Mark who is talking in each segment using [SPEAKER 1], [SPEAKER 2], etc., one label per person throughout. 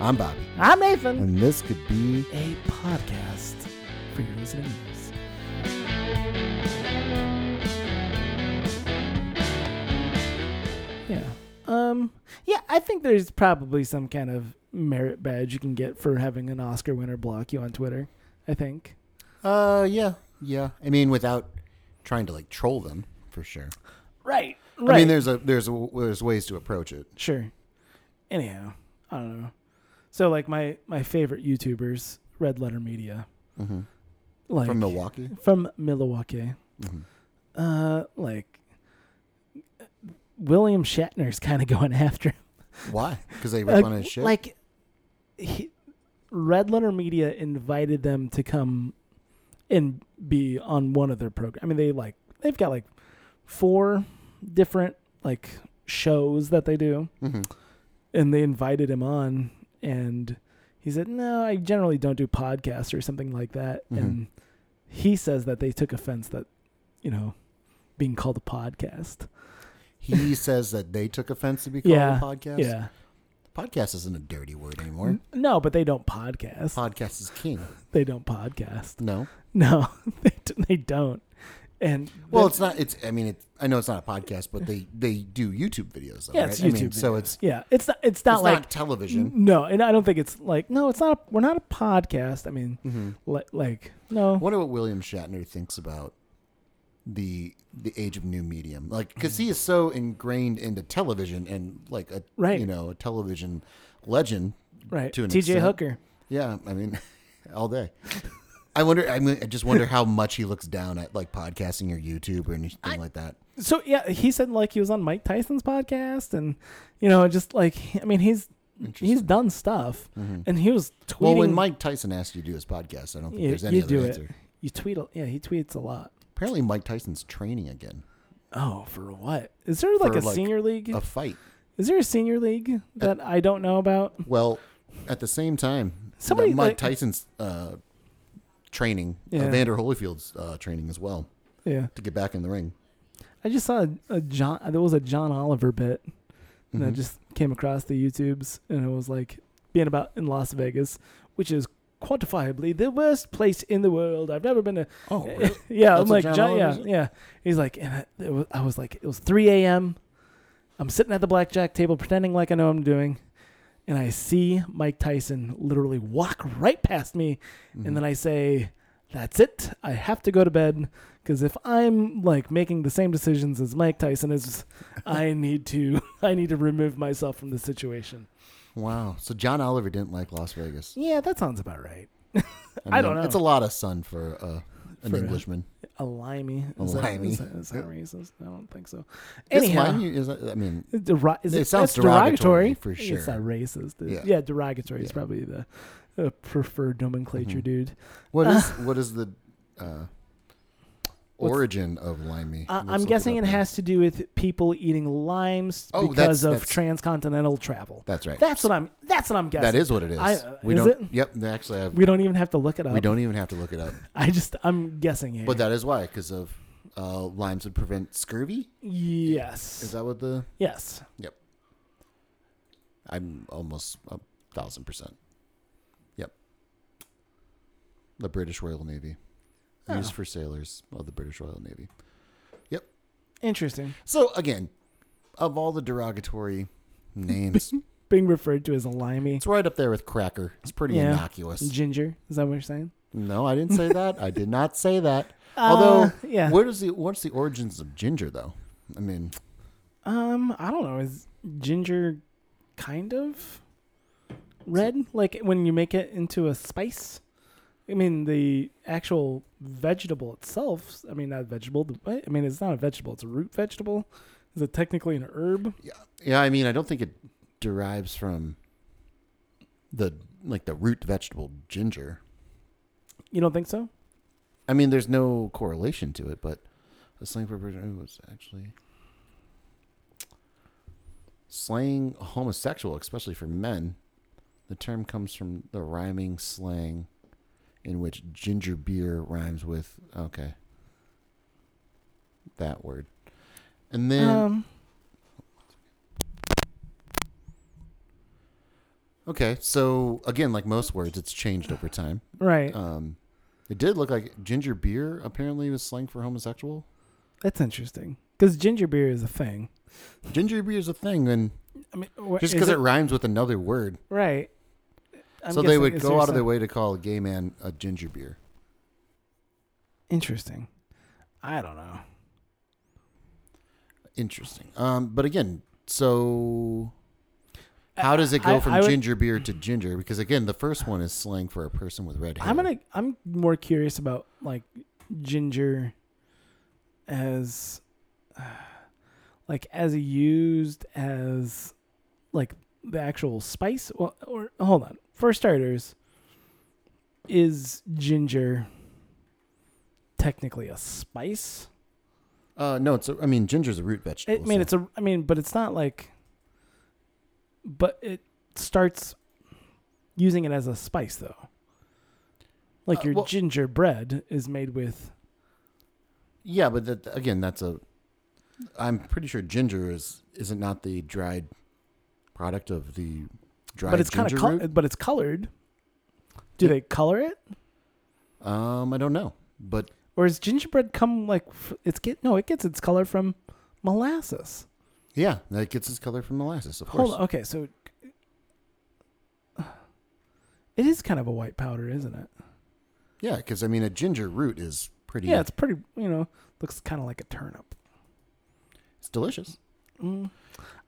[SPEAKER 1] I'm Bobby,
[SPEAKER 2] I'm Nathan.
[SPEAKER 1] and this could be
[SPEAKER 2] A podcast for your listening ears. Yeah. Um. Yeah, I think there's probably some kind of merit badge you can get for having an Oscar winner block you on Twitter. I think.
[SPEAKER 1] Uh, yeah, yeah. I mean, without trying to like troll them for sure.
[SPEAKER 2] Right. Right.
[SPEAKER 1] I mean, there's a there's a, there's ways to approach it.
[SPEAKER 2] Sure. Anyhow, I don't know. So like my my favorite YouTubers, Red Letter Media,
[SPEAKER 1] Mm-hmm.
[SPEAKER 2] like
[SPEAKER 1] From Milwaukee, Mm-hmm.
[SPEAKER 2] from Milwaukee, uh, like William Shatner's kind of going after him.
[SPEAKER 1] why? Because they rip
[SPEAKER 2] Like-
[SPEAKER 1] on his shit.
[SPEAKER 2] Uh, Like, he, Red Letter Media invited them to come and be on one of their programs. I mean, they like they've got like four different like shows that they do,
[SPEAKER 1] Mhm.
[SPEAKER 2] and they invited him on, and he said, "No, I generally don't do podcasts or something like that."
[SPEAKER 1] Mhm.
[SPEAKER 2] And he says that they took offense that you know being called a podcast.
[SPEAKER 1] he says that they took offense to be called
[SPEAKER 2] yeah,
[SPEAKER 1] a podcast.
[SPEAKER 2] yeah. Mm.
[SPEAKER 1] podcast isn't a dirty word anymore.
[SPEAKER 2] No, but they don't podcast.
[SPEAKER 1] Podcast is king.
[SPEAKER 2] they don't podcast.
[SPEAKER 1] No,
[SPEAKER 2] No, they d- they don't. And
[SPEAKER 1] well,
[SPEAKER 2] the-
[SPEAKER 1] it's not. It's I mean, it, I know it's not a podcast, but they they do YouTube videos. Though,
[SPEAKER 2] yeah,
[SPEAKER 1] right?
[SPEAKER 2] it's
[SPEAKER 1] I
[SPEAKER 2] YouTube.
[SPEAKER 1] mean, so
[SPEAKER 2] videos.
[SPEAKER 1] it's
[SPEAKER 2] yeah, it's not it's not
[SPEAKER 1] it's
[SPEAKER 2] like
[SPEAKER 1] not television.
[SPEAKER 2] no, and I don't think it's like no, it's not. A, we're not a podcast. I mean, li- like no,
[SPEAKER 1] I wonder Mm-hmm. what William Shatner thinks about the the age of new medium, like because he is so ingrained into television and like a
[SPEAKER 2] Right.
[SPEAKER 1] you know a television legend.
[SPEAKER 2] right?
[SPEAKER 1] to an
[SPEAKER 2] T.J.
[SPEAKER 1] extent.
[SPEAKER 2] Hooker.
[SPEAKER 1] Yeah, I mean, all day. I wonder. I mean, I just wonder how much he looks down at like podcasting or YouTube or anything like that.
[SPEAKER 2] So yeah, he said like he was on Mike Tyson's podcast, and you know, just like I mean, he's he's done stuff, and he was tweeting.
[SPEAKER 1] Mm-hmm. Well, when Mike Tyson asked you to do his podcast, I don't think
[SPEAKER 2] you,
[SPEAKER 1] there's any
[SPEAKER 2] you
[SPEAKER 1] other
[SPEAKER 2] do
[SPEAKER 1] answer.
[SPEAKER 2] it. You tweet. a- Yeah, he tweets a lot.
[SPEAKER 1] Apparently, Mike Tyson's training again.
[SPEAKER 2] Oh, for what? Is there like
[SPEAKER 1] For,
[SPEAKER 2] a
[SPEAKER 1] like,
[SPEAKER 2] senior league?
[SPEAKER 1] A fight.
[SPEAKER 2] Is there a senior league that I don't know about?
[SPEAKER 1] Well, at the same time,
[SPEAKER 2] Somebody,
[SPEAKER 1] Mike
[SPEAKER 2] like-
[SPEAKER 1] Tyson's uh, training,
[SPEAKER 2] Yeah.
[SPEAKER 1] Evander Holyfield's uh, training as well
[SPEAKER 2] Yeah,
[SPEAKER 1] to get back in the ring.
[SPEAKER 2] I just saw a, a John. There was a John Oliver bit, and
[SPEAKER 1] Mm-hmm.
[SPEAKER 2] I just came across the YouTubes, and it was like being about in Las Vegas, which is quantifiably the worst place in the world. I've never been to.
[SPEAKER 1] Oh,
[SPEAKER 2] yeah, I'm
[SPEAKER 1] That's what
[SPEAKER 2] like
[SPEAKER 1] John
[SPEAKER 2] John.
[SPEAKER 1] Oliver's
[SPEAKER 2] yeah,
[SPEAKER 1] in?
[SPEAKER 2] yeah. He's like, and I, it was, I was like, it was 3 a.m. I'm sitting at the blackjack table, pretending like I know what I'm doing, and I see Mike Tyson literally walk right past me, and
[SPEAKER 1] Mm-hmm.
[SPEAKER 2] then I say, "That's it. I have to go to bed." Because if I'm like making the same decisions as Mike Tyson is, I need to I need to remove myself from the situation.
[SPEAKER 1] Mm-hmm. Wow. So John Oliver didn't like Las Vegas.
[SPEAKER 2] Yeah, that sounds about right.
[SPEAKER 1] mean,
[SPEAKER 2] I don't know.
[SPEAKER 1] It's a lot of sun for uh, an
[SPEAKER 2] For a-
[SPEAKER 1] Englishman.
[SPEAKER 2] A limey.
[SPEAKER 1] A
[SPEAKER 2] Is that-
[SPEAKER 1] limey.
[SPEAKER 2] is that- is that racist? I don't think so.
[SPEAKER 1] Is
[SPEAKER 2] Anyhow,
[SPEAKER 1] mine- is that- I mean,
[SPEAKER 2] Deri- is
[SPEAKER 1] It
[SPEAKER 2] it,
[SPEAKER 1] sounds
[SPEAKER 2] that's derogatory,
[SPEAKER 1] derogatory, for
[SPEAKER 2] It's
[SPEAKER 1] sure.
[SPEAKER 2] not racist. dude.
[SPEAKER 1] Yeah.
[SPEAKER 2] Yeah, derogatory is
[SPEAKER 1] Yeah. Mm-hmm.
[SPEAKER 2] probably the uh, preferred nomenclature, dude.
[SPEAKER 1] what is what is the uh, origin of limey?
[SPEAKER 2] Uh,
[SPEAKER 1] Let's
[SPEAKER 2] I'm
[SPEAKER 1] look
[SPEAKER 2] guessing
[SPEAKER 1] up
[SPEAKER 2] it
[SPEAKER 1] now.
[SPEAKER 2] has to do with people eating limes
[SPEAKER 1] Oh,
[SPEAKER 2] because
[SPEAKER 1] that's-
[SPEAKER 2] of
[SPEAKER 1] that's-
[SPEAKER 2] transcontinental travel.
[SPEAKER 1] That's right.
[SPEAKER 2] That's what I'm. That's what I'm guessing.
[SPEAKER 1] That is what it is.
[SPEAKER 2] I- uh,
[SPEAKER 1] we
[SPEAKER 2] is
[SPEAKER 1] don't.
[SPEAKER 2] it?
[SPEAKER 1] Yep. Actually, I've,
[SPEAKER 2] We don't even have to look it up.
[SPEAKER 1] we don't even have to look it up.
[SPEAKER 2] I just I'm guessing here.
[SPEAKER 1] But that is why, because of uh, limes would prevent scurvy.
[SPEAKER 2] yes,
[SPEAKER 1] Is that what the?
[SPEAKER 2] yes.
[SPEAKER 1] Yep. I'm almost a thousand percent. Yep. The British Royal Navy,
[SPEAKER 2] Oh.
[SPEAKER 1] used for sailors of the British Royal Navy. Yep.
[SPEAKER 2] Interesting.
[SPEAKER 1] So again, of all the derogatory names,
[SPEAKER 2] Being referred to as a limey
[SPEAKER 1] it's right up there with cracker. It's pretty
[SPEAKER 2] Yeah.
[SPEAKER 1] innocuous.
[SPEAKER 2] ginger. Is that what you're saying?
[SPEAKER 1] No, I didn't say that. I did not say that. Although,
[SPEAKER 2] Uh, yeah.
[SPEAKER 1] where does the what's the origins of ginger though? I mean,
[SPEAKER 2] Um, I don't know. Is ginger kind of red? Like when you make it into a spice? I mean, the actual vegetable itself. I mean, not vegetable. the- I mean, it's not a vegetable. It's a root vegetable. Is it technically an herb?
[SPEAKER 1] Yeah, yeah. I mean, I don't think it derives from the like the root vegetable ginger.
[SPEAKER 2] You don't think so?
[SPEAKER 1] I mean, there's no correlation to it, but the slang for virgin was actually slaying homosexual, especially for men. The term comes from the rhyming slang, in which ginger beer rhymes with okay. That word, and then
[SPEAKER 2] Um,
[SPEAKER 1] Okay, so again, like most words, it's changed over time.
[SPEAKER 2] Right.
[SPEAKER 1] Um, it did look like ginger beer apparently was slang for homosexual.
[SPEAKER 2] That's interesting. Because ginger beer is a thing.
[SPEAKER 1] Ginger beer is a thing, and
[SPEAKER 2] I mean, wha-
[SPEAKER 1] just
[SPEAKER 2] is
[SPEAKER 1] because it, rhymes with another word,
[SPEAKER 2] right. I'm
[SPEAKER 1] so they
[SPEAKER 2] guessing-
[SPEAKER 1] would
[SPEAKER 2] is
[SPEAKER 1] go
[SPEAKER 2] there
[SPEAKER 1] out of their
[SPEAKER 2] some-
[SPEAKER 1] way to call a gay man a ginger beer.
[SPEAKER 2] Interesting. I don't know.
[SPEAKER 1] Interesting. Um, but again, so how does it
[SPEAKER 2] I-
[SPEAKER 1] go from
[SPEAKER 2] I would-
[SPEAKER 1] ginger beer to ginger? Because again, the first one is slang for a person with red hair.
[SPEAKER 2] I'm gonna. I'm more curious about like ginger as like as used as like the actual spice. Well, or hold on. For starters, is ginger technically a spice?
[SPEAKER 1] Uh, no, it's. A, I mean, ginger's a root vegetable.
[SPEAKER 2] It, I mean,
[SPEAKER 1] so-
[SPEAKER 2] it's a. I mean, but it's not like. But it starts using it as a spice, though. Like
[SPEAKER 1] Uh,
[SPEAKER 2] your
[SPEAKER 1] well-
[SPEAKER 2] ginger bread is made with.
[SPEAKER 1] yeah, but that, again, that's a. I'm pretty sure ginger is is it not the dried product of the dried
[SPEAKER 2] but it's kind
[SPEAKER 1] ginger
[SPEAKER 2] of. Col-
[SPEAKER 1] root?
[SPEAKER 2] but it's colored. Do
[SPEAKER 1] Yeah.
[SPEAKER 2] they color it,
[SPEAKER 1] Um, I don't know, but
[SPEAKER 2] or is gingerbread come like f- it's get no? It gets its color from molasses.
[SPEAKER 1] yeah, that gets its color from molasses, of course.
[SPEAKER 2] Hold on. Okay, so it is kind of a white powder, isn't it?
[SPEAKER 1] Yeah, because I mean, a ginger root is pretty.
[SPEAKER 2] Yeah, it's pretty. You know, looks kind of like a turnip.
[SPEAKER 1] it's delicious.
[SPEAKER 2] Mm,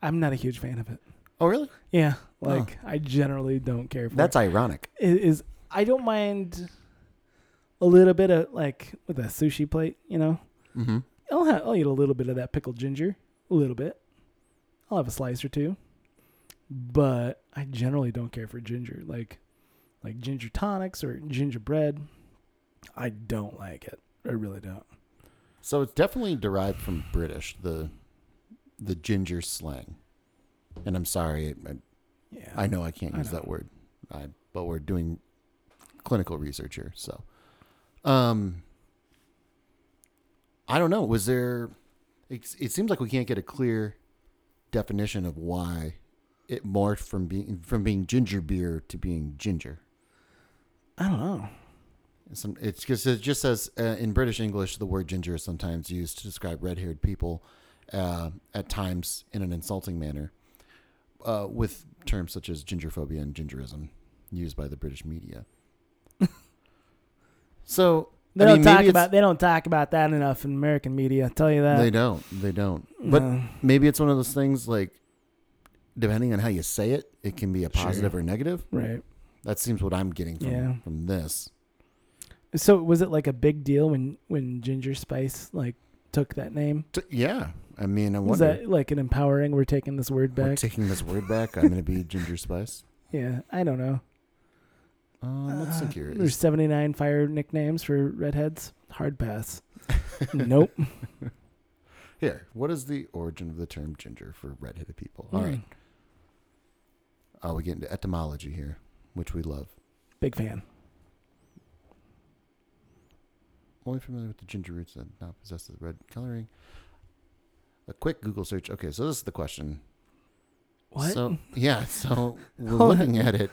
[SPEAKER 2] I'm not a huge fan of it.
[SPEAKER 1] Oh, really?
[SPEAKER 2] Yeah,
[SPEAKER 1] Oh.
[SPEAKER 2] like I generally don't care for.
[SPEAKER 1] That's
[SPEAKER 2] That's
[SPEAKER 1] ironic.
[SPEAKER 2] it is I don't mind a little bit of like with a sushi plate, you know.
[SPEAKER 1] Mm-hmm.
[SPEAKER 2] I'll have, I'll eat a little bit of that pickled ginger, a little bit. I'll have a slice or two, but I generally don't care for ginger, like like ginger tonics or ginger bread. I don't like it. I really don't.
[SPEAKER 1] So it's definitely derived from British the the ginger slang. And I'm sorry, I,
[SPEAKER 2] Yeah,
[SPEAKER 1] I know I can't
[SPEAKER 2] I
[SPEAKER 1] use
[SPEAKER 2] know.
[SPEAKER 1] that word, I, but we're doing clinical research here, so. Um, I don't know. Was there? It, it seems like we can't get a clear definition of why it morphed from being from being ginger beer to being ginger.
[SPEAKER 2] I don't know.
[SPEAKER 1] Some, it's because it just says uh, in British English, the word ginger is sometimes used to describe red haired people, uh, at times in an insulting manner, uh, with terms such as gingerphobia and gingerism used by the British media. so,
[SPEAKER 2] They
[SPEAKER 1] I
[SPEAKER 2] don't
[SPEAKER 1] mean, maybe
[SPEAKER 2] talk
[SPEAKER 1] it's-
[SPEAKER 2] about they don't talk about that enough in American media. I tell you that.
[SPEAKER 1] they don't. They don't. But
[SPEAKER 2] No.
[SPEAKER 1] maybe it's one of those things like, depending on how you say it, it can be a
[SPEAKER 2] Sure.
[SPEAKER 1] positive or negative.
[SPEAKER 2] right.
[SPEAKER 1] That seems what I'm getting from,
[SPEAKER 2] Yeah.
[SPEAKER 1] from this.
[SPEAKER 2] So was it like a big deal when when Ginger Spice like took that name?
[SPEAKER 1] T- yeah. I mean, I
[SPEAKER 2] Was
[SPEAKER 1] wonder.
[SPEAKER 2] that like an empowering? We're taking this word
[SPEAKER 1] We're
[SPEAKER 2] back.
[SPEAKER 1] taking this word back. I'm going to be Ginger Spice.
[SPEAKER 2] yeah, I don't know.
[SPEAKER 1] Um, let's think
[SPEAKER 2] Uh,
[SPEAKER 1] here.
[SPEAKER 2] There's
[SPEAKER 1] Is,
[SPEAKER 2] 79 fire nicknames for redheads. Hard pass. nope.
[SPEAKER 1] here, what is the origin of the term ginger for redheaded people? All right.
[SPEAKER 2] Mm. Hmm.
[SPEAKER 1] Oh, we get into etymology here, which we love.
[SPEAKER 2] Big fan.
[SPEAKER 1] Only familiar with the ginger roots that not possess the red coloring. A quick Google search. Okay, so this is the question.
[SPEAKER 2] What?
[SPEAKER 1] So yeah, so we're
[SPEAKER 2] Hold
[SPEAKER 1] looking at it.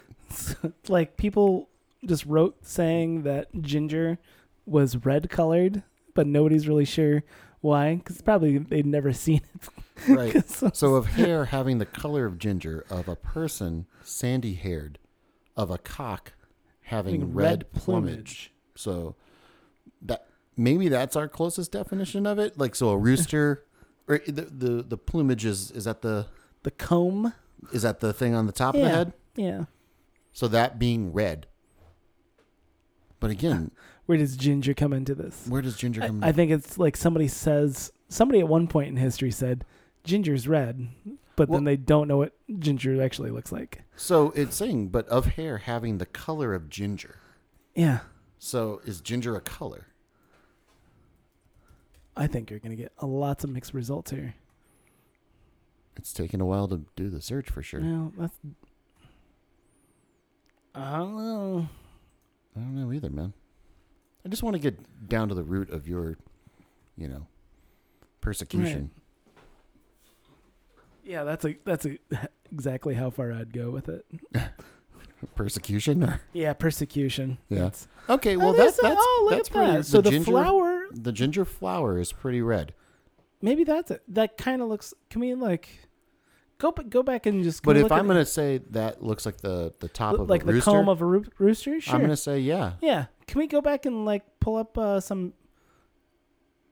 [SPEAKER 2] like people just wrote saying that ginger was red colored, but nobody's really sure why because probably they'd never seen it.
[SPEAKER 1] Right.
[SPEAKER 2] 'Cause-
[SPEAKER 1] So of hair having the color of ginger of a person sandy haired, of a cock having
[SPEAKER 2] Having
[SPEAKER 1] red,
[SPEAKER 2] red
[SPEAKER 1] plumage. So that maybe that's our closest definition of it. Like so a rooster or the the, the plumage is is that the
[SPEAKER 2] the comb.
[SPEAKER 1] is that the thing on the top of the
[SPEAKER 2] Yeah.
[SPEAKER 1] head?
[SPEAKER 2] Yeah.
[SPEAKER 1] So that being red. But again,
[SPEAKER 2] Where does ginger come into this?
[SPEAKER 1] where does ginger
[SPEAKER 2] I,
[SPEAKER 1] come
[SPEAKER 2] I think it's like somebody says somebody at one point in history said ginger's red, but
[SPEAKER 1] Well-
[SPEAKER 2] then they don't know what ginger actually looks like.
[SPEAKER 1] So it's saying but of hair having the color of ginger.
[SPEAKER 2] Yeah,
[SPEAKER 1] So is ginger a color?
[SPEAKER 2] I think you're gonna get a lots of mixed results here.
[SPEAKER 1] It's taken a while to do the search for sure.
[SPEAKER 2] Well, that's I don't know.
[SPEAKER 1] I don't know either, man. I just want to get down to the root of your, you know, persecution.
[SPEAKER 2] Yeah, that's a that's a, exactly how far I'd go with it.
[SPEAKER 1] Persecution or
[SPEAKER 2] Yeah, persecution.
[SPEAKER 1] Yeah.
[SPEAKER 2] That's-
[SPEAKER 1] okay,
[SPEAKER 2] Oh,
[SPEAKER 1] well
[SPEAKER 2] there's
[SPEAKER 1] that's
[SPEAKER 2] a-
[SPEAKER 1] that's
[SPEAKER 2] oh, look
[SPEAKER 1] that's
[SPEAKER 2] at that.
[SPEAKER 1] pretty.
[SPEAKER 2] So the,
[SPEAKER 1] ginger,
[SPEAKER 2] flower,
[SPEAKER 1] the ginger flower is pretty red,
[SPEAKER 2] maybe that's it. That kind of looks. Can we like go b- go back and just?
[SPEAKER 1] but
[SPEAKER 2] go
[SPEAKER 1] if
[SPEAKER 2] look at
[SPEAKER 1] I'm gonna say that looks like the the top
[SPEAKER 2] look
[SPEAKER 1] of
[SPEAKER 2] like
[SPEAKER 1] a
[SPEAKER 2] the
[SPEAKER 1] rooster,
[SPEAKER 2] comb of a roo- rooster, sure.
[SPEAKER 1] I'm gonna say yeah.
[SPEAKER 2] Yeah. Can we go back and like pull up uh, some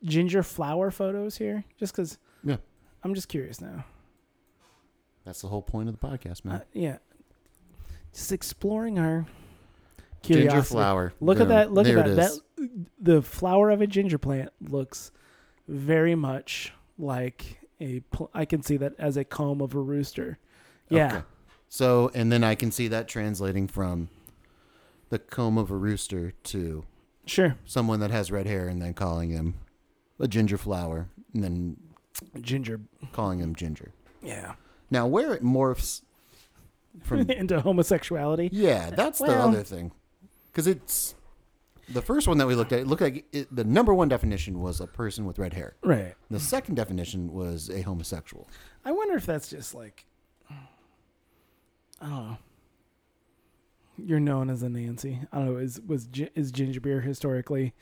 [SPEAKER 2] ginger flower photos here, just because?
[SPEAKER 1] Yeah.
[SPEAKER 2] I'm just curious now.
[SPEAKER 1] That's the whole point of the podcast,
[SPEAKER 2] Uh,
[SPEAKER 1] man.
[SPEAKER 2] yeah. Just exploring our curiosity.
[SPEAKER 1] ginger flower.
[SPEAKER 2] Look at
[SPEAKER 1] Boom.
[SPEAKER 2] that! Look
[SPEAKER 1] there
[SPEAKER 2] at
[SPEAKER 1] it
[SPEAKER 2] that!
[SPEAKER 1] is.
[SPEAKER 2] That the flower of a ginger plant looks very much like a. Pl- I can see that as a comb of a rooster. Yeah,
[SPEAKER 1] Okay. So, and then I can see that translating from the comb of a rooster to
[SPEAKER 2] sure.
[SPEAKER 1] someone that has red hair and then calling him a ginger flower and then
[SPEAKER 2] Ginger.
[SPEAKER 1] calling him ginger.
[SPEAKER 2] Yeah.
[SPEAKER 1] Now, where it morphs from.
[SPEAKER 2] Into homosexuality.
[SPEAKER 1] yeah, that's the
[SPEAKER 2] Well-
[SPEAKER 1] other thing. Because it's. The first one that we looked at, it looked like it, the number one definition was a person with red hair.
[SPEAKER 2] Right.
[SPEAKER 1] The second definition was a homosexual.
[SPEAKER 2] I wonder if that's just like. I don't know. You're known as a Nancy. I don't know. Is was gi- is ginger beer historically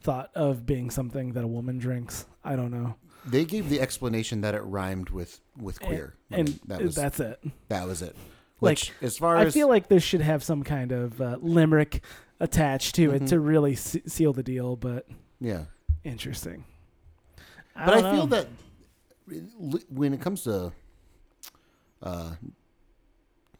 [SPEAKER 2] thought of being something that a woman drinks? I don't know.
[SPEAKER 1] They gave the explanation that it rhymed with with queer. I
[SPEAKER 2] And
[SPEAKER 1] mean, that was
[SPEAKER 2] that's it.
[SPEAKER 1] that was it.
[SPEAKER 2] Like,
[SPEAKER 1] Which, as far
[SPEAKER 2] I
[SPEAKER 1] as
[SPEAKER 2] feel like this should have some kind of uh, limerick attached to
[SPEAKER 1] Mm-hmm.
[SPEAKER 2] it to really se- seal the deal, but
[SPEAKER 1] yeah,
[SPEAKER 2] interesting.
[SPEAKER 1] but I,
[SPEAKER 2] don't
[SPEAKER 1] feel
[SPEAKER 2] know.
[SPEAKER 1] that li- when it comes to, uh,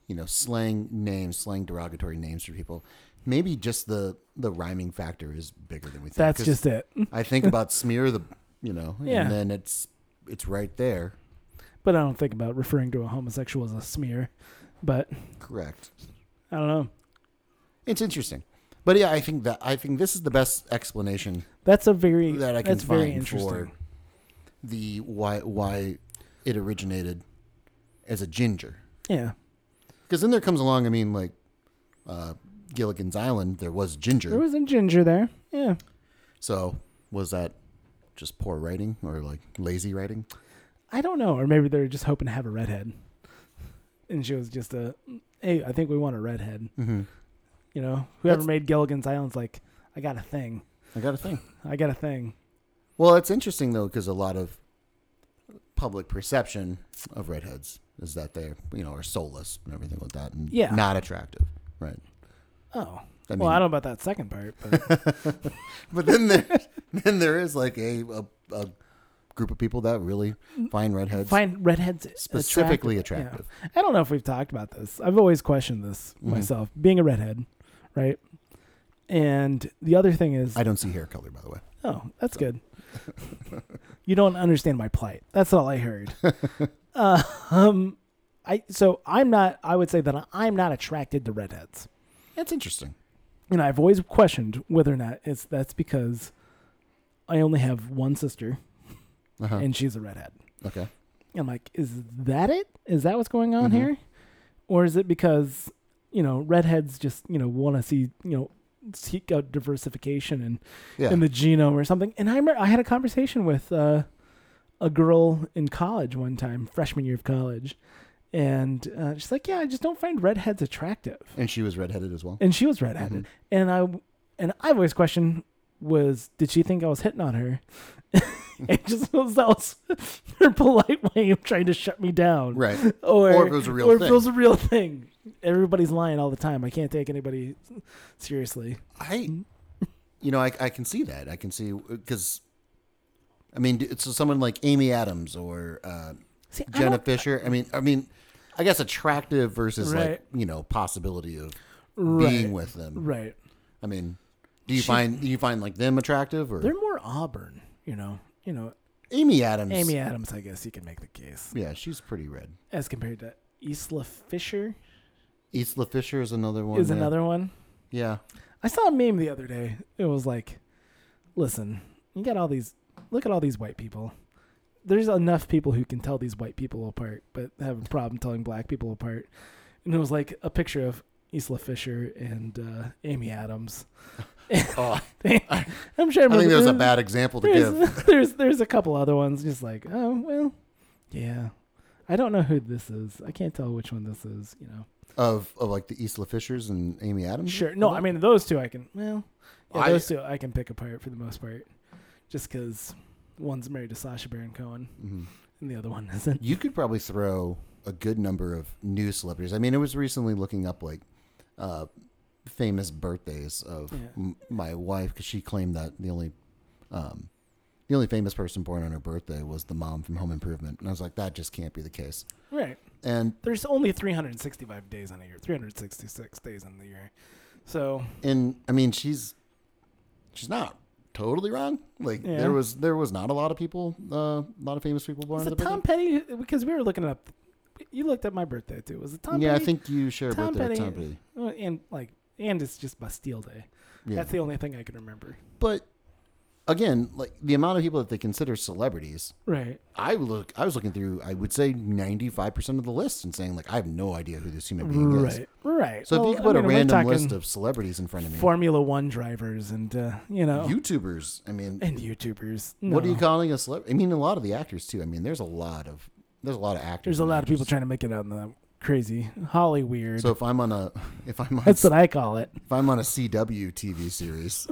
[SPEAKER 1] you know, slang names, slang derogatory names for people, maybe just the the rhyming factor is bigger than we think.
[SPEAKER 2] that's
[SPEAKER 1] 'Cause
[SPEAKER 2] just it.
[SPEAKER 1] I think about smear the, you know,
[SPEAKER 2] Yeah.
[SPEAKER 1] and then it's it's right there.
[SPEAKER 2] But I don't think about referring to a homosexual as a smear. But
[SPEAKER 1] Correct.
[SPEAKER 2] I don't know.
[SPEAKER 1] It's interesting, but yeah, I think that I think this is the best explanation
[SPEAKER 2] That's a very
[SPEAKER 1] that I can
[SPEAKER 2] that's
[SPEAKER 1] find
[SPEAKER 2] very interesting.
[SPEAKER 1] for the why why it originated as a ginger.
[SPEAKER 2] Yeah,
[SPEAKER 1] Because then there comes along, I mean, like uh, Gilligan's Island, there was ginger.
[SPEAKER 2] there was a ginger there. Yeah,
[SPEAKER 1] so was that just poor writing or like lazy writing?
[SPEAKER 2] I don't know, or maybe they're just hoping to have a redhead, and she was just a hey. I think we want a redhead.
[SPEAKER 1] Mm-hmm.
[SPEAKER 2] You know, whoever
[SPEAKER 1] That's-
[SPEAKER 2] made Gilligan's Island's like, I got a thing.
[SPEAKER 1] I got a thing.
[SPEAKER 2] I got a thing.
[SPEAKER 1] Well, it's interesting though, because a lot of public perception of redheads is that they're you know are soulless and everything like that, and
[SPEAKER 2] Yeah.
[SPEAKER 1] not attractive, right?
[SPEAKER 2] Oh.
[SPEAKER 1] I mean-
[SPEAKER 2] well, I don't know about that second part, but
[SPEAKER 1] But then there, then there is like a, a a group of people that really find redheads
[SPEAKER 2] Mm-hmm. find redheads
[SPEAKER 1] specifically
[SPEAKER 2] attractive.
[SPEAKER 1] attractive. Mm-hmm.
[SPEAKER 2] Yeah. I don't know if we've talked about this. I've always questioned this myself, being a redhead, right? And the other thing is,
[SPEAKER 1] I don't see hair color, by the way.
[SPEAKER 2] oh, that's good. you don't understand my plight. That's all I heard. uh, um, I so I'm not. I would say that I'm not attracted to redheads.
[SPEAKER 1] That's interesting.
[SPEAKER 2] and I've always questioned whether or not it's that's because I only have one sister
[SPEAKER 1] Uh-huh.
[SPEAKER 2] and she's a redhead.
[SPEAKER 1] Okay.
[SPEAKER 2] I'm like, is that it? Is that what's going on here? Or is it because, you know, redheads just, you know, want to see, you know, seek out diversification and
[SPEAKER 1] Yeah.
[SPEAKER 2] in the genome or something. And I remember I had a conversation with uh, a girl in college one time, freshman year of college. And uh, she's like, yeah, I just don't find redheads attractive.
[SPEAKER 1] And she was redheaded as well.
[SPEAKER 2] and she was redheaded.
[SPEAKER 1] Mm-hmm.
[SPEAKER 2] And I and I always question was did she think I was hitting on her? it just was that was her polite way of trying to shut me down,
[SPEAKER 1] Right.
[SPEAKER 2] Or,
[SPEAKER 1] Or if it was a real
[SPEAKER 2] or if
[SPEAKER 1] thing.
[SPEAKER 2] it was a real thing. Everybody's lying all the time. I can't take anybody seriously.
[SPEAKER 1] I,
[SPEAKER 2] Mm-hmm.
[SPEAKER 1] you know, I, I can see that. I can see because, I mean, d- so someone like Amy Adams or uh,
[SPEAKER 2] See, I
[SPEAKER 1] Jenna
[SPEAKER 2] don't-
[SPEAKER 1] Fisher. I mean, I mean, I guess attractive versus like
[SPEAKER 2] Right.
[SPEAKER 1] you know possibility of
[SPEAKER 2] Right.
[SPEAKER 1] being with them.
[SPEAKER 2] Right.
[SPEAKER 1] I mean, do you find do you find like them attractive or
[SPEAKER 2] They're more Auburn, you know. You know,
[SPEAKER 1] Amy Adams?
[SPEAKER 2] Amy Adams, I guess you can make the case
[SPEAKER 1] yeah, she's pretty red.
[SPEAKER 2] as compared to Isla Fisher
[SPEAKER 1] Isla Fisher is another one.
[SPEAKER 2] is
[SPEAKER 1] yeah.
[SPEAKER 2] another one.
[SPEAKER 1] Yeah,
[SPEAKER 2] I saw a meme the other day. It was like, listen, you got all these, look at all these white people. There's enough people who can tell these white people apart, but have a problem telling black people apart. And it was like a picture of Isla Fisher and uh, Amy Adams.
[SPEAKER 1] Oh,
[SPEAKER 2] I'm sure.
[SPEAKER 1] I think there's a bad example to give.
[SPEAKER 2] There's, there's there's a couple other ones just like oh well, yeah. I don't know who this is. I can't tell which one this is. You
[SPEAKER 1] Mm-hmm.
[SPEAKER 2] know.
[SPEAKER 1] of of like the Isla Fishers and Amy Adams.
[SPEAKER 2] Sure. No, I mean those two. I can. Well, yeah,
[SPEAKER 1] I-
[SPEAKER 2] those two I can pick apart for the most part, just because one's married to Sasha Baron Cohen
[SPEAKER 1] Mhm.
[SPEAKER 2] and the other one isn't.
[SPEAKER 1] You could probably throw a good number of new celebrities. I mean, I was recently looking up like uh, famous birthdays of
[SPEAKER 2] Yeah.
[SPEAKER 1] m- my wife because she claimed that the only um, the only famous person born on her birthday was the mom from Home Improvement, and I was like, that just can't be the case.
[SPEAKER 2] Right.
[SPEAKER 1] And
[SPEAKER 2] There's only 365 days in a year. 366 days in the year. So
[SPEAKER 1] and I mean, she's she's not totally wrong. Like
[SPEAKER 2] Yeah.
[SPEAKER 1] there was there was not a lot of people, uh, a lot of famous people born
[SPEAKER 2] was
[SPEAKER 1] on
[SPEAKER 2] it
[SPEAKER 1] the
[SPEAKER 2] Tom
[SPEAKER 1] birthday.
[SPEAKER 2] Petty? Because we were looking it up. You looked at my birthday too. Was it Tom?
[SPEAKER 1] yeah,
[SPEAKER 2] Petty?
[SPEAKER 1] I think you share a
[SPEAKER 2] Tom
[SPEAKER 1] birthday with
[SPEAKER 2] Petty.
[SPEAKER 1] Tom Petty.
[SPEAKER 2] Oh, And like, and it's just Bastille Day.
[SPEAKER 1] Yeah.
[SPEAKER 2] That's the only thing I can remember.
[SPEAKER 1] but again, like the amount of people that they consider celebrities,
[SPEAKER 2] Right.
[SPEAKER 1] I look, I was looking through, I would say ninety five percent of the list and saying like, I have no idea who this human being is.
[SPEAKER 2] Right. Right.
[SPEAKER 1] So
[SPEAKER 2] Well,
[SPEAKER 1] if you could put
[SPEAKER 2] I mean,
[SPEAKER 1] a
[SPEAKER 2] we're
[SPEAKER 1] random
[SPEAKER 2] talking
[SPEAKER 1] list of celebrities in front of me,
[SPEAKER 2] Formula One drivers and uh, you know
[SPEAKER 1] YouTubers, I mean,
[SPEAKER 2] and YouTubers.
[SPEAKER 1] what are you
[SPEAKER 2] No.
[SPEAKER 1] calling a celebrity? I mean, a lot of the actors too. I mean, there's a lot of there's a lot of actors.
[SPEAKER 2] There's a
[SPEAKER 1] and
[SPEAKER 2] lot of people
[SPEAKER 1] actresses.
[SPEAKER 2] trying to make it out in the crazy Holly weird.
[SPEAKER 1] So if I'm on a if I'm on
[SPEAKER 2] That's what I call it.
[SPEAKER 1] if I'm on a CW TV series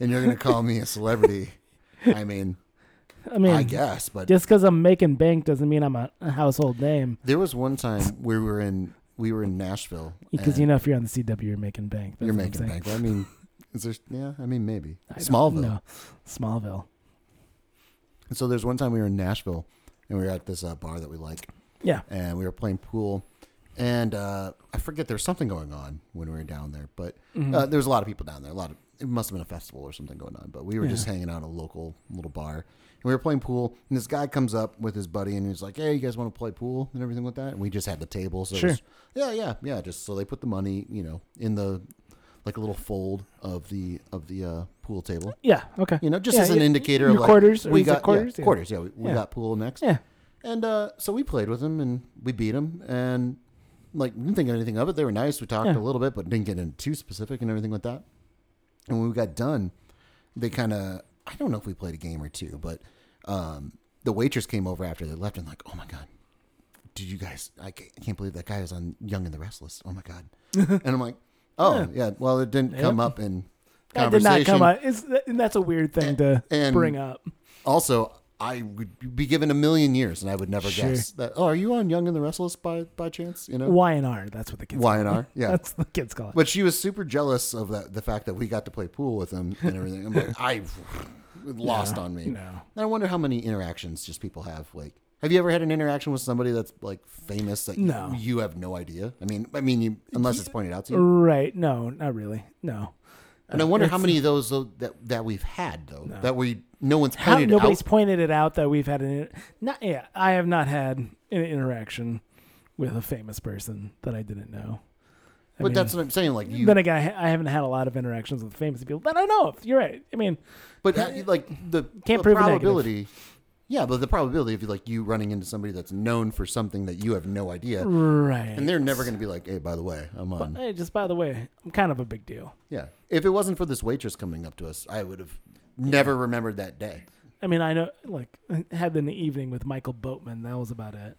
[SPEAKER 1] and you're gonna call me a celebrity, I mean,
[SPEAKER 2] I mean,
[SPEAKER 1] I guess, but
[SPEAKER 2] just because I'm making bank doesn't mean I'm a, a household name.
[SPEAKER 1] there was one time where we were in we were in Nashville
[SPEAKER 2] Because
[SPEAKER 1] and
[SPEAKER 2] you know, if you're on the CW, you're making bank. That's
[SPEAKER 1] Eh. you're
[SPEAKER 2] what I'm
[SPEAKER 1] making
[SPEAKER 2] saying.
[SPEAKER 1] bank. Well, I mean, is there? Yeah, I mean maybe
[SPEAKER 2] I don't
[SPEAKER 1] Smallville.
[SPEAKER 2] know. Smallville.
[SPEAKER 1] And so there's one time we were in Nashville and we were at this uh, bar that we like
[SPEAKER 2] Yeah.
[SPEAKER 1] and we were playing pool and uh, I forget there was something going on when we were down there, but
[SPEAKER 2] Mm-hmm.
[SPEAKER 1] uh, there was a lot of people down there. A lot of it must have been a festival or something going on, but we were just
[SPEAKER 2] Yeah.
[SPEAKER 1] hanging out at a local little bar and we were playing pool. And this guy comes up with his buddy and he's like, "Hey, you guys want to play pool and everything like that?" And we just had the table, so it
[SPEAKER 2] Sure.
[SPEAKER 1] was- yeah, yeah, yeah. Just so they put the money, you know, in the like a little fold of the of the uh, pool table.
[SPEAKER 2] Yeah. Okay.
[SPEAKER 1] You know, just
[SPEAKER 2] Yeah,
[SPEAKER 1] as an
[SPEAKER 2] y-
[SPEAKER 1] indicator
[SPEAKER 2] your
[SPEAKER 1] of like,
[SPEAKER 2] quarters, or
[SPEAKER 1] we
[SPEAKER 2] is it
[SPEAKER 1] got
[SPEAKER 2] quarters?
[SPEAKER 1] yeah,
[SPEAKER 2] Yeah.
[SPEAKER 1] quarters. Yeah, we, we
[SPEAKER 2] Yeah.
[SPEAKER 1] got pool next.
[SPEAKER 2] Yeah.
[SPEAKER 1] And uh, so we played with them and we beat them and like didn't think of anything of it. They were nice. We talked
[SPEAKER 2] Yeah.
[SPEAKER 1] a little bit, but didn't get into too specific and everything like that. And when we got done, they kind of I don't know if we played a game or two, but um, the waitress came over after they left and like, oh my god, did you guys? I ca- I can't believe that guy was on Young and the Restless. Oh my god. and I'm like, oh yeah. Well, it didn't come
[SPEAKER 2] Yep.
[SPEAKER 1] up in
[SPEAKER 2] That
[SPEAKER 1] conversation.
[SPEAKER 2] did not come up. It's, and that's a weird thing to
[SPEAKER 1] And-
[SPEAKER 2] bring up.
[SPEAKER 1] Also, I would be given a million years, and I would never
[SPEAKER 2] Sure.
[SPEAKER 1] guess that. Oh, are you on Young and the Restless by by chance? You know,
[SPEAKER 2] Y and R. That's what the kids.
[SPEAKER 1] Y
[SPEAKER 2] call
[SPEAKER 1] and
[SPEAKER 2] it.
[SPEAKER 1] R, yeah.
[SPEAKER 2] That's the kids call it.
[SPEAKER 1] but she was super jealous of that, the fact that we got to play pool with him and everything. I'm like, I lost on me.
[SPEAKER 2] No.
[SPEAKER 1] And I wonder how many interactions just people have. Like, have you ever had an interaction with somebody that's like famous that
[SPEAKER 2] No.
[SPEAKER 1] you, you have no idea? I mean, I mean, you, unless it's pointed out to you.
[SPEAKER 2] Right. No. Not really. No.
[SPEAKER 1] And I wonder how
[SPEAKER 2] It's-
[SPEAKER 1] many of those though, that that we've had though
[SPEAKER 2] No.
[SPEAKER 1] that we no one's
[SPEAKER 2] How,
[SPEAKER 1] pointed
[SPEAKER 2] nobody's
[SPEAKER 1] out.
[SPEAKER 2] pointed it out that we've had an. Not yeah. I have not had an interaction with a famous person that I didn't know.
[SPEAKER 1] But
[SPEAKER 2] I mean,
[SPEAKER 1] that's what I'm saying. Like you,
[SPEAKER 2] then again, I, ha- I haven't had a lot of interactions with famous people that I know of. You're right. I mean,
[SPEAKER 1] But uh, like the, the
[SPEAKER 2] prove a negative.
[SPEAKER 1] probability, yeah, but the probability of like you running into somebody that's known for something that you have no idea,
[SPEAKER 2] right. uh,
[SPEAKER 1] and they're never going to be like, "Hey, by the way, I'm on."
[SPEAKER 2] Hey, just by the way, I'm kind of a big deal.
[SPEAKER 1] Yeah, if it wasn't for this waitress coming up to us, I would have never remembered that day.
[SPEAKER 2] I mean, I know, like, I had an evening with Michael Boatman. That was about it.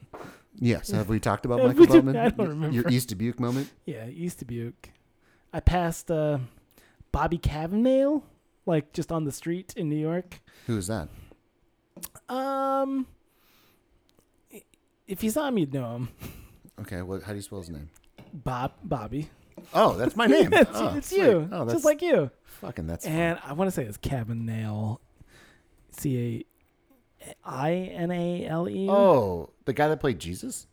[SPEAKER 1] Yes, have we talked about
[SPEAKER 2] Yeah,
[SPEAKER 1] Michael
[SPEAKER 2] we did-
[SPEAKER 1] Bowman?
[SPEAKER 2] I don't
[SPEAKER 1] Your- Your
[SPEAKER 2] remember.
[SPEAKER 1] East Dubuque moment.
[SPEAKER 2] Yeah, East Dubuque. I passed uh, Bobby Cavanaugh, like, just on the street in New York.
[SPEAKER 1] Who is that?
[SPEAKER 2] Um, i- if you saw him, you'd know him.
[SPEAKER 1] Okay, well, how do you spell his name?
[SPEAKER 2] Bob, Bobby.
[SPEAKER 1] Oh, that's my name.
[SPEAKER 2] it's
[SPEAKER 1] oh,
[SPEAKER 2] it's
[SPEAKER 1] sweet.
[SPEAKER 2] you.
[SPEAKER 1] Oh, that's
[SPEAKER 2] just like you.
[SPEAKER 1] fucking that's. fun.
[SPEAKER 2] And I want to say it's Cavanaugh. C A I N A L E.
[SPEAKER 1] Oh, the guy that played Jesus.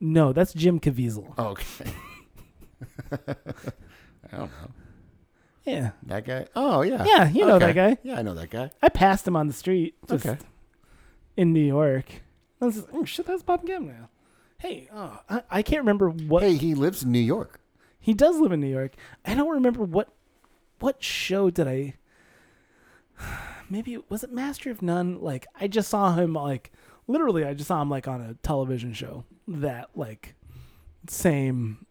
[SPEAKER 2] No, that's Jim Caviezel.
[SPEAKER 1] Oh, okay. I don't know.
[SPEAKER 2] Yeah.
[SPEAKER 1] That guy? Oh yeah.
[SPEAKER 2] Yeah, you know that guy.
[SPEAKER 1] Yeah, I know that guy.
[SPEAKER 2] I passed him on the street just
[SPEAKER 1] Okay.
[SPEAKER 2] in New York. I was just, oh, shit, that's Bob Gamble. Hey, oh, I, I can't remember what.
[SPEAKER 1] Hey, he lives in New York.
[SPEAKER 2] He does live in New York. I don't remember what what show did I. Maybe it- was it Master of None? Like I just saw him like literally I just saw him like on a television show that like same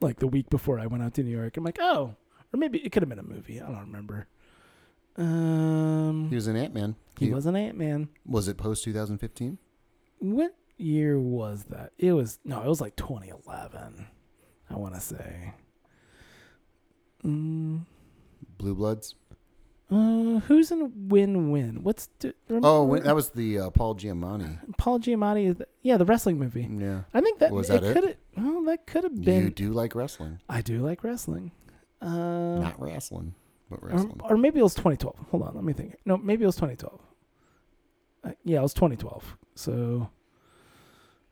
[SPEAKER 2] like the week before I went out to New York. I'm like, oh, or maybe it could have been a movie. I don't remember. Um,
[SPEAKER 1] He was in Ant Man.
[SPEAKER 2] he was an Ant Man.
[SPEAKER 1] Was it post 2015?
[SPEAKER 2] What? year was that? It was no, it was like 2011. I want to say. Mm,
[SPEAKER 1] Blue Bloods.
[SPEAKER 2] uh, who's in Win Win? What's do, remember
[SPEAKER 1] Oh, wait, that was the uh, Paul Giamatti.
[SPEAKER 2] Paul Giamatti? is the- Yeah, the wrestling movie.
[SPEAKER 1] Yeah.
[SPEAKER 2] I think that
[SPEAKER 1] Mm. Was
[SPEAKER 2] it
[SPEAKER 1] that it?
[SPEAKER 2] could have. Well, that could have
[SPEAKER 1] You
[SPEAKER 2] been.
[SPEAKER 1] do like wrestling,
[SPEAKER 2] I do like wrestling. Uh,
[SPEAKER 1] not wrestling, but
[SPEAKER 2] or-
[SPEAKER 1] wrestling.
[SPEAKER 2] Or, maybe it was 2012. Hold on, let me think. No, maybe it was 2012. Uh, yeah, it was 2012. So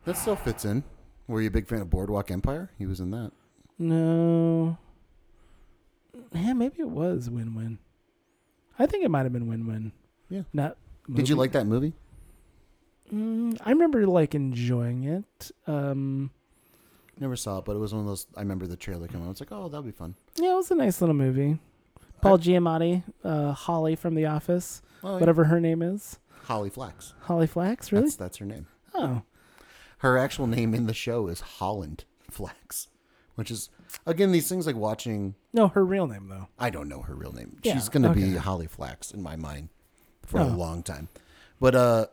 [SPEAKER 1] That still fits in. Were you a big fan of Boardwalk Empire? He was in that.
[SPEAKER 2] no, yeah, maybe it was win-win. I think it might have been win-win.
[SPEAKER 1] Yeah.
[SPEAKER 2] Not.
[SPEAKER 1] Did you
[SPEAKER 2] movie.
[SPEAKER 1] like that movie?
[SPEAKER 2] Mm, I remember like enjoying it. Um,
[SPEAKER 1] Never saw it, but it was one of those. I remember the trailer coming. out. It's like, oh, that'll be fun.
[SPEAKER 2] yeah, it was a nice little movie. Paul Giamatti, uh, Holly from The Office,
[SPEAKER 1] Well,
[SPEAKER 2] whatever her name is,
[SPEAKER 1] Holly Flax.
[SPEAKER 2] Holly Flax, uh, really?
[SPEAKER 1] That's that's her name.
[SPEAKER 2] Oh,
[SPEAKER 1] Her actual name in the show is Holland Flax, which is again these things like watching.
[SPEAKER 2] no, her real name though.
[SPEAKER 1] I don't know her real name.
[SPEAKER 2] Yeah,
[SPEAKER 1] She's gonna be
[SPEAKER 2] okay.
[SPEAKER 1] Holly Flax in my mind for
[SPEAKER 2] Oh.
[SPEAKER 1] a long time. But uh,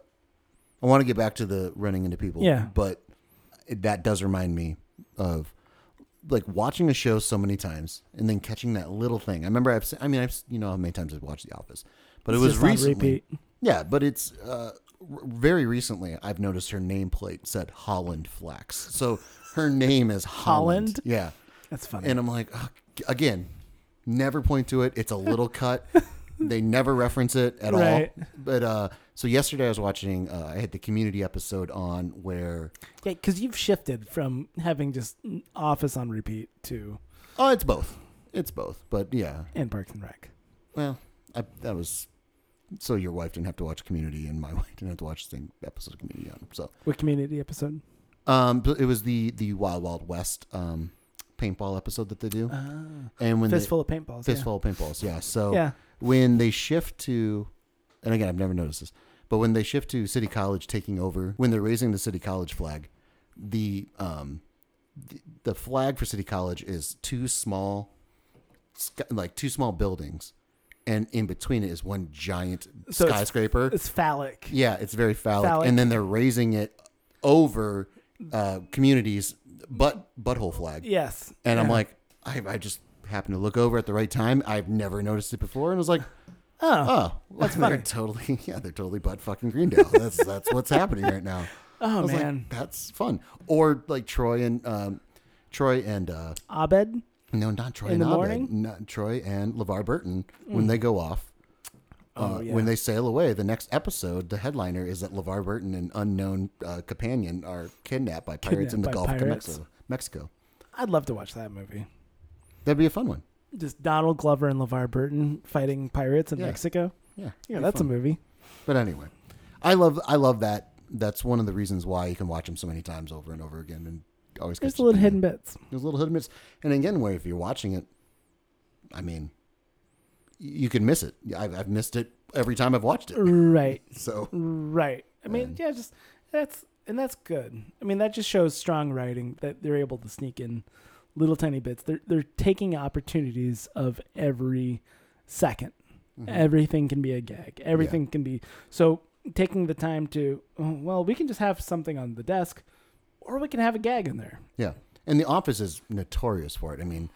[SPEAKER 1] I want to get back to the running into people.
[SPEAKER 2] Yeah.
[SPEAKER 1] But it, that does remind me of like watching a show so many times and then catching that little thing. I remember I've se- I mean I've s- you know how many times I've watched The Office, but
[SPEAKER 2] It's
[SPEAKER 1] it was
[SPEAKER 2] just on
[SPEAKER 1] recently.
[SPEAKER 2] repeat.
[SPEAKER 1] Yeah, but it's uh, r- very recently I've noticed her nameplate said Holland Flax. So her name is Holland.
[SPEAKER 2] Holland?
[SPEAKER 1] Yeah.
[SPEAKER 2] That's funny.
[SPEAKER 1] And I'm like, "Ugh." again, never point to it. It's a little cut. They never reference it at
[SPEAKER 2] Right.
[SPEAKER 1] all. But uh, so yesterday I was watching, uh, I had the community episode on where,
[SPEAKER 2] Yeah, because you've shifted from having just Office on repeat to
[SPEAKER 1] oh, it's both. It's both. But yeah,
[SPEAKER 2] and Parks and Rec.
[SPEAKER 1] well, I, that was. So your wife didn't have to watch Community, and my wife didn't have to watch the same episode of Community on. So
[SPEAKER 2] What community episode?
[SPEAKER 1] Um, but it was the the Wild Wild West um paintball episode that they do,
[SPEAKER 2] Ah,
[SPEAKER 1] and when
[SPEAKER 2] fistful of paintballs.
[SPEAKER 1] they, fistful of paintballs, yeah. So
[SPEAKER 2] Yeah. yeah.
[SPEAKER 1] when they shift to, and again I've never noticed this, but when they shift to City College taking over, when they're raising the City College flag, the um the, the flag for City College is two small, sky- like two small buildings, and in between it is one giant
[SPEAKER 2] So it's-
[SPEAKER 1] skyscraper.
[SPEAKER 2] It's phallic.
[SPEAKER 1] Yeah, it's very phallic.
[SPEAKER 2] Phallic.
[SPEAKER 1] And then they're raising it over uh, communities butt butthole flag.
[SPEAKER 2] Yes.
[SPEAKER 1] And I'm
[SPEAKER 2] Yeah.
[SPEAKER 1] like, I, I just happened to look over at the right time. I've never noticed it before, and was like,
[SPEAKER 2] oh,
[SPEAKER 1] oh, that's
[SPEAKER 2] funny.
[SPEAKER 1] They're totally, yeah, they're totally butt fucking Greendale. That's that's what's happening right now. I
[SPEAKER 2] oh
[SPEAKER 1] was like,
[SPEAKER 2] man,
[SPEAKER 1] that's fun. Or like Troy and um, Troy and uh,
[SPEAKER 2] Abed.
[SPEAKER 1] no, not Troy
[SPEAKER 2] In
[SPEAKER 1] and
[SPEAKER 2] the
[SPEAKER 1] Abed.
[SPEAKER 2] morning? Mm.
[SPEAKER 1] Not Troy and LeVar Burton when they go off.
[SPEAKER 2] Oh,
[SPEAKER 1] uh,
[SPEAKER 2] yeah.
[SPEAKER 1] When they sail away, the next episode, the headliner is that LeVar Burton and unknown uh, companion are kidnapped by pirates in the
[SPEAKER 2] Kidnapped by
[SPEAKER 1] Gulf of
[SPEAKER 2] pirates.
[SPEAKER 1] Mexico. Mexico.
[SPEAKER 2] I'd love to watch that movie.
[SPEAKER 1] That'd be a fun one.
[SPEAKER 2] Just Donald Glover and LeVar Burton fighting pirates in
[SPEAKER 1] Yeah.
[SPEAKER 2] Mexico.
[SPEAKER 1] Yeah,
[SPEAKER 2] Yeah,
[SPEAKER 1] be
[SPEAKER 2] that's
[SPEAKER 1] fun.
[SPEAKER 2] a movie.
[SPEAKER 1] But anyway, I love I love that. That's one of the reasons why you can watch them so many times over and over again, and always.
[SPEAKER 2] There's
[SPEAKER 1] catch
[SPEAKER 2] the little
[SPEAKER 1] something
[SPEAKER 2] hidden
[SPEAKER 1] new.
[SPEAKER 2] bits.
[SPEAKER 1] There's little hidden bits, and again, where if you're watching it, I mean, y- you can miss it. I've, I've missed it every time I've watched it.
[SPEAKER 2] Right.
[SPEAKER 1] So
[SPEAKER 2] Right. I mean,
[SPEAKER 1] And-
[SPEAKER 2] yeah, just that's and that's good. I mean, that just shows strong writing that they're able to sneak in little tiny bits. They're they're taking opportunities of every 2nd
[SPEAKER 1] Mm-hmm.
[SPEAKER 2] Everything can be a gag. Everything can be so taking the time to oh, well, we can just have something on the desk or we can have a gag in there.
[SPEAKER 1] Yeah, and the office is notorious for it. I mean,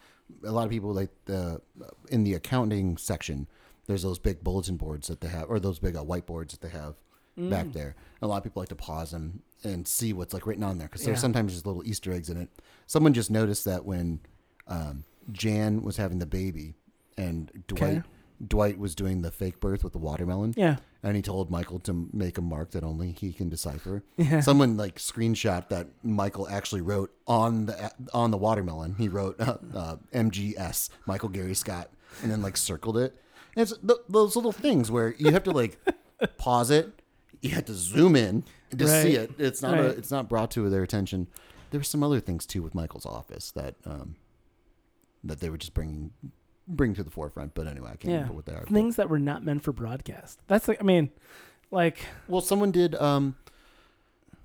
[SPEAKER 1] a lot of people like the in the accounting section. There's those big bulletin boards that they have, or those big uh, whiteboards that they have
[SPEAKER 2] Mm.
[SPEAKER 1] back there. And a lot of people like to pause them and see what's like written on there because
[SPEAKER 2] Yeah.
[SPEAKER 1] there's sometimes just little Easter eggs in it. Someone just noticed that when um, Jan was having the baby, and Dwight
[SPEAKER 2] Okay.
[SPEAKER 1] Dwight was doing the fake birth with the watermelon
[SPEAKER 2] Yeah.
[SPEAKER 1] and he told Michael to make a mark that only he can decipher.
[SPEAKER 2] Yeah.
[SPEAKER 1] Someone like screenshot that Michael actually wrote on the on the watermelon. He wrote uh, uh, MGS Michael Gary Scott and then like circled it. And it's th- those little things where you have to like pause it. You have to zoom in to see it.
[SPEAKER 2] Right.
[SPEAKER 1] It's not a,
[SPEAKER 2] Right.
[SPEAKER 1] it's not brought to their attention. There were some other things too with Michael's office that um that they were just bringing bring to the forefront. But anyway, I can't
[SPEAKER 2] Yeah.
[SPEAKER 1] remember what they are. but-
[SPEAKER 2] Things that were not meant for broadcast. That's like I mean, like
[SPEAKER 1] Well, someone did um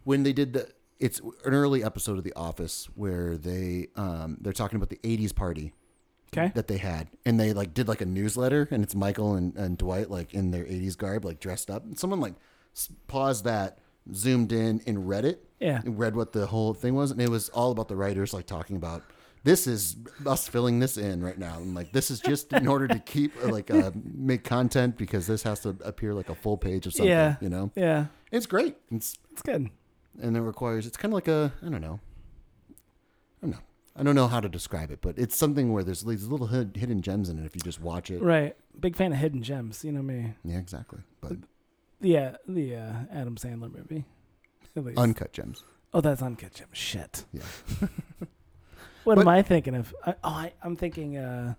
[SPEAKER 1] when they did the it's an early episode of The Office where they um they're talking about the 80s party
[SPEAKER 2] okay.
[SPEAKER 1] that they had and they like did like a newsletter and it's Michael and, and Dwight like in their 80s garb like dressed up. And someone like s- paused that zoomed in and read it,
[SPEAKER 2] Yeah.
[SPEAKER 1] and read what the whole thing was, and it was all about the writers like talking about this is us filling this in right now, and like this is just in order to keep uh, like uh, make content because this has to appear like a full page of something,
[SPEAKER 2] Yeah.
[SPEAKER 1] you know.
[SPEAKER 2] Yeah.
[SPEAKER 1] It's great. It's
[SPEAKER 2] It's good.
[SPEAKER 1] and it requires it's kind of like a I don't know. I don't know. I don't know how to describe it, but it's something where there's these little hid, hidden gems in it if you just watch it.
[SPEAKER 2] Right. Big fan of hidden gems. You know me.
[SPEAKER 1] Yeah, exactly. But
[SPEAKER 2] Yeah. The uh, Adam Sandler movie. At least.
[SPEAKER 1] uncut gems.
[SPEAKER 2] oh, that's uncut gem. Shit.
[SPEAKER 1] Yeah.
[SPEAKER 2] What am
[SPEAKER 1] But-
[SPEAKER 2] I thinking of? I, oh, I, I'm thinking. uh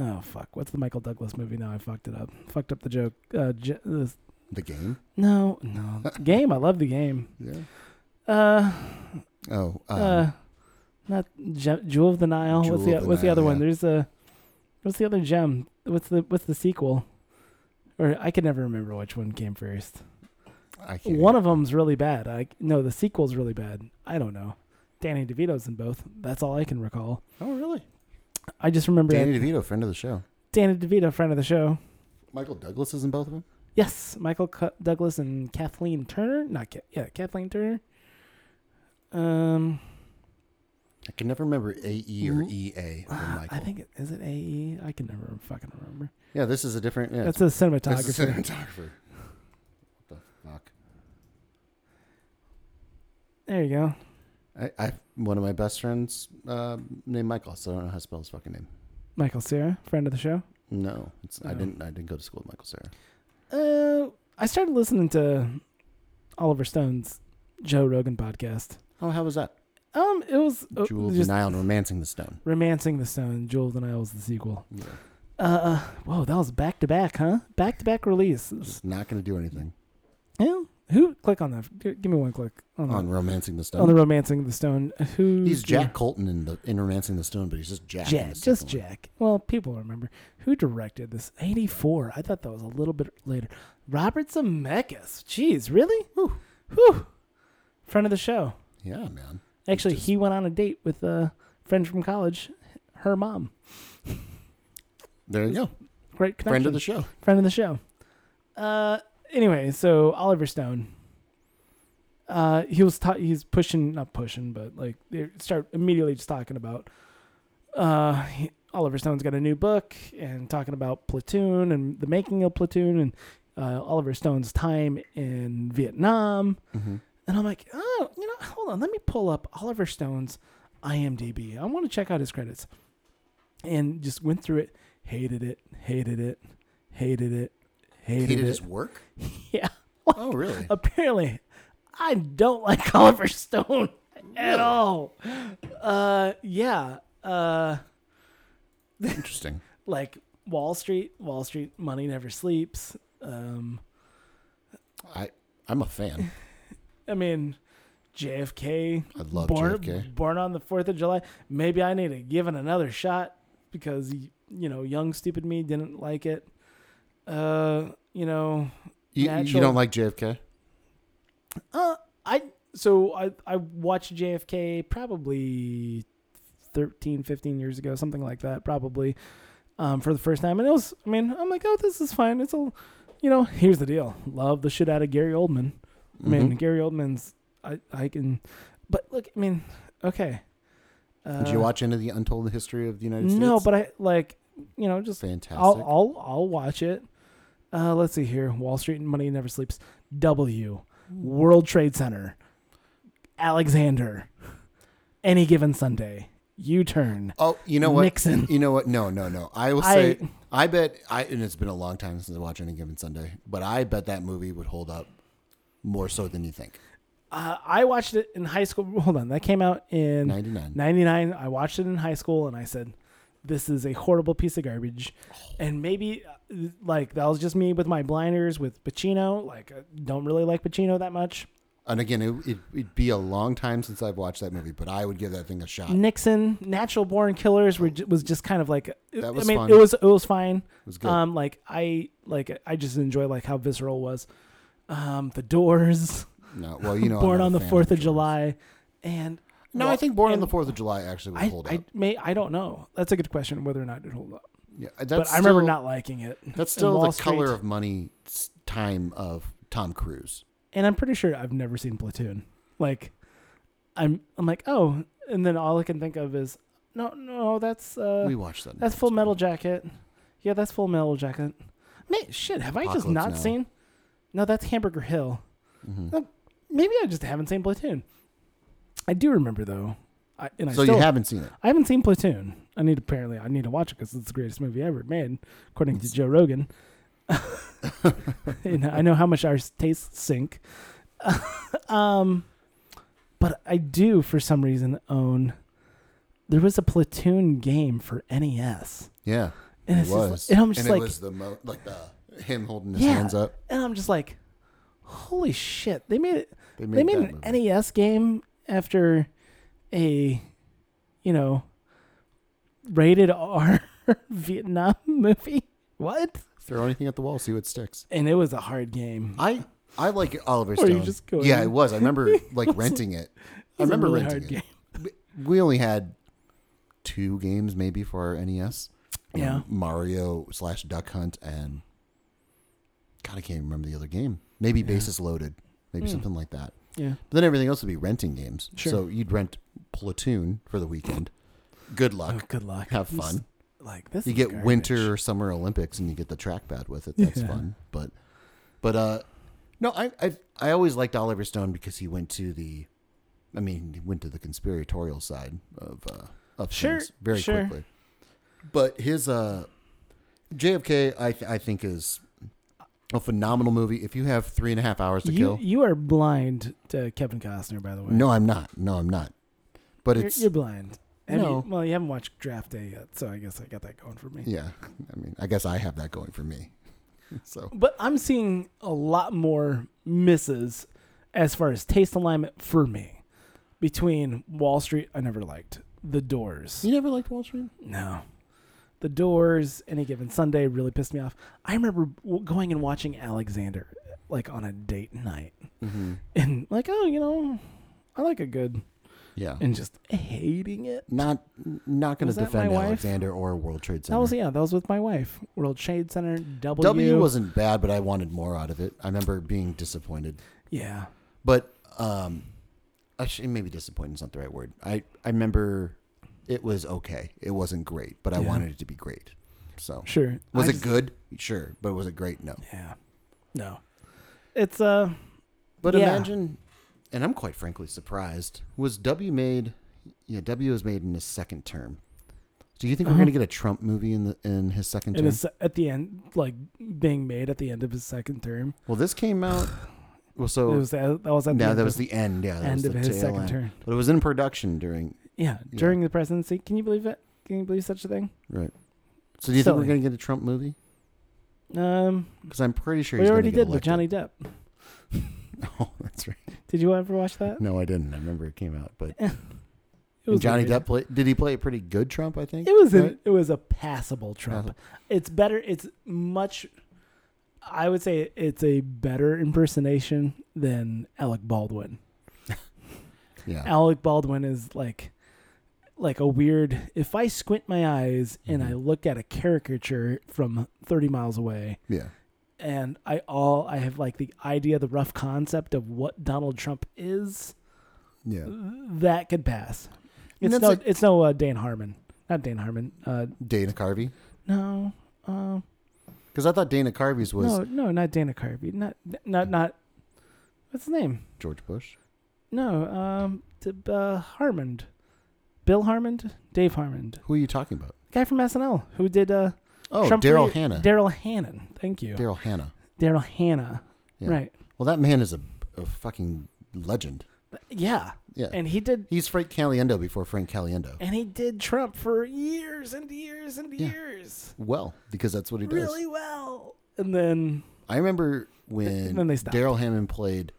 [SPEAKER 2] Oh fuck! What's the Michael Douglas movie now? I fucked it up. Fucked up the joke. Uh, j- this,
[SPEAKER 1] The game.
[SPEAKER 2] no, no. game. I love the game.
[SPEAKER 1] Yeah.
[SPEAKER 2] Uh,
[SPEAKER 1] Oh, um,
[SPEAKER 2] uh, not gem, Jewel of the Nile.
[SPEAKER 1] Jewel
[SPEAKER 2] what's the,
[SPEAKER 1] of the
[SPEAKER 2] What's the
[SPEAKER 1] Nile,
[SPEAKER 2] other one?
[SPEAKER 1] yeah.
[SPEAKER 2] There's a. What's the other gem? What's the What's the sequel? Or I can never remember which one came first.
[SPEAKER 1] I can't.
[SPEAKER 2] One of them's really bad. I no, the sequel's really bad. I don't know. Danny DeVito's in both. That's all I can recall.
[SPEAKER 1] oh, really?
[SPEAKER 2] I just remember Danny,
[SPEAKER 1] Danny DeVito, friend of the show.
[SPEAKER 2] DeVito, friend of the show.
[SPEAKER 1] Michael Douglas is in both of them.
[SPEAKER 2] Yes, Michael C- Douglas and Kathleen Turner. Not Ca- yeah, Kathleen Turner. Um,
[SPEAKER 1] I can never remember A E or
[SPEAKER 2] Ooh.
[SPEAKER 1] E A for Michael.
[SPEAKER 2] Mm-hmm. Ah, uh, I think it, is it AE. I can never fucking remember.
[SPEAKER 1] yeah, this is a different. Yeah,
[SPEAKER 2] That's a cinematographer.
[SPEAKER 1] this is a cinematographer. What the fuck?
[SPEAKER 2] there you go.
[SPEAKER 1] I, I one of my best friends uh, named Michael, so I don't know how to spell his fucking name.
[SPEAKER 2] Michael Cera, friend of the show.
[SPEAKER 1] No, it's, I
[SPEAKER 2] Oh.
[SPEAKER 1] didn't. I didn't go to school with Michael Sarah.
[SPEAKER 2] Uh, I started listening to Oliver Stone's Joe Rogan podcast.
[SPEAKER 1] Oh, how was that?
[SPEAKER 2] Um, it was uh,
[SPEAKER 1] Jewel of the
[SPEAKER 2] just
[SPEAKER 1] Nile and Romancing the Stone.
[SPEAKER 2] Romancing the Stone. Jewel of the Nile was the sequel.
[SPEAKER 1] Yeah,
[SPEAKER 2] Uh, whoa, that was back to back, huh? Back to back release.
[SPEAKER 1] just not going to do anything
[SPEAKER 2] Yeah. Who click on that? G- Give me one click on,
[SPEAKER 1] on Romancing the
[SPEAKER 2] the, on the
[SPEAKER 1] Stone.
[SPEAKER 2] Romancing the Stone. Who?
[SPEAKER 1] He's Jack Colton in the in Romancing the Stone, but he's just Jack. in
[SPEAKER 2] Jack,
[SPEAKER 1] the
[SPEAKER 2] just
[SPEAKER 1] second one.
[SPEAKER 2] Jack. Well, people remember who directed this. Eighty-four. I thought that was a little bit later. Robert Zemeckis. Jeez, really? Whew. Whew. Friend of the show.
[SPEAKER 1] Yeah, man.
[SPEAKER 2] Actually,
[SPEAKER 1] just-
[SPEAKER 2] he went on a date with a friend from college, her mom.
[SPEAKER 1] There you go.
[SPEAKER 2] Great connection.
[SPEAKER 1] Friend of the show.
[SPEAKER 2] friend of the show. Uh, anyway, so Oliver Stone. Uh, he was ta- he's pushing not pushing, but like they start immediately just talking about. Uh, he- Oliver Stone's got a new book and talking about Platoon and the making of Platoon and uh, Oliver Stone's time in Vietnam.
[SPEAKER 1] Mm-hmm.
[SPEAKER 2] And I'm like, oh, you know, hold on, let me pull up Oliver Stone's IMDb. I want to check out his credits. And just went through it, hated it, hated it, hated it, hated,
[SPEAKER 1] He did
[SPEAKER 2] it.
[SPEAKER 1] his work.
[SPEAKER 2] yeah.
[SPEAKER 1] Oh, really?
[SPEAKER 2] Apparently, I don't like Oliver Stone at all. Uh, yeah. Uh,
[SPEAKER 1] Interesting.
[SPEAKER 2] like Wall Street, Wall Street, money never sleeps. Um,
[SPEAKER 1] I I'm a fan.
[SPEAKER 2] I mean, JFK.
[SPEAKER 1] I love
[SPEAKER 2] born,
[SPEAKER 1] JFK.
[SPEAKER 2] Born on the Fourth of July. Maybe I need to give it another shot because y- you know, young stupid me didn't like it. Uh, you know,
[SPEAKER 1] You, you
[SPEAKER 2] Natural-
[SPEAKER 1] don't like JFK?
[SPEAKER 2] uh, I so I I watched JFK probably 13, 15 years ago, something like that, probably. Um, for the first time, and it was. I mean, I'm like, oh, this is fine. It's a, you know, here's the deal. Love the shit out of Gary Oldman. I mean,
[SPEAKER 1] Mhm.
[SPEAKER 2] Gary Oldman's. I I can, but look, I mean, okay. Uh,
[SPEAKER 1] Did you watch any of the Untold History of the United States?
[SPEAKER 2] No, but I like, you know, just
[SPEAKER 1] fantastic.
[SPEAKER 2] I'll I'll I'll watch it. Uh, let's see here. Wall Street and Money Never Sleeps. W. World Trade Center. Alexander. Any given Sunday. U turn.
[SPEAKER 1] Oh, you know what?
[SPEAKER 2] Nixon.
[SPEAKER 1] You know what? No, no, no. I will
[SPEAKER 2] I-
[SPEAKER 1] say, I, bet, I and it's been a long time since I watched any given Sunday, but I bet that movie would hold up more so than you think.
[SPEAKER 2] Uh, I watched it in high school. Hold on, that came out in
[SPEAKER 1] 99.
[SPEAKER 2] 99 i watched it in high school and i said this is a horrible piece of garbage and maybe uh, like that was just me with my blinders with pacino like I don't really like pacino that much
[SPEAKER 1] And again, it, it, it'd be a long time since I've watched that movie, but I would give that thing a shot.
[SPEAKER 2] Uh, nixon natural born killers were, ju- was just kind of like uh,
[SPEAKER 1] That
[SPEAKER 2] i
[SPEAKER 1] was
[SPEAKER 2] mean
[SPEAKER 1] fun.
[SPEAKER 2] it was it was fine
[SPEAKER 1] was good.
[SPEAKER 2] um like i like i just enjoy like how visceral it was um the doors
[SPEAKER 1] No, well, you know, I'm
[SPEAKER 2] born
[SPEAKER 1] not a
[SPEAKER 2] on the
[SPEAKER 1] fan
[SPEAKER 2] 4th of
[SPEAKER 1] George.
[SPEAKER 2] july and
[SPEAKER 1] No, I
[SPEAKER 2] well,
[SPEAKER 1] think Born on
[SPEAKER 2] and
[SPEAKER 1] the Fourth of July actually would
[SPEAKER 2] I,
[SPEAKER 1] hold up.
[SPEAKER 2] I may I don't know. That's a good question whether or not it hold up.
[SPEAKER 1] yeah, that's
[SPEAKER 2] but I remember
[SPEAKER 1] still-
[SPEAKER 2] not liking it.
[SPEAKER 1] That's
[SPEAKER 2] And
[SPEAKER 1] still
[SPEAKER 2] Wall
[SPEAKER 1] the color
[SPEAKER 2] Street-
[SPEAKER 1] of money s- time of Tom Cruise.
[SPEAKER 2] and I'm pretty sure I've never seen Platoon. Like, I'm I'm like oh, and then all I can think of is no no that's uh
[SPEAKER 1] we watched that.
[SPEAKER 2] that's
[SPEAKER 1] next
[SPEAKER 2] Full
[SPEAKER 1] time.
[SPEAKER 2] Metal Jacket. Yeah, that's Full Metal Jacket. Man, shit, have I just
[SPEAKER 1] Apocalypse
[SPEAKER 2] not
[SPEAKER 1] Now.
[SPEAKER 2] seen? No, that's Hamburger Hill.
[SPEAKER 1] Mhm.
[SPEAKER 2] Uh, Maybe I just haven't seen Platoon. I do remember though, I, and I
[SPEAKER 1] So
[SPEAKER 2] still
[SPEAKER 1] you haven't seen it.
[SPEAKER 2] I haven't seen Platoon. I need apparently I need to watch it because it's the greatest movie ever made, according to Joe Rogan. and I know how much our tastes sink. um, but I do for some reason own. There was a Platoon game for E NES,
[SPEAKER 1] Yeah,
[SPEAKER 2] and
[SPEAKER 1] it
[SPEAKER 2] it's
[SPEAKER 1] was.
[SPEAKER 2] Just, like- and I'm just
[SPEAKER 1] it
[SPEAKER 2] like,
[SPEAKER 1] was the mo- like the him holding his
[SPEAKER 2] Yeah.
[SPEAKER 1] hands up.
[SPEAKER 2] and I'm just like, holy shit! They made it.
[SPEAKER 1] They
[SPEAKER 2] They
[SPEAKER 1] made,
[SPEAKER 2] made
[SPEAKER 1] that
[SPEAKER 2] an
[SPEAKER 1] movie.
[SPEAKER 2] NES game after a, you know, rated R Vietnam movie. What?
[SPEAKER 1] Throw anything at the wall, see what sticks.
[SPEAKER 2] And it was a hard game.
[SPEAKER 1] I I like Oliver
[SPEAKER 2] Or you
[SPEAKER 1] Stone.
[SPEAKER 2] just go
[SPEAKER 1] yeah,
[SPEAKER 2] in.
[SPEAKER 1] it was. I remember like renting it. I remember
[SPEAKER 2] it was a really
[SPEAKER 1] renting
[SPEAKER 2] hard
[SPEAKER 1] it.
[SPEAKER 2] game.
[SPEAKER 1] We only had two games maybe for our NES. Um,
[SPEAKER 2] Yeah.
[SPEAKER 1] Mario slash Duck Hunt and God, I can't remember the other game. Maybe Bases Loaded, maybe something like that.
[SPEAKER 2] Yeah.
[SPEAKER 1] But then everything else would be renting games.
[SPEAKER 2] Hmm. Sure.
[SPEAKER 1] So you'd rent Platoon for the weekend. Good
[SPEAKER 2] Oh,
[SPEAKER 1] luck.
[SPEAKER 2] good luck.
[SPEAKER 1] Have
[SPEAKER 2] I'm
[SPEAKER 1] fun.
[SPEAKER 2] just Like this.
[SPEAKER 1] you
[SPEAKER 2] is
[SPEAKER 1] get
[SPEAKER 2] garbage.
[SPEAKER 1] winter or summer Olympics and you get the trackpad with it. That's
[SPEAKER 2] Yeah.
[SPEAKER 1] fun. But but uh no, I I I always liked Oliver Stone because he went to the I mean, he went to the conspiratorial side of uh of
[SPEAKER 2] Sure,
[SPEAKER 1] things very
[SPEAKER 2] sure.
[SPEAKER 1] quickly. But his uh JFK I th- I think is a phenomenal movie. If you have three and a half hours to
[SPEAKER 2] You
[SPEAKER 1] kill,
[SPEAKER 2] you are blind to Kevin Costner, by the way.
[SPEAKER 1] no, I'm not. No, I'm not. But
[SPEAKER 2] you're,
[SPEAKER 1] it's
[SPEAKER 2] you're blind. Have
[SPEAKER 1] No.
[SPEAKER 2] You, well, you haven't watched Draft Day yet, so I guess I got that going for me.
[SPEAKER 1] yeah. I mean, I guess I have that going for me. So
[SPEAKER 2] But I'm seeing a lot more misses as far as taste alignment for me between Wall Street, I never liked. The Doors.
[SPEAKER 1] you never liked Wall Street?
[SPEAKER 2] No. The Doors, any given Sunday really pissed me off. I remember w- going and watching Alexander like on a date night
[SPEAKER 1] Mm-hmm.
[SPEAKER 2] and like, oh, you know, I like a good
[SPEAKER 1] Yeah.
[SPEAKER 2] and just hating it.
[SPEAKER 1] not not going
[SPEAKER 2] Was
[SPEAKER 1] to
[SPEAKER 2] that
[SPEAKER 1] defend
[SPEAKER 2] my wife?
[SPEAKER 1] Alexander or World Trade Center.
[SPEAKER 2] That was yeah, that was with my wife. World Shade Center W.
[SPEAKER 1] w wasn't bad, but I wanted more out of it. I remember being disappointed,
[SPEAKER 2] yeah.
[SPEAKER 1] but um, actually maybe disappointed is not the right word. I I remember it was okay. It wasn't great, but I
[SPEAKER 2] Yeah.
[SPEAKER 1] wanted it to be great. So
[SPEAKER 2] Sure.
[SPEAKER 1] was
[SPEAKER 2] I
[SPEAKER 1] it
[SPEAKER 2] just-
[SPEAKER 1] good? Sure, but was it great? No.
[SPEAKER 2] Yeah. No. It's uh
[SPEAKER 1] But
[SPEAKER 2] Yeah.
[SPEAKER 1] imagine, and I'm quite frankly surprised. Was W made? Yeah, W was made in his second term. Do you think we're
[SPEAKER 2] Uh-huh.
[SPEAKER 1] going to get a Trump movie in the in his second
[SPEAKER 2] and
[SPEAKER 1] term?
[SPEAKER 2] it's at the end like being made at the end of his second term.
[SPEAKER 1] well, this came out. Well, so
[SPEAKER 2] it was uh, that, that was at the
[SPEAKER 1] No,
[SPEAKER 2] end
[SPEAKER 1] that
[SPEAKER 2] of-
[SPEAKER 1] was the end. Yeah, that
[SPEAKER 2] end
[SPEAKER 1] was
[SPEAKER 2] of
[SPEAKER 1] the
[SPEAKER 2] his
[SPEAKER 1] tail
[SPEAKER 2] second
[SPEAKER 1] end.
[SPEAKER 2] term.
[SPEAKER 1] But it was in production during.
[SPEAKER 2] Yeah,
[SPEAKER 1] Yeah.
[SPEAKER 2] during the presidency. Can you believe it? Can you believe such a thing?
[SPEAKER 1] Right. So do you think
[SPEAKER 2] Silly.
[SPEAKER 1] we're going to get a Trump movie?
[SPEAKER 2] Um,
[SPEAKER 1] Because I'm pretty sure
[SPEAKER 2] we
[SPEAKER 1] he's
[SPEAKER 2] already
[SPEAKER 1] gonna
[SPEAKER 2] did
[SPEAKER 1] get elected.
[SPEAKER 2] with Johnny Depp.
[SPEAKER 1] Oh, that's right.
[SPEAKER 2] Did you ever watch that?
[SPEAKER 1] No, I didn't. I remember it came out, but
[SPEAKER 2] It was
[SPEAKER 1] Johnny
[SPEAKER 2] weird.
[SPEAKER 1] Depp play, did he play a pretty good Trump? I think
[SPEAKER 2] It was a,
[SPEAKER 1] Right?
[SPEAKER 2] it was a passable Trump.
[SPEAKER 1] Passable.
[SPEAKER 2] It's better. It's much. I would say it's a better impersonation than Alec Baldwin.
[SPEAKER 1] yeah.
[SPEAKER 2] Alec Baldwin is like, like a weird. If I squint my eyes and I
[SPEAKER 1] Mm-hmm.
[SPEAKER 2] look at a caricature from thirty miles away,
[SPEAKER 1] yeah,
[SPEAKER 2] and I all I have like the idea, the rough concept of what Donald Trump is,
[SPEAKER 1] yeah.
[SPEAKER 2] Uh, that could pass.
[SPEAKER 1] And
[SPEAKER 2] It's
[SPEAKER 1] that's
[SPEAKER 2] no,
[SPEAKER 1] like-
[SPEAKER 2] it's no uh, Dan Harmon, not Dan Harmon. Uh,
[SPEAKER 1] Dana Carvey,
[SPEAKER 2] no, uh,
[SPEAKER 1] because I thought Dana Carvey's was
[SPEAKER 2] no, no, not Dana Carvey, not, not, not. What's his name?
[SPEAKER 1] George Bush.
[SPEAKER 2] No, um, t- uh, Harmon, Bill Harmon, Dave Harmon,
[SPEAKER 1] Who are you talking about?
[SPEAKER 2] guy from SNL who did uh,
[SPEAKER 1] Oh,
[SPEAKER 2] Trump
[SPEAKER 1] Daryl
[SPEAKER 2] for-
[SPEAKER 1] Hannah.
[SPEAKER 2] Daryl Hannon. Thank you,
[SPEAKER 1] Daryl Hannah.
[SPEAKER 2] Daryl Hannah.
[SPEAKER 1] Yeah.
[SPEAKER 2] Right?
[SPEAKER 1] Well, that man is a, a fucking legend.
[SPEAKER 2] Yeah,
[SPEAKER 1] Yeah,
[SPEAKER 2] and he did
[SPEAKER 1] he's Frank Caliendo before Frank Caliendo.
[SPEAKER 2] And he did Trump for years and years and
[SPEAKER 1] Yeah.
[SPEAKER 2] years.
[SPEAKER 1] Well, because that's what he does.
[SPEAKER 2] Really well. And then
[SPEAKER 1] I remember when
[SPEAKER 2] then they stopped.
[SPEAKER 1] Daryl Hammond played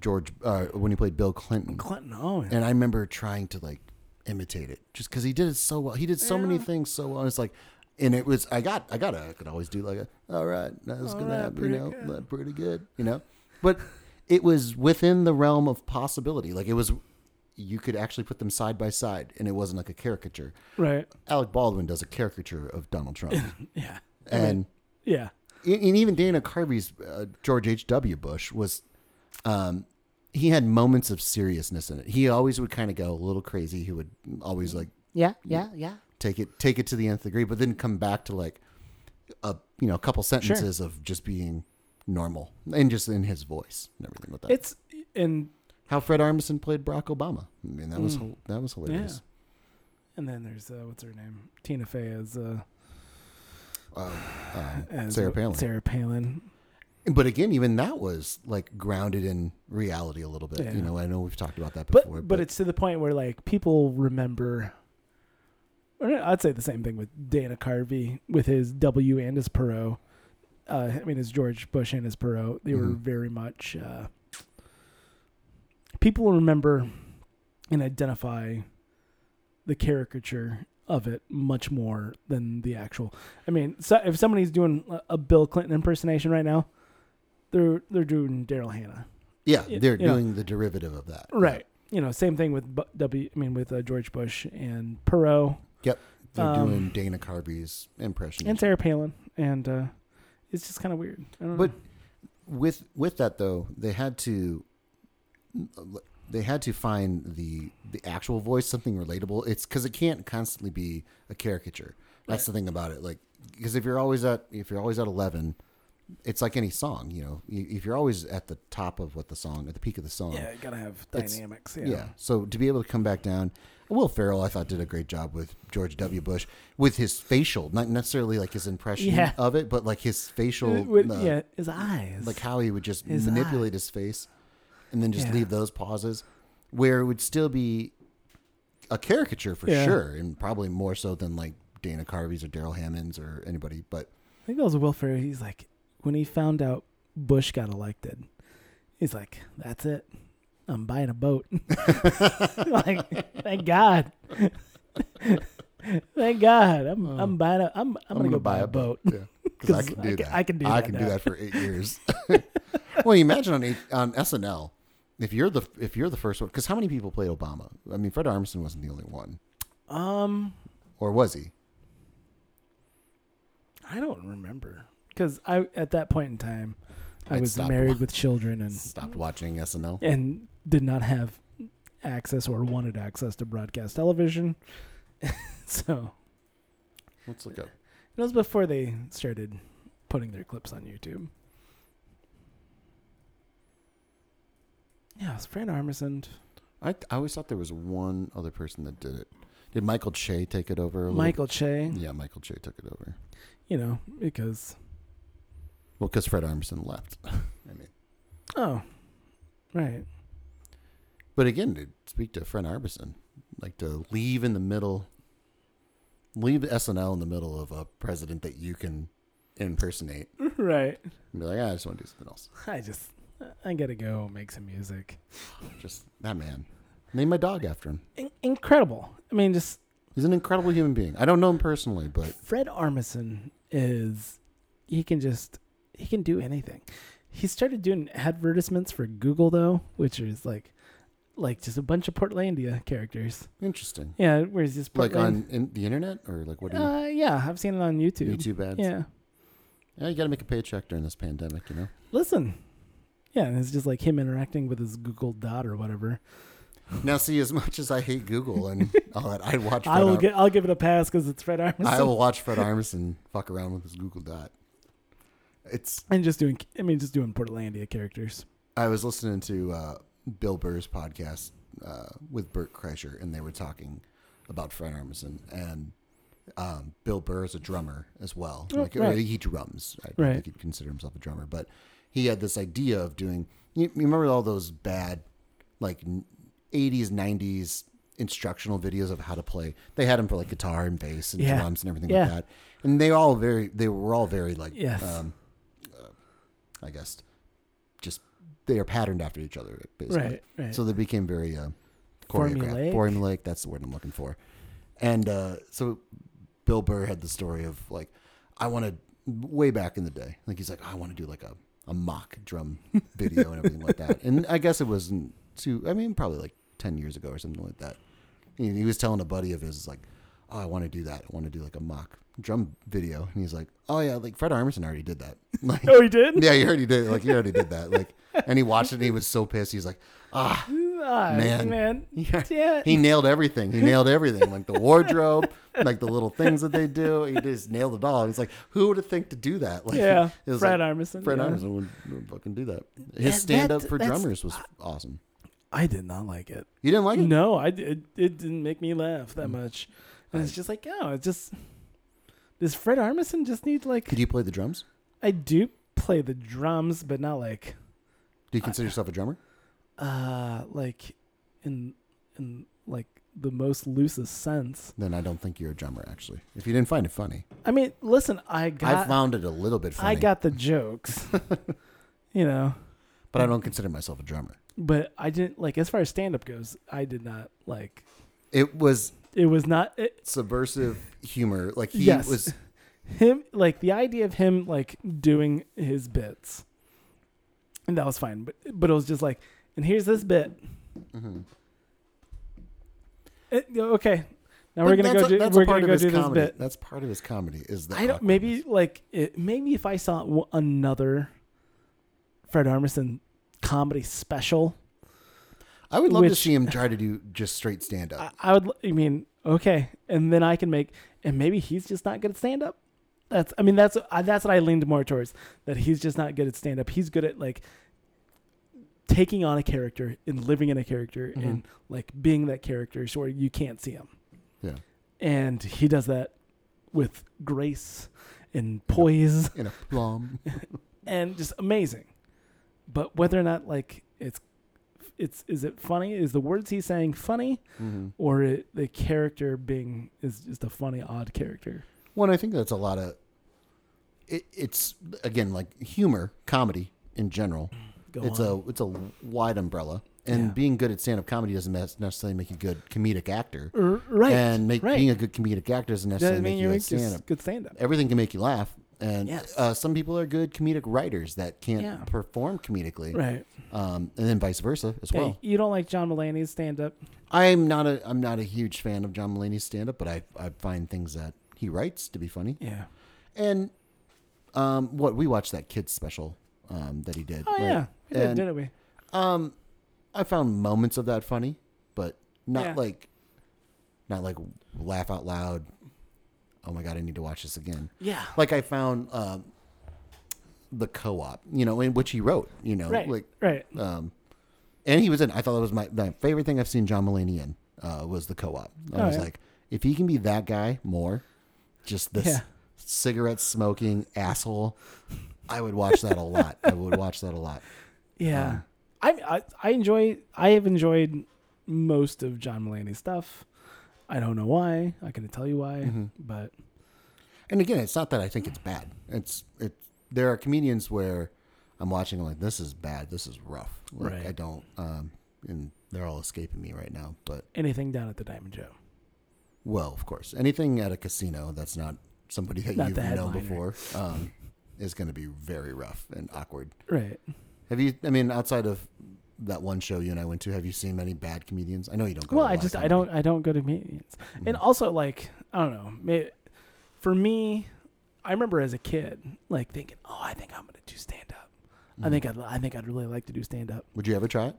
[SPEAKER 1] George uh, when he played Bill Clinton,
[SPEAKER 2] Clinton oh
[SPEAKER 1] and I remember trying to like imitate it just because he did it so well. He did so many
[SPEAKER 2] Yeah.
[SPEAKER 1] things so well. It's like, and it was I got I got I could always do like a all right that's
[SPEAKER 2] All
[SPEAKER 1] gonna
[SPEAKER 2] right,
[SPEAKER 1] happen you
[SPEAKER 2] pretty
[SPEAKER 1] know
[SPEAKER 2] good."
[SPEAKER 1] "Not pretty good you know, but it was within the realm of possibility. Like it was, you could actually put them side by side, and it wasn't like a caricature.
[SPEAKER 2] Right.
[SPEAKER 1] Alec Baldwin does a caricature of Donald Trump,
[SPEAKER 2] Yeah.
[SPEAKER 1] and
[SPEAKER 2] Yeah.
[SPEAKER 1] and even Dana Carvey's uh, George H. W. Bush was um, he had moments of seriousness in it. He always would kind of go a little crazy. He would always like
[SPEAKER 3] Yeah, yeah, yeah.
[SPEAKER 1] take it take it to the nth degree, but then come back to like a you know a couple sentences of just being normal and just in his voice and everything with that.
[SPEAKER 2] It's and
[SPEAKER 1] How Fred Armisen played Barack Obama. I mean that was
[SPEAKER 2] Mm.
[SPEAKER 1] hil- that was hilarious.
[SPEAKER 2] and then there's uh, what's her name? Tina Fey as uh,
[SPEAKER 1] Um, um,
[SPEAKER 2] as
[SPEAKER 1] Sarah Palin.
[SPEAKER 2] Sarah Palin.
[SPEAKER 1] but again, even that was like grounded in reality a little bit.
[SPEAKER 2] Yeah.
[SPEAKER 1] You know, I know we've talked about that
[SPEAKER 2] but
[SPEAKER 1] before,
[SPEAKER 2] but, it's to the point where like people remember. or no, I'd say the same thing with Dana Carvey with his W and his Perot. Uh, I mean, his George Bush and his Perot. They were
[SPEAKER 1] Mhm.
[SPEAKER 2] very much. Uh, people remember and identify the caricature of it much more than the actual. I mean, so if somebody's doing a- a Bill Clinton impersonation right now, they're they're doing Daryl Hannah.
[SPEAKER 1] yeah,
[SPEAKER 2] y-
[SPEAKER 1] they're
[SPEAKER 2] you know.
[SPEAKER 1] doing the derivative of that,
[SPEAKER 2] Right. You know, same thing with Bu- W. I mean, with uh, George Bush and Perot
[SPEAKER 1] They're
[SPEAKER 2] Um,
[SPEAKER 1] doing Dana Carvey's impression.
[SPEAKER 2] and Sarah Palin, and uh, it's just kind of weird. I don't
[SPEAKER 1] But
[SPEAKER 2] know.
[SPEAKER 1] with with that though, they had to they had to find the the actual voice something relatable. It's because it can't constantly be a caricature. That's the thing about it. Like because if you're always at if you're always at eleven, it's like any song. You know, You- if you're always at the top of what the song at the peak of the song,
[SPEAKER 2] yeah, you gotta have
[SPEAKER 1] it's-
[SPEAKER 2] dynamics.
[SPEAKER 1] yeah. So to be able to come back down, Will Ferrell, I thought, did a great job with George W. Bush with his facial, not necessarily like his impression
[SPEAKER 2] Yeah.
[SPEAKER 1] of it, but like his facial,
[SPEAKER 2] Uh, with-
[SPEAKER 1] uh,
[SPEAKER 2] yeah, his eyes.
[SPEAKER 1] like how he would just
[SPEAKER 2] His
[SPEAKER 1] manipulate his face and then just
[SPEAKER 2] Yeah.
[SPEAKER 1] leave those pauses where it would still be a caricature for
[SPEAKER 2] Yeah.
[SPEAKER 1] sure, and probably more so than like Dana Carvey's or Daryl Hammond's or anybody. But
[SPEAKER 2] I think that was Will Ferrell. He's like, when he found out Bush got elected, he's like, "That's it, I'm buying a boat." like, thank God, thank God, I'm
[SPEAKER 1] Oh.
[SPEAKER 2] I'm buying a I'm I'm, gonna, go buy, a boat.
[SPEAKER 1] Yeah. 'Cause I
[SPEAKER 2] 'Cause
[SPEAKER 1] can
[SPEAKER 2] I
[SPEAKER 1] do
[SPEAKER 2] can-
[SPEAKER 1] that.
[SPEAKER 2] I can do
[SPEAKER 1] I
[SPEAKER 2] that
[SPEAKER 1] can
[SPEAKER 2] now.
[SPEAKER 1] do that for eight years. well, you imagine on eight, on SNL if you're the if you're the first one because how many people played Obama? I mean, Fred Armisen wasn't the only one,
[SPEAKER 2] Um,
[SPEAKER 1] or was he?
[SPEAKER 2] I don't remember because I at that point in time, I
[SPEAKER 1] I'd
[SPEAKER 2] was
[SPEAKER 1] stop
[SPEAKER 2] married
[SPEAKER 1] watching.
[SPEAKER 2] with children and
[SPEAKER 1] Stopped watching SNL.
[SPEAKER 2] and did not have access or wanted access to broadcast television. so
[SPEAKER 1] Let's look up.
[SPEAKER 2] it was before they started putting their clips on YouTube. Yeah, it was Fran Armisen,
[SPEAKER 1] I, I always thought there was one other person that did it. Did Michael Che take it over? A little-
[SPEAKER 2] Michael Che,
[SPEAKER 1] Yeah, Michael Che took it over.
[SPEAKER 2] you know, because
[SPEAKER 1] Well, because Fred Armisen left. I mean,
[SPEAKER 2] oh, right,
[SPEAKER 1] but again, to speak to Fred Armisen, like to leave in the middle, leave SNL in the middle of a president that you can impersonate,
[SPEAKER 2] right.
[SPEAKER 1] and be like, "Ah, I just want to do something else.
[SPEAKER 2] I just I gotta go make some music.
[SPEAKER 1] Just that man. Name my dog after him.
[SPEAKER 2] In- incredible. I mean, just
[SPEAKER 1] He's an incredible human being. I don't know him personally, but
[SPEAKER 2] Fred Armisen is he can just he can do anything. He started doing advertisements for Google though, which is like like just a bunch of Portlandia characters.
[SPEAKER 1] interesting.
[SPEAKER 2] Yeah, where he's just
[SPEAKER 1] Like
[SPEAKER 2] Portland-
[SPEAKER 1] on in the internet or like what do you
[SPEAKER 2] uh, yeah, I've seen it on YouTube.
[SPEAKER 1] YouTube ads?
[SPEAKER 2] Yeah,
[SPEAKER 1] Yeah, you got to make a paycheck during this pandemic, you know.
[SPEAKER 2] listen. Yeah, and it's just like him interacting with his Google Dot or whatever.
[SPEAKER 1] Now, see, as much as I hate Google and all that, I watch. Fred
[SPEAKER 2] I
[SPEAKER 1] Ar-
[SPEAKER 2] will get. I'll give it a pass because it's Fred Armisen.
[SPEAKER 1] I will watch Fred Armisen fuck around with his Google Dot. It's.
[SPEAKER 2] And just doing. I mean, just doing Portlandia characters.
[SPEAKER 1] I was listening to uh, Bill Burr's podcast uh, with Burt Kreischer, and they were talking about Fred Armisen, and um, Bill Burr is a drummer as well.
[SPEAKER 2] Oh,
[SPEAKER 1] like or
[SPEAKER 2] right.
[SPEAKER 1] he drums. I don't
[SPEAKER 2] Right.
[SPEAKER 1] think he'd consider himself a drummer, but he had this idea of doing. You, you remember all those bad, like n- '80s, '90s instructional videos of how to play. They had him for like guitar and bass and
[SPEAKER 2] Yeah.
[SPEAKER 1] drums and everything
[SPEAKER 2] Yeah.
[SPEAKER 1] like that. And they all very, they were all very like,
[SPEAKER 2] Yes.
[SPEAKER 1] um, uh, I guess, just they are patterned after each other, basically.
[SPEAKER 2] Right. Right.
[SPEAKER 1] So they became very uh, choreographed,
[SPEAKER 2] Formulaic.
[SPEAKER 1] formulaic. That's the word I'm looking for. And uh, so Bill Burr had the story of like, I want to way back in the day. Like he's like, I want to do like a a mock drum video and everything like that. And I guess it wasn't too. I mean, probably like ten years ago or something like that. And he was telling a buddy of his like, "Oh, I want to do that. I want to do like a mock drum video." And he's like, "Oh yeah, like Fred Armisen already did that." Like,
[SPEAKER 2] Oh, he did.
[SPEAKER 1] yeah, he already did. Like, he already did that. Like, and he watched it. and He was so pissed. He's like, "Ah,
[SPEAKER 2] Ah,
[SPEAKER 1] Man.
[SPEAKER 2] man,
[SPEAKER 1] Yeah.
[SPEAKER 2] damn it.
[SPEAKER 1] he nailed everything. He nailed everything, like the wardrobe, like the little things that they do. He just nailed it all. And it's like, who would have think to do that? Like,
[SPEAKER 2] yeah,
[SPEAKER 1] it was
[SPEAKER 2] Fred
[SPEAKER 1] like,
[SPEAKER 2] Armisen.
[SPEAKER 1] Fred
[SPEAKER 2] yeah.
[SPEAKER 1] Armisen would, would fucking do that.
[SPEAKER 2] Yeah,
[SPEAKER 1] His
[SPEAKER 2] that-
[SPEAKER 1] stand up for
[SPEAKER 2] that's-
[SPEAKER 1] drummers was awesome.
[SPEAKER 2] I did not like it.
[SPEAKER 1] You didn't like it? Mm.
[SPEAKER 2] No, I did. It didn't make me laugh that much. And it's just like, oh, it just does Fred Armisen just need like
[SPEAKER 1] Could you play the drums?
[SPEAKER 2] I do play the drums, but not like
[SPEAKER 1] Do you consider yourself a drummer?
[SPEAKER 2] uh like in in like the most loosest sense.
[SPEAKER 1] Then I don't think you're a drummer, actually. If you didn't find it funny,
[SPEAKER 2] I mean, listen, I
[SPEAKER 1] I
[SPEAKER 2] got
[SPEAKER 1] found it a little bit
[SPEAKER 2] I
[SPEAKER 1] funny,
[SPEAKER 2] got the jokes. you know,
[SPEAKER 1] but I don't consider myself a drummer.
[SPEAKER 2] but I didn't like as far as stand up goes, I did not like
[SPEAKER 1] It was
[SPEAKER 2] it was not it,
[SPEAKER 1] subversive humor. Like he
[SPEAKER 2] Yes.
[SPEAKER 1] was,
[SPEAKER 2] him like the idea of him like doing his bits and that was fine but but it was just like and here's this bit
[SPEAKER 1] Mhm.
[SPEAKER 2] Eh, yeah, okay
[SPEAKER 1] But
[SPEAKER 2] now we're gonna
[SPEAKER 1] that's
[SPEAKER 2] go
[SPEAKER 1] a-
[SPEAKER 2] do
[SPEAKER 1] that's a
[SPEAKER 2] we're
[SPEAKER 1] part
[SPEAKER 2] gonna
[SPEAKER 1] of his
[SPEAKER 2] go do this
[SPEAKER 1] comedy.
[SPEAKER 2] bit
[SPEAKER 1] That's part of his comedy. Is that
[SPEAKER 2] i don't maybe like it, maybe if i saw w- another fred armisen comedy special
[SPEAKER 1] I would love to
[SPEAKER 2] Which-
[SPEAKER 1] see him try to do just straight stand
[SPEAKER 2] I,
[SPEAKER 1] up.
[SPEAKER 2] I would l- i mean okay and then i can make and maybe he's just not good at stand up that's i mean that's I, that's what i leaned more towards that he's just not good at stand up he's good at like taking on a character and living in a character and like being that character so you can't see him
[SPEAKER 1] Yeah.
[SPEAKER 2] and he does that with grace and poise
[SPEAKER 1] In a plum.
[SPEAKER 2] and just amazing but whether or not like it's it's is it funny is the words he's saying funny
[SPEAKER 1] Mhm.
[SPEAKER 2] or it, the character being is just a funny, odd character.
[SPEAKER 1] Well, and I think that's a lot of. It, it's again like humor, comedy in general.
[SPEAKER 2] Go
[SPEAKER 1] it's a it's a wide umbrella, and
[SPEAKER 2] Yeah.
[SPEAKER 1] being good at stand up comedy doesn't mes- necessarily make you a good comedic actor.
[SPEAKER 2] a right,
[SPEAKER 1] and make,
[SPEAKER 2] right.
[SPEAKER 1] being a good comedic actor doesn't necessarily
[SPEAKER 2] Doesn't mean
[SPEAKER 1] make you
[SPEAKER 2] you're
[SPEAKER 1] a
[SPEAKER 2] just
[SPEAKER 1] stand up.
[SPEAKER 2] good stand-up.
[SPEAKER 1] Everything can make you laugh, and
[SPEAKER 2] Yes.
[SPEAKER 1] uh, some people are good comedic writers that can't
[SPEAKER 2] Yeah.
[SPEAKER 1] perform comedically,
[SPEAKER 2] Right.
[SPEAKER 1] um, and then vice versa as
[SPEAKER 2] Yeah,
[SPEAKER 1] well.
[SPEAKER 2] you don't like John Mulaney's stand-up.
[SPEAKER 1] I'm not a I'm not a huge fan of John Mulaney's stand up, but I I find things that he writes to be funny.
[SPEAKER 2] Yeah.
[SPEAKER 1] And um what we watched that kids special um that he did.
[SPEAKER 2] Oh
[SPEAKER 1] right?
[SPEAKER 2] yeah. We did,
[SPEAKER 1] And
[SPEAKER 2] didn't we?
[SPEAKER 1] um I found moments of that funny, but not
[SPEAKER 2] Yeah.
[SPEAKER 1] like not like laugh out loud. Oh my god, I need to watch this again.
[SPEAKER 2] Yeah.
[SPEAKER 1] Like I found um the co-op, you know, in which he wrote, you know,
[SPEAKER 2] Right.
[SPEAKER 1] like
[SPEAKER 2] right.
[SPEAKER 1] um, and he was in. I thought that was my, my favorite thing I've seen John Mulaney in uh, was the co-op. I
[SPEAKER 2] Oh,
[SPEAKER 1] was
[SPEAKER 2] yeah.
[SPEAKER 1] like, if he can be that guy more, just this
[SPEAKER 2] Yeah.
[SPEAKER 1] cigarette smoking asshole, I would watch that a lot. I would watch that a lot.
[SPEAKER 2] Yeah.
[SPEAKER 1] um,
[SPEAKER 2] I, I I enjoy. I have enjoyed most of John Mulaney's stuff. I don't know why. I couldn't tell you why,
[SPEAKER 1] Mm-hmm.
[SPEAKER 2] but
[SPEAKER 1] And again, it's not that I think it's bad. It's it. There are comedians where I'm watching. I'm like, this is bad. This is rough. Like,
[SPEAKER 2] Right.
[SPEAKER 1] I don't. Um, and they're all escaping me right now. But
[SPEAKER 2] anything down at the Diamond Joe.
[SPEAKER 1] Well, of course, anything at a casino that's not somebody that
[SPEAKER 2] Not
[SPEAKER 1] you've
[SPEAKER 2] the
[SPEAKER 1] known
[SPEAKER 2] headliner.
[SPEAKER 1] before um, is going to be very rough and awkward.
[SPEAKER 2] Right.
[SPEAKER 1] Have you? I mean, outside of that one show you and I went to, have you seen many bad comedians? I know you don't. Go
[SPEAKER 2] well
[SPEAKER 1] to a
[SPEAKER 2] i
[SPEAKER 1] lot of
[SPEAKER 2] just i
[SPEAKER 1] comedy.
[SPEAKER 2] don't i don't go to meetings and also like i don't know may for me i remember as a kid like thinking oh i think i'm gonna do stand up i think i'd i think i'd really like to do stand up
[SPEAKER 1] Mm-hmm. Would you ever try it?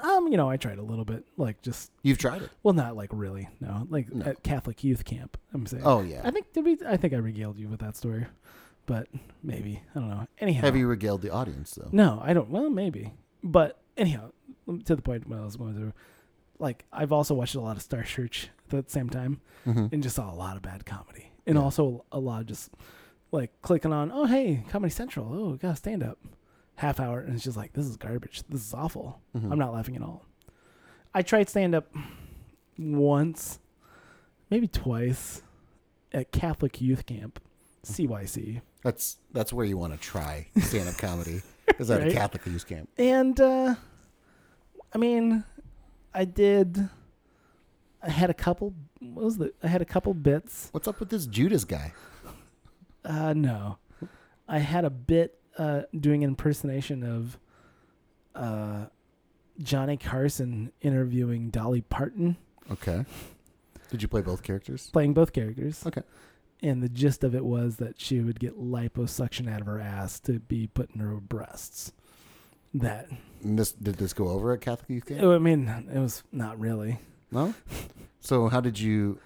[SPEAKER 2] um you know i tried a little bit like just
[SPEAKER 1] You've tried it.
[SPEAKER 2] well not like really no like
[SPEAKER 1] No.
[SPEAKER 2] at catholic youth camp i'm saying
[SPEAKER 1] Oh yeah.
[SPEAKER 2] i think did we i think i regaled you with that story but maybe i don't know anyhow
[SPEAKER 1] Have you regaled the audience though?
[SPEAKER 2] no, I don't. Well, maybe. But anyhow, to the point when I was going through, like I've also watched a lot of Star Search at the same time,
[SPEAKER 1] Mm-hmm.
[SPEAKER 2] and just saw a lot of bad comedy, and
[SPEAKER 1] Yeah.
[SPEAKER 2] also a lot of just like clicking on, oh hey, Comedy Central, oh gotta stand up, half hour, and it's just like this is garbage, this is awful.
[SPEAKER 1] Mm-hmm. Hmm.
[SPEAKER 2] I'm not laughing at all. I tried stand up once, maybe twice, at Catholic youth camp, CYC,
[SPEAKER 1] That's that's where you want to try stand up comedy. Is that
[SPEAKER 2] Right?
[SPEAKER 1] a Catholic youth camp?
[SPEAKER 2] and uh, I mean, I did. I had a couple. What was the? I had a couple bits.
[SPEAKER 1] What's up with this Judas guy?
[SPEAKER 2] Uh, no, I had a bit uh, doing an impersonation of uh, Johnny Carson interviewing Dolly Parton,
[SPEAKER 1] Okay. Did you play both characters?
[SPEAKER 2] playing both characters.
[SPEAKER 1] Okay.
[SPEAKER 2] And the gist of it was that she would get liposuction out of her ass to be put in her breasts. That oh,
[SPEAKER 1] And this did this go over at Catholic Youth Camp?
[SPEAKER 2] I mean, it was not really.
[SPEAKER 1] No. So how did you?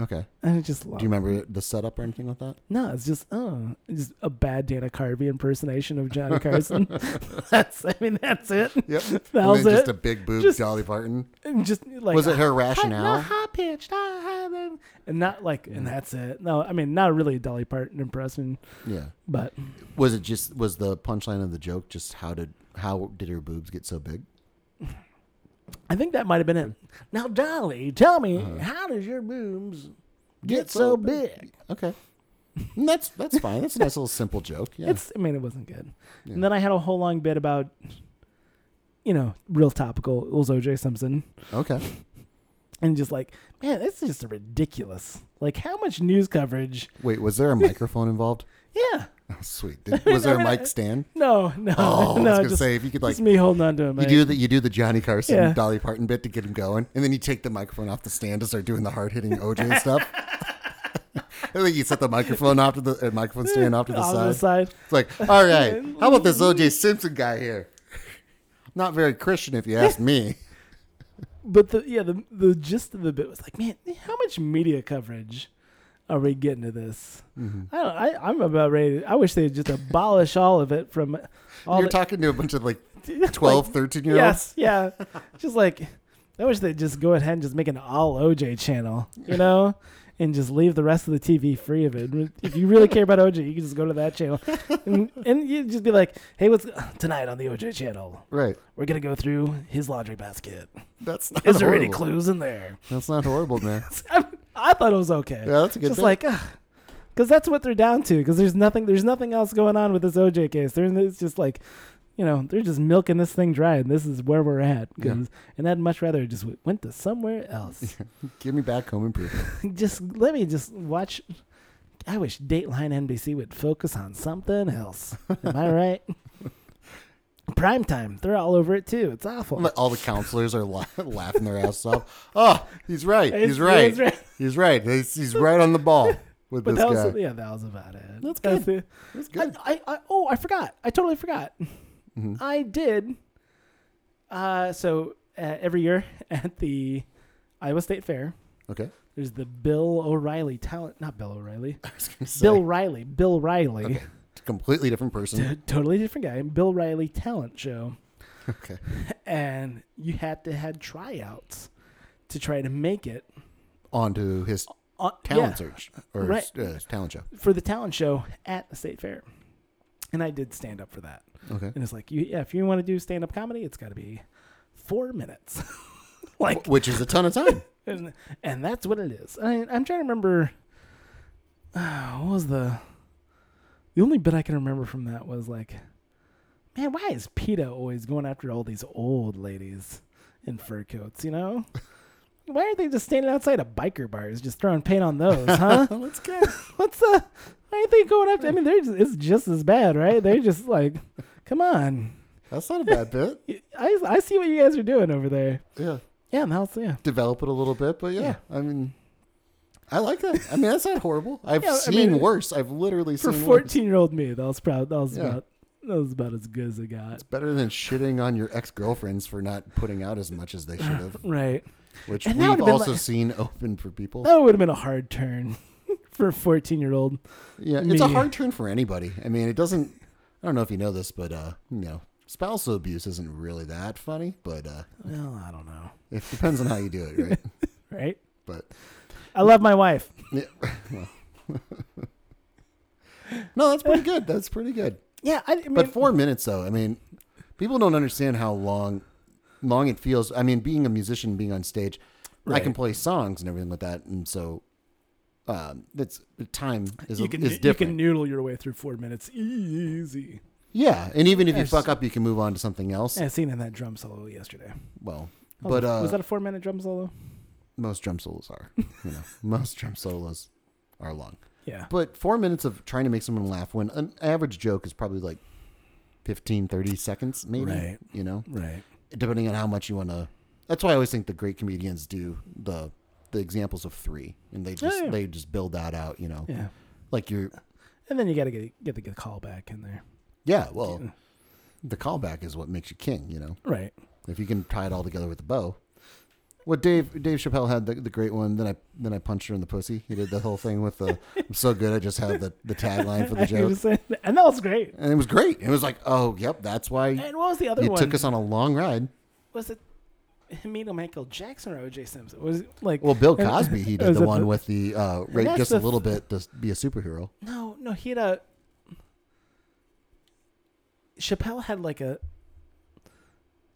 [SPEAKER 1] Okay.
[SPEAKER 2] I just
[SPEAKER 1] Do you remember the setup or anything like that?
[SPEAKER 2] No, it's just oh, it's just a bad Dana Carvey impersonation of Johnny Carson. that's I mean that's it.
[SPEAKER 1] Yep.
[SPEAKER 2] That
[SPEAKER 1] and
[SPEAKER 2] was
[SPEAKER 1] then just
[SPEAKER 2] it.
[SPEAKER 1] a big boob
[SPEAKER 2] Just-
[SPEAKER 1] Dolly Parton.
[SPEAKER 2] And just like
[SPEAKER 1] was it her
[SPEAKER 2] high,
[SPEAKER 1] rationale?
[SPEAKER 2] not high pitched, ah, high, then- and not like
[SPEAKER 1] Mm.
[SPEAKER 2] and that's it. No, I mean not really a Dolly Parton impression,
[SPEAKER 1] Yeah.
[SPEAKER 2] but
[SPEAKER 1] Was it just was the punchline of the joke just how did how did her boobs get so big?
[SPEAKER 2] I think that might have been it. Now Dolly, tell me
[SPEAKER 1] Uh-huh.
[SPEAKER 2] how does your boobs get, so big?
[SPEAKER 1] Okay. And that's that's fine. That's a nice little simple joke. Yeah.
[SPEAKER 2] It's I mean it wasn't good. And then I had a whole long bit about you know, real topical. It was OJ Simpson.
[SPEAKER 1] okay.
[SPEAKER 2] and just like, man, this is just ridiculous. Like, how much news coverage?
[SPEAKER 1] Wait, was there a microphone involved?
[SPEAKER 2] Yeah,
[SPEAKER 1] Oh, sweet. Did, was there a mic stand?
[SPEAKER 2] no, no,
[SPEAKER 1] Oh, I
[SPEAKER 2] no.
[SPEAKER 1] was gonna
[SPEAKER 2] just,
[SPEAKER 1] say if you could like
[SPEAKER 2] just me holding on to him.
[SPEAKER 1] you do the you do the Johnny Carson
[SPEAKER 2] Yeah.
[SPEAKER 1] Dolly Parton bit to get him going, and then you take the microphone off the stand to start doing the hard hitting OJ stuff. I think you set the microphone off to the uh, microphone stand off to the
[SPEAKER 2] Off
[SPEAKER 1] side.
[SPEAKER 2] the side.
[SPEAKER 1] It's like, all right, how about this OJ Simpson guy here? Not very Christian, if you ask me.
[SPEAKER 2] But the yeah, the the gist of the bit was like, man, how much media coverage are we getting to this?
[SPEAKER 1] Mm-hmm.
[SPEAKER 2] I don't. I, I'm about ready. To, I wish they'd just abolish all of it from all.
[SPEAKER 1] You're
[SPEAKER 2] the,
[SPEAKER 1] talking to a bunch of like
[SPEAKER 2] Like,
[SPEAKER 1] 12, 13 year olds.
[SPEAKER 2] Yes, yeah. just like I wish they'd just go ahead and just make an all OJ channel, you know? And just leave the rest of the TV free of it. If you really care about OJ, you can just go to that channel, and, and you just be like, "Hey, what's tonight on the OJ channel?
[SPEAKER 1] Right.
[SPEAKER 2] We're gonna go through his laundry basket.
[SPEAKER 1] That's not
[SPEAKER 2] Is there any
[SPEAKER 1] horrible.
[SPEAKER 2] clues in there?"
[SPEAKER 1] That's not horrible, man.
[SPEAKER 2] I, I thought it was okay.
[SPEAKER 1] Yeah, that's a good
[SPEAKER 2] Just
[SPEAKER 1] bit.
[SPEAKER 2] like, because that's what they're down to. Because there's nothing, there's nothing else going on with this OJ case. They're in this just like, you know, they're just milking this thing dry, and this is where we're at. 'Cause- and I'd much rather it just w- went to somewhere else.
[SPEAKER 1] Give me back home improvement.
[SPEAKER 2] just let me just watch. I wish Dateline NBC would focus on something else. Am I right? Primetime, they're all over it too. It's awful.
[SPEAKER 1] Like, All the counselors are la- laughing their asses off. Oh, he's right.
[SPEAKER 2] It's-
[SPEAKER 1] He's right.
[SPEAKER 2] it's right.
[SPEAKER 1] He's right. He's, he's right on the ball with
[SPEAKER 2] but
[SPEAKER 1] this
[SPEAKER 2] that
[SPEAKER 1] guy.
[SPEAKER 2] was yeah, that was about it.
[SPEAKER 1] That's good.
[SPEAKER 2] it.
[SPEAKER 1] That's good. Mm-hmm.
[SPEAKER 2] I, I, I oh, I forgot. I totally forgot. I did. Uh, so uh, every year at the Iowa State Fair,
[SPEAKER 1] Okay.
[SPEAKER 2] there's the Bill O'Reilly talent. Not Bill O'Reilly.
[SPEAKER 1] I was gonna say,
[SPEAKER 2] Bill Riley. Bill Riley.
[SPEAKER 1] completely different person.
[SPEAKER 2] T- totally different guy. Bill Riley talent show,
[SPEAKER 1] Okay.
[SPEAKER 2] and you had to had tryouts to try to make it.
[SPEAKER 1] Onto his
[SPEAKER 2] On,
[SPEAKER 1] talent
[SPEAKER 2] yeah.
[SPEAKER 1] search or
[SPEAKER 2] Right.
[SPEAKER 1] uh, talent show.
[SPEAKER 2] for the talent show at the state fair, and I did stand up for that.
[SPEAKER 1] Okay.
[SPEAKER 2] And it's like, you, yeah, if you want to do stand up comedy, it's got to be four minutes, like,
[SPEAKER 1] Which is a ton of time.
[SPEAKER 2] and, and that's what it is. I, I'm trying to remember. Uh, what was the the only bit I can remember from that was like, man, why is PETA always going after all these old ladies in fur coats? You know. Why aren't they just standing outside of biker bars, just throwing paint on those, huh?
[SPEAKER 1] That's good.
[SPEAKER 2] What's uh? Why aren't they going after? I mean, they're just, it's just as bad, right? They're just like, come on,
[SPEAKER 1] That's not a bad bit.
[SPEAKER 2] I, I see what you guys are doing over there.
[SPEAKER 1] Yeah.
[SPEAKER 2] Yeah, now it's yeah.
[SPEAKER 1] Develop it a little bit, but yeah,
[SPEAKER 2] Yeah.
[SPEAKER 1] I mean, I like that. I mean, that's not horrible. I've
[SPEAKER 2] Yeah, I
[SPEAKER 1] seen
[SPEAKER 2] mean,
[SPEAKER 1] worse. I've literally
[SPEAKER 2] For
[SPEAKER 1] seen worse.
[SPEAKER 2] fourteen year old me, that was proud. That was
[SPEAKER 1] Yeah.
[SPEAKER 2] about that was about as good as I got.
[SPEAKER 1] Better than shitting on your ex girlfriends for not putting out as much as they should have,
[SPEAKER 2] Right.
[SPEAKER 1] which
[SPEAKER 2] And that
[SPEAKER 1] we've
[SPEAKER 2] would've been
[SPEAKER 1] also
[SPEAKER 2] like-
[SPEAKER 1] seen open for people.
[SPEAKER 2] That would have been a hard turn for a fourteen year old.
[SPEAKER 1] Yeah, it's a
[SPEAKER 2] me.
[SPEAKER 1] hard turn for anybody. I mean, it doesn't. I don't know if you know this, but uh, you know, spousal abuse isn't really that funny, but uh,
[SPEAKER 2] Well, I don't know.
[SPEAKER 1] it depends on how you do it, right?
[SPEAKER 2] Right.
[SPEAKER 1] but
[SPEAKER 2] I love my wife.
[SPEAKER 1] Yeah. well. no, that's pretty good. That's pretty good.
[SPEAKER 2] Yeah, I, I mean,
[SPEAKER 1] But four minutes, though, I mean, people don't understand how long, long it feels. I mean, being a musician, being on stage, I can
[SPEAKER 2] Right.
[SPEAKER 1] play songs and everything like that, and so um, that's the time is
[SPEAKER 2] you can
[SPEAKER 1] is
[SPEAKER 2] you can
[SPEAKER 1] different.
[SPEAKER 2] noodle your way through four minutes easy.
[SPEAKER 1] yeah, and even if you
[SPEAKER 2] Yes.
[SPEAKER 1] fuck up, you can move on to something else.
[SPEAKER 2] I seen in that drum solo yesterday.
[SPEAKER 1] Well,
[SPEAKER 2] Oh,
[SPEAKER 1] but uh,
[SPEAKER 2] was that a four minute drum solo?
[SPEAKER 1] most drum solos are, you know, most drum solos are long.
[SPEAKER 2] Yeah.
[SPEAKER 1] But four minutes of trying to make someone laugh when an average joke is probably like 15, 30 seconds, maybe.
[SPEAKER 2] Right.
[SPEAKER 1] You know,
[SPEAKER 2] Right.
[SPEAKER 1] depending on how much you want to. That's why I always think the great comedians do the the examples of three, and they just
[SPEAKER 2] yeah.
[SPEAKER 1] they just build that out. You know,
[SPEAKER 2] Yeah.
[SPEAKER 1] like you're
[SPEAKER 2] And then you got to get get the, get the call back in there.
[SPEAKER 1] yeah. Well, the callback is what makes you king. You know,
[SPEAKER 2] Right.
[SPEAKER 1] if you can tie it all together with the bow. What Dave Dave Chappelle had the, the great one. Then I then I punched her in the pussy. He did the whole thing with the I'm so good. I just have the the tagline for the
[SPEAKER 2] He
[SPEAKER 1] joke,
[SPEAKER 2] was saying- and that was great.
[SPEAKER 1] and it was great. It was like, oh, yep, that's why
[SPEAKER 2] And what was the other
[SPEAKER 1] you
[SPEAKER 2] one?
[SPEAKER 1] took us on a long ride.
[SPEAKER 2] was it Hamid or Michael Jackson or O.J. Simpson? Was it like
[SPEAKER 1] Well, Bill
[SPEAKER 2] and-
[SPEAKER 1] Cosby, he
[SPEAKER 2] was
[SPEAKER 1] did the
[SPEAKER 2] it
[SPEAKER 1] one with the uh, rape
[SPEAKER 2] that's
[SPEAKER 1] just
[SPEAKER 2] the
[SPEAKER 1] a little
[SPEAKER 2] th-
[SPEAKER 1] bit to be a superhero.
[SPEAKER 2] No, no, he had a. Chappelle had like a.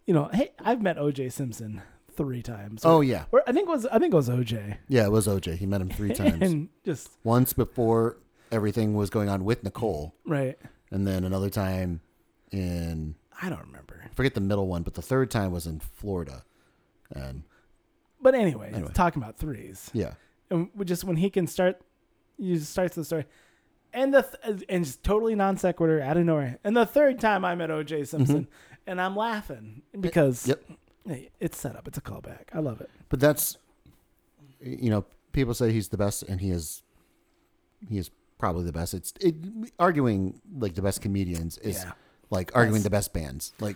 [SPEAKER 2] You know, hey, I've met O.J. Simpson three times.
[SPEAKER 1] Oh yeah,
[SPEAKER 2] or I think it was I think it was O.J.
[SPEAKER 1] yeah, it was OJ. He met him three times.
[SPEAKER 2] and just
[SPEAKER 1] Once before everything was going on with Nicole,
[SPEAKER 2] right.
[SPEAKER 1] and then another time in
[SPEAKER 2] I don't remember.
[SPEAKER 1] I forget the middle one, but the third time was in Florida, and
[SPEAKER 2] But anyway,
[SPEAKER 1] Anyway.
[SPEAKER 2] talking about threes,
[SPEAKER 1] yeah,
[SPEAKER 2] and we just when he can start, you just starts the story, and the th- and just totally non sequitur out of nowhere. And the third time I met O.J. Simpson, and I'm laughing because
[SPEAKER 1] Mm-hmm. yep.
[SPEAKER 2] hey, it's set up. It's a callback. I love it.
[SPEAKER 1] But that's you know people say he's the best, and he is. He is probably the best. It's it, arguing like the best comedians is
[SPEAKER 2] Yeah.
[SPEAKER 1] like arguing the best bands. Like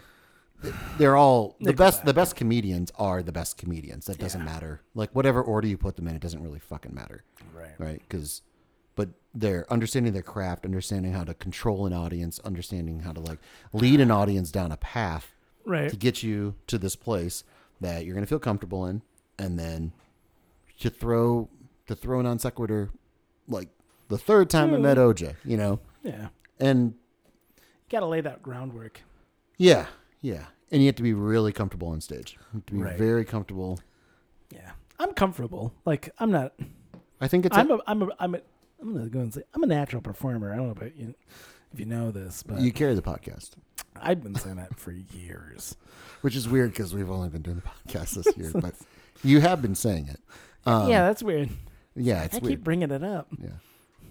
[SPEAKER 1] th- they're all the best. The best comedians are the best comedians. That doesn't
[SPEAKER 2] Yeah.
[SPEAKER 1] matter. Like whatever order you put them in, it doesn't really fucking matter,
[SPEAKER 2] Right.
[SPEAKER 1] right? Because but they're understanding their craft, understanding how to control an audience, understanding how to like lead an audience down a path
[SPEAKER 2] Right.
[SPEAKER 1] to get you to this place that you're going to feel comfortable in and then to throw to throw non sequitur like the third time
[SPEAKER 2] Hmm.
[SPEAKER 1] I met OJ, you know.
[SPEAKER 2] Yeah.
[SPEAKER 1] And
[SPEAKER 2] got to lay that groundwork.
[SPEAKER 1] yeah, yeah. And you have to be really comfortable on stage. You have to be
[SPEAKER 2] Right.
[SPEAKER 1] very comfortable.
[SPEAKER 2] Yeah, I'm comfortable. Like I'm not.
[SPEAKER 1] I think it's
[SPEAKER 2] I'm a. I'm a. I'm a. I'm gonna go and say I'm a natural performer. I don't know about you, if you know this, but
[SPEAKER 1] you carry the podcast,
[SPEAKER 2] I've been saying that for years.
[SPEAKER 1] which is weird because we've only been doing the podcast this year, but you have been saying it. Um,
[SPEAKER 2] yeah, that's weird.
[SPEAKER 1] yeah, it's
[SPEAKER 2] I
[SPEAKER 1] weird.
[SPEAKER 2] keep bringing it up.
[SPEAKER 1] yeah,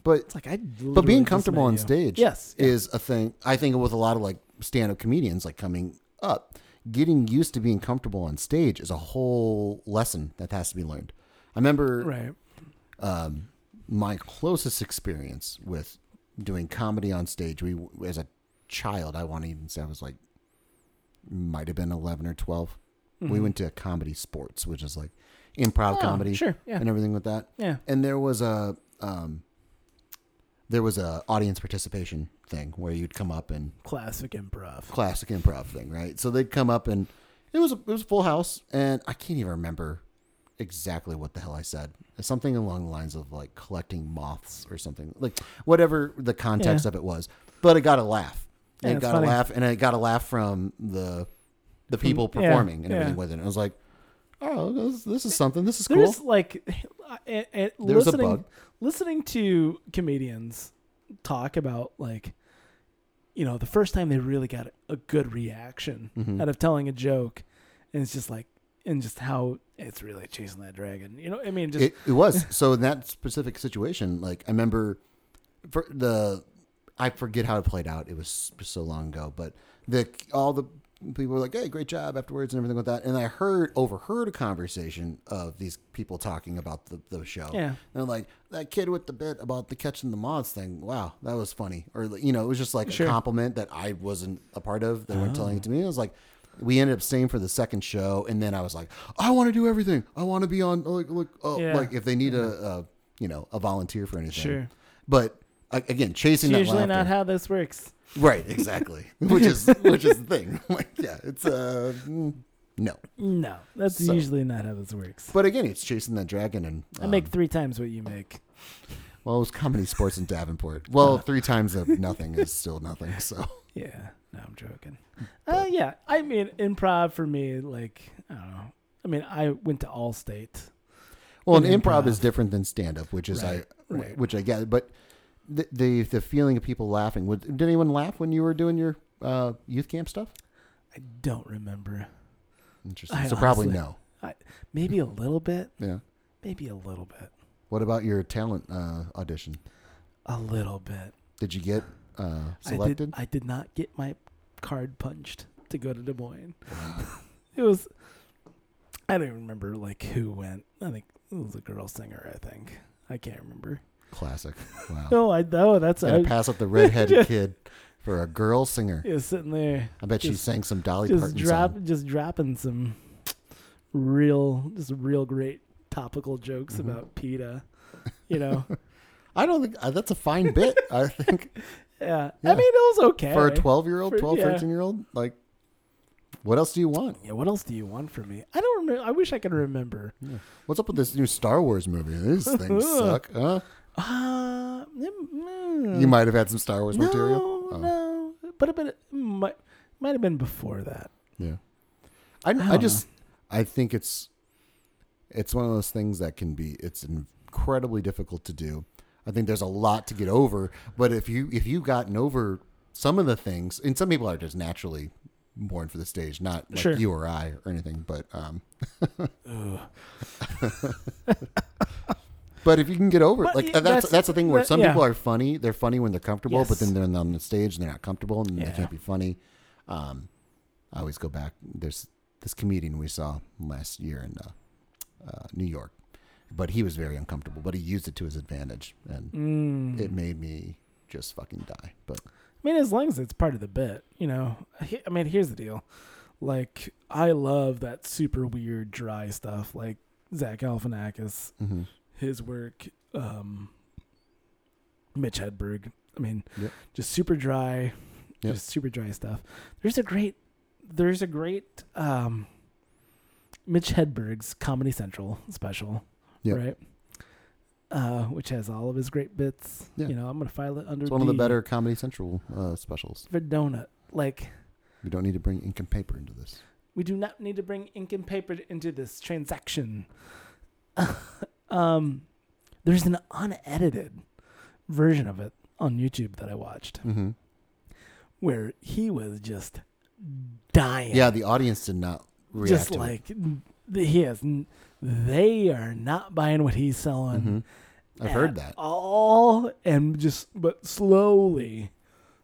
[SPEAKER 1] but
[SPEAKER 2] It's like I.
[SPEAKER 1] but being comfortable on stage
[SPEAKER 2] Yes. yeah.
[SPEAKER 1] is a thing i think with a lot of like stand-up comedians like coming up getting used to being comfortable on stage is a whole lesson that has to be learned i remember
[SPEAKER 2] Right.
[SPEAKER 1] um, my closest experience with doing comedy on stage we as a child i want to even say i was like might have been 11 or 12 we went to comedy sports which is like improv
[SPEAKER 2] Mm-hmm. Oh,
[SPEAKER 1] comedy
[SPEAKER 2] Sure. Yeah.
[SPEAKER 1] and everything with that
[SPEAKER 2] yeah.
[SPEAKER 1] and there was a um, there was a audience participation thing where you'd come up and
[SPEAKER 2] Classic improv.
[SPEAKER 1] classic improv thing, right? So they'd come up and it was a, it was a full house, and I can't even remember exactly what the hell I said. Something along the lines of like collecting moths or something, like whatever the context
[SPEAKER 2] Yeah.
[SPEAKER 1] of it was. But it got a laugh.
[SPEAKER 2] Yeah,
[SPEAKER 1] And it
[SPEAKER 2] it's
[SPEAKER 1] got
[SPEAKER 2] funny.
[SPEAKER 1] a laugh, and it got a laugh from the the people
[SPEAKER 2] yeah,
[SPEAKER 1] performing and
[SPEAKER 2] yeah.
[SPEAKER 1] everything with it. And I was like, oh, this, this is something. This is cool.
[SPEAKER 2] There's like, it, it,
[SPEAKER 1] There's a
[SPEAKER 2] listening,
[SPEAKER 1] bug.
[SPEAKER 2] listening to comedians talk about like, you know, the first time they really got a good reaction
[SPEAKER 1] Mm.
[SPEAKER 2] out of telling a joke, and it's just like, and just how it's really chasing that dragon. You know, I mean, just
[SPEAKER 1] it, it was so in that specific situation like i remember for the i forget how it played out it was so long ago but the all the people were like hey great job afterwards and everything like that and i heard overheard a conversation of these people talking about the, the show
[SPEAKER 2] Yeah.
[SPEAKER 1] they're like that kid with the bit about the catching the moths thing wow that was funny or you know it was just like
[SPEAKER 2] Sure. Oh.
[SPEAKER 1] a compliment that i wasn't a part of they weren't telling it to me i was like we ended up staying for the second show and then i was like i want to do everything i want to be on like look oh,
[SPEAKER 2] Yeah.
[SPEAKER 1] like if they need a, a you know a volunteer for anything
[SPEAKER 2] Sure.
[SPEAKER 1] but a- again chasing
[SPEAKER 2] it's
[SPEAKER 1] that
[SPEAKER 2] usually not
[SPEAKER 1] laughter-
[SPEAKER 2] how this works.
[SPEAKER 1] right exactly which is which is the thing like yeah it's uh mm, no
[SPEAKER 2] No, that's
[SPEAKER 1] So-
[SPEAKER 2] usually not how this works.
[SPEAKER 1] but again it's chasing that dragon and um,
[SPEAKER 2] I make three times what you make.
[SPEAKER 1] well it was comedy sports in davenport well three times of nothing is still nothing so
[SPEAKER 2] Yeah, no, I'm joking. Uh, yeah, I mean, improv for me, like, I don't know. I mean, I went to Allstate.
[SPEAKER 1] Well,
[SPEAKER 2] in
[SPEAKER 1] and improv,
[SPEAKER 2] improv.
[SPEAKER 1] is different than stand up, which is
[SPEAKER 2] Right,
[SPEAKER 1] I,
[SPEAKER 2] right.
[SPEAKER 1] which I get. But the, the the feeling of people laughing. Would, did anyone laugh when you were doing your uh, youth camp stuff?
[SPEAKER 2] I don't remember.
[SPEAKER 1] Interesting.
[SPEAKER 2] I
[SPEAKER 1] so probably
[SPEAKER 2] honestly-
[SPEAKER 1] no.
[SPEAKER 2] I, maybe a little bit.
[SPEAKER 1] Yeah.
[SPEAKER 2] Maybe a little bit.
[SPEAKER 1] What about your talent uh, audition?
[SPEAKER 2] A little bit.
[SPEAKER 1] Did you get uh,
[SPEAKER 2] I did,
[SPEAKER 1] selected?
[SPEAKER 2] I did not get my card punched to go to Des Moines. it was. I don't even remember like who went. I think it was a girl singer. I think I can't remember.
[SPEAKER 1] Classic. Wow.
[SPEAKER 2] No, I know that's I,
[SPEAKER 1] Gotta pass up the redheaded kid for a girl singer.
[SPEAKER 2] yeah, sitting there
[SPEAKER 1] I bet she
[SPEAKER 2] Just-
[SPEAKER 1] sang some Dolly
[SPEAKER 2] just
[SPEAKER 1] Parton
[SPEAKER 2] drop
[SPEAKER 1] song.
[SPEAKER 2] just dropping some real just real great topical jokes
[SPEAKER 1] Mm-hmm.
[SPEAKER 2] about PETA. You know,
[SPEAKER 1] I don't think uh, that's a fine bit. I think
[SPEAKER 2] yeah.
[SPEAKER 1] Yeah.
[SPEAKER 2] I mean, it was okay
[SPEAKER 1] for a 12 year old,
[SPEAKER 2] For-
[SPEAKER 1] 12,
[SPEAKER 2] yeah.
[SPEAKER 1] 13 year old, like, what else do you want?
[SPEAKER 2] Yeah, what else do you want from me? I don't remember. I wish I could remember.
[SPEAKER 1] What's up with this new Star Wars movie? These things suck. Huh?
[SPEAKER 2] Uh, mm,
[SPEAKER 1] You might have had some Star Wars
[SPEAKER 2] no,
[SPEAKER 1] material. Oh,
[SPEAKER 2] no, but but it might might have been before that.
[SPEAKER 1] Yeah. I, I,
[SPEAKER 2] don't
[SPEAKER 1] just, I think it's, it's one of those things that can be, it's incredibly difficult to do. I think there's a lot to get over, but if you, if you've gotten over some of the things, and some people are just naturally born for the stage, not like
[SPEAKER 2] Sure.
[SPEAKER 1] you or I or anything, but, um, But if you can get over it,
[SPEAKER 2] But
[SPEAKER 1] like
[SPEAKER 2] it-
[SPEAKER 1] that's, that's
[SPEAKER 2] that's-
[SPEAKER 1] the thing where
[SPEAKER 2] that-
[SPEAKER 1] some
[SPEAKER 2] yeah.
[SPEAKER 1] people are funny, they're funny when they're comfortable, but
[SPEAKER 2] Yes.
[SPEAKER 1] then they're on the stage and they're not comfortable and they
[SPEAKER 2] Yeah.
[SPEAKER 1] can't be funny. Um, I always go back. There's this comedian we saw last year in uh, uh, New York, but he was very uncomfortable, but he used it to his advantage, and
[SPEAKER 2] Mm.
[SPEAKER 1] it made me just fucking die. But
[SPEAKER 2] I mean, as long as it's part of the bit, you know. He- I mean, here's the deal. Like, I love that super weird, dry stuff, like Zach Galifianakis,
[SPEAKER 1] mhm.
[SPEAKER 2] his work, um, Mitch Hedberg. I mean,
[SPEAKER 1] Yep.
[SPEAKER 2] just super dry,
[SPEAKER 1] Yep.
[SPEAKER 2] just super dry stuff. There's a great, there's a great um, Mitch Hedberg's Comedy Central special,
[SPEAKER 1] Yep.
[SPEAKER 2] right? Uh, which has all of his great bits.
[SPEAKER 1] Yeah.
[SPEAKER 2] You know, I'm gonna file it under
[SPEAKER 1] it's one of the
[SPEAKER 2] D
[SPEAKER 1] better Comedy Central uh, specials.
[SPEAKER 2] for donut. Like,
[SPEAKER 1] We don't need to bring ink and paper into this.
[SPEAKER 2] We do not need to bring ink and paper into this transaction. um, there's an unedited version of it on YouTube that I watched
[SPEAKER 1] Mm-hmm.
[SPEAKER 2] where he was just dying.
[SPEAKER 1] Yeah, the audience did not react.
[SPEAKER 2] just
[SPEAKER 1] to it.
[SPEAKER 2] like n- he has. n- They are not buying what he's selling.
[SPEAKER 1] Mhm. I've
[SPEAKER 2] at
[SPEAKER 1] heard that.
[SPEAKER 2] all, and just but slowly,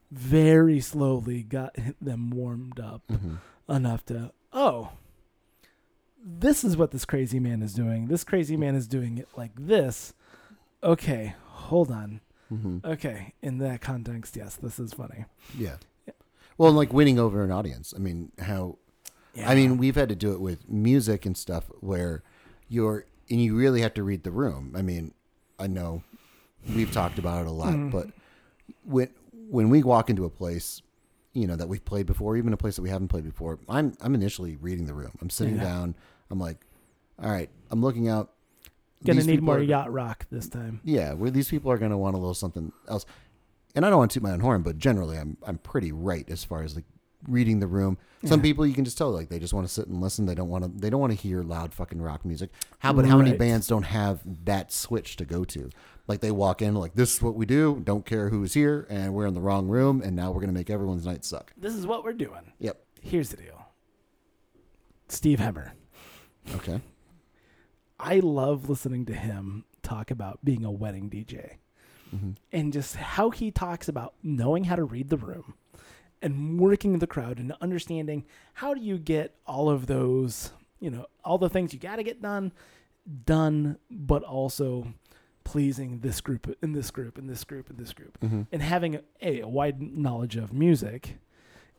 [SPEAKER 2] very slowly, got them warmed up
[SPEAKER 1] Mhm.
[SPEAKER 2] enough to oh this is what this crazy man is doing this crazy man is doing it like this okay hold on
[SPEAKER 1] Mhm.
[SPEAKER 2] okay in that context yes this is funny
[SPEAKER 1] Yeah. Well, and like winning over an audience. I mean, how?
[SPEAKER 2] yeah.
[SPEAKER 1] I mean, we've had to do it with music and stuff where you're and you really have to read the room. I mean, I know we've talked about it a lot,
[SPEAKER 2] Mm.
[SPEAKER 1] but when when we walk into a place, you know that we've played before, even a place that we haven't played before, I'm I'm initially reading the room. I'm sitting
[SPEAKER 2] Yeah.
[SPEAKER 1] down. I'm like, all right. I'm looking out.
[SPEAKER 2] gonna
[SPEAKER 1] These
[SPEAKER 2] need
[SPEAKER 1] people
[SPEAKER 2] more
[SPEAKER 1] are-
[SPEAKER 2] yacht rock this time
[SPEAKER 1] yeah, where these people are going to want a little something else. And I don't want to toot my own horn, but generally, I'm I'm pretty right as far as like reading the room. Some
[SPEAKER 2] Yeah.
[SPEAKER 1] people you can just tell like they just want to sit and listen. They don't want to they don't want to hear loud fucking rock music. How about how many
[SPEAKER 2] Right.
[SPEAKER 1] bands don't have that switch to go to? Like they walk in like this is what we do. Don't care who's here, and we're in the wrong room, and now we're gonna make everyone's night suck.
[SPEAKER 2] this is what we're doing
[SPEAKER 1] Yep.
[SPEAKER 2] here's the deal steve hemmer
[SPEAKER 1] Okay.
[SPEAKER 2] i love listening to him talk about being a wedding dj and just how he talks about knowing how to read the room and working the crowd and understanding how do you get all of those, you know, all the things you got to get done, done, but also pleasing this group in this group and this group and this group and having a, a, wide knowledge of music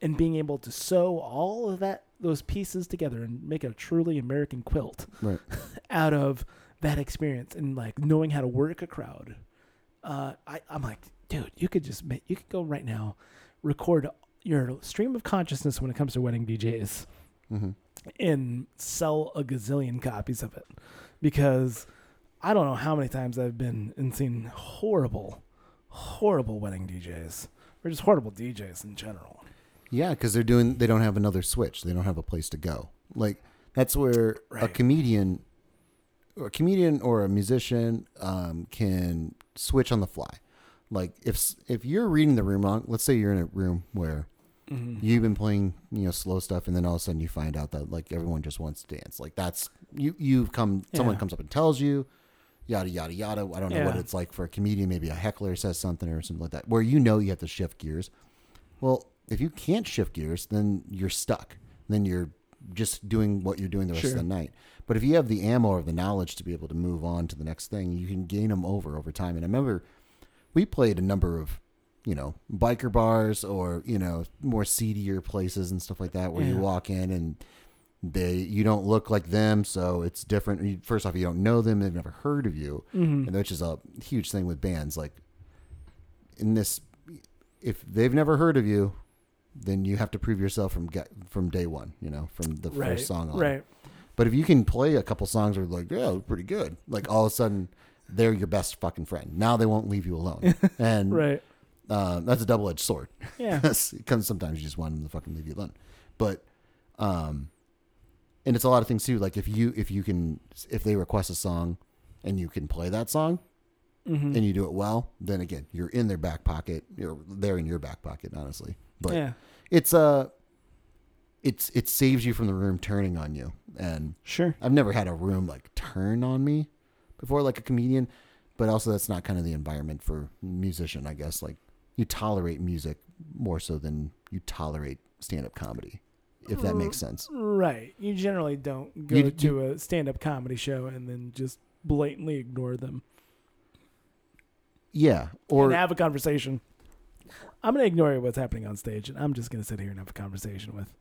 [SPEAKER 2] and being able to sew all of that those pieces together and make a truly American quilt
[SPEAKER 1] Right.
[SPEAKER 2] out of that experience and like knowing how to work a crowd. Uh, I, I'm like, dude, you could just make, you could go right now, record your stream of consciousness when it comes to wedding DJs,
[SPEAKER 1] Mm-hmm.
[SPEAKER 2] and sell a gazillion copies of it, because I don't know how many times I've been and seen horrible, horrible wedding DJs or just horrible DJs in general.
[SPEAKER 1] Yeah, because they're doing. They don't have another switch. They don't have a place to go. Like that's where a
[SPEAKER 2] Right.
[SPEAKER 1] comedian, or a comedian or a musician, um, can switch on the fly. Like if s- if you're reading the room wrong, let's say you're in a room where you've been playing you know slow stuff, and then all of a sudden you find out that like everyone just wants to dance. Like that's you you've come. Someone
[SPEAKER 2] Yeah.
[SPEAKER 1] comes up and tells you. Yada yada yada. I don't know what
[SPEAKER 2] Yeah.
[SPEAKER 1] it's like for a comedian. Maybe a heckler says something or something like that, where you know you have to shift gears. Well, if you can't shift gears, then you're stuck. Then you're just doing what you're doing the rest
[SPEAKER 2] Sure.
[SPEAKER 1] of the night. But if you have the ammo or the knowledge to be able to move on to the next thing, you can gain them over over time. And I remember we played a number of, you know, biker bars or you know more seedier places and stuff like that where you
[SPEAKER 2] Yeah.
[SPEAKER 1] walk in and they you don't look like them, so it's different. You- First off, you don't know them; they've never heard of you,
[SPEAKER 2] Hmm. Mm-hmm.
[SPEAKER 1] and which is a huge thing with bands. Like in this, if they've never heard of you, then you have to prove yourself from get, from day one. You know, from the
[SPEAKER 2] Right.
[SPEAKER 1] first song on.
[SPEAKER 2] Right.
[SPEAKER 1] But if you can play a couple songs where like, yeah, they're pretty good, like all of a sudden they're your best fucking friend. Now they won't leave you alone, and
[SPEAKER 2] Right.
[SPEAKER 1] uh, that's a double edged sword.
[SPEAKER 2] Yeah.
[SPEAKER 1] it comes sometimes you just want them to fucking leave you alone, but um, and it's a lot of things too. Like if you if you can if they request a song, and you can play that song,
[SPEAKER 2] hmm
[SPEAKER 1] and you do it well, then again you're in their back pocket. You're they're in your back pocket, honestly. But
[SPEAKER 2] yeah.
[SPEAKER 1] it's uh, it's it saves you from the room turning on you and.
[SPEAKER 2] Sure.
[SPEAKER 1] I've never had a room like turn on me before, like a comedian. But also, that's not kind of the environment for musician, I guess. Like you tolerate music more so than you tolerate stand up comedy, if that makes sense.
[SPEAKER 2] Right. You generally don't go
[SPEAKER 1] You- you-
[SPEAKER 2] to a stand-up comedy show and then just blatantly ignore them
[SPEAKER 1] Yeah,
[SPEAKER 2] and
[SPEAKER 1] or
[SPEAKER 2] have a conversation. I'm gonna ignore what's happening on stage, and I'm just gonna sit here and have a conversation with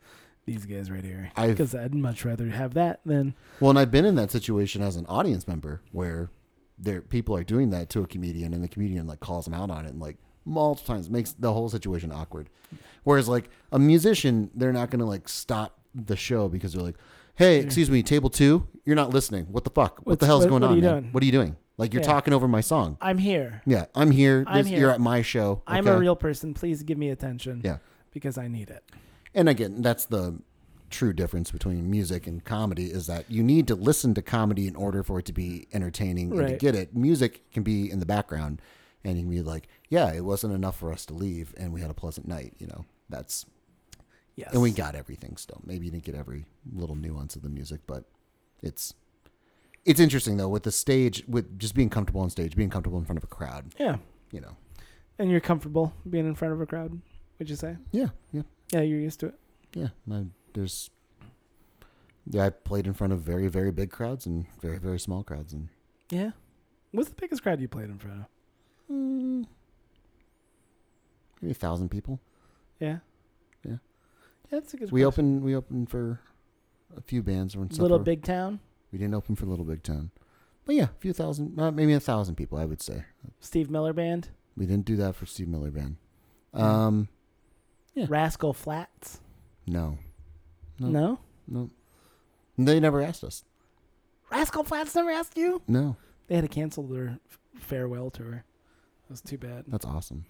[SPEAKER 2] these guys right here
[SPEAKER 1] I've
[SPEAKER 2] because I'd much rather have that than
[SPEAKER 1] well, and I've been in that situation as an audience member where there people are doing that to a comedian, and the comedian like calls them out on it, and like multiple times makes the whole situation awkward. Whereas like a musician, they're not gonna like stop the show because they're like, "Hey, excuse me, table two, you're not listening. What the fuck? What
[SPEAKER 2] What's-
[SPEAKER 1] the hell's
[SPEAKER 2] what-
[SPEAKER 1] going
[SPEAKER 2] what are
[SPEAKER 1] on?
[SPEAKER 2] you
[SPEAKER 1] man?
[SPEAKER 2] doing?"
[SPEAKER 1] What are you doing? Like you're
[SPEAKER 2] Yeah.
[SPEAKER 1] talking over my song.
[SPEAKER 2] I'm here.
[SPEAKER 1] Yeah, I'm here.
[SPEAKER 2] I'm
[SPEAKER 1] This-
[SPEAKER 2] here.
[SPEAKER 1] You're at my show.
[SPEAKER 2] I'm
[SPEAKER 1] okay?
[SPEAKER 2] a real person. Please give me attention.
[SPEAKER 1] Yeah.
[SPEAKER 2] Because I need it.
[SPEAKER 1] And again, that's the true difference between music and comedy is that you need to listen to comedy in order for it to be entertaining and
[SPEAKER 2] Right.
[SPEAKER 1] to get it. Music can be in the background and you can be like, yeah, it wasn't enough for us to leave and we had a pleasant night, you know. That's
[SPEAKER 2] Yes.
[SPEAKER 1] and we got everything still. Maybe you didn't get every little nuance of the music, but it's it's interesting though with the stage with just being comfortable on stage, being comfortable in front of a crowd,
[SPEAKER 2] Yeah.
[SPEAKER 1] you know.
[SPEAKER 2] And you're comfortable being in front of a crowd, would you say?
[SPEAKER 1] Yeah, yeah.
[SPEAKER 2] Yeah, you're used to it.
[SPEAKER 1] yeah, my, there's yeah, I played in front of very very big crowds and very very small crowds and
[SPEAKER 2] Yeah. What's the biggest crowd you played in front of?
[SPEAKER 1] mm, maybe a thousand people.
[SPEAKER 2] Yeah.
[SPEAKER 1] Yeah.
[SPEAKER 2] Yeah, that's a good
[SPEAKER 1] We
[SPEAKER 2] question.
[SPEAKER 1] opened we opened for a few bands. Or
[SPEAKER 2] Little Big Town,
[SPEAKER 1] We didn't open for Little Big Town, but yeah, a few thousand, uh, maybe a thousand people. I would say
[SPEAKER 2] Steve Miller Band,
[SPEAKER 1] we didn't do that for Steve Miller Band.
[SPEAKER 2] Yeah.
[SPEAKER 1] Um, Yeah.
[SPEAKER 2] Rascal Flats.
[SPEAKER 1] no, No.
[SPEAKER 2] No?
[SPEAKER 1] no, they never asked us.
[SPEAKER 2] Rascal Flats never asked you?
[SPEAKER 1] No,
[SPEAKER 2] They had to cancel their f- farewell tour. That was too bad.
[SPEAKER 1] that's awesome.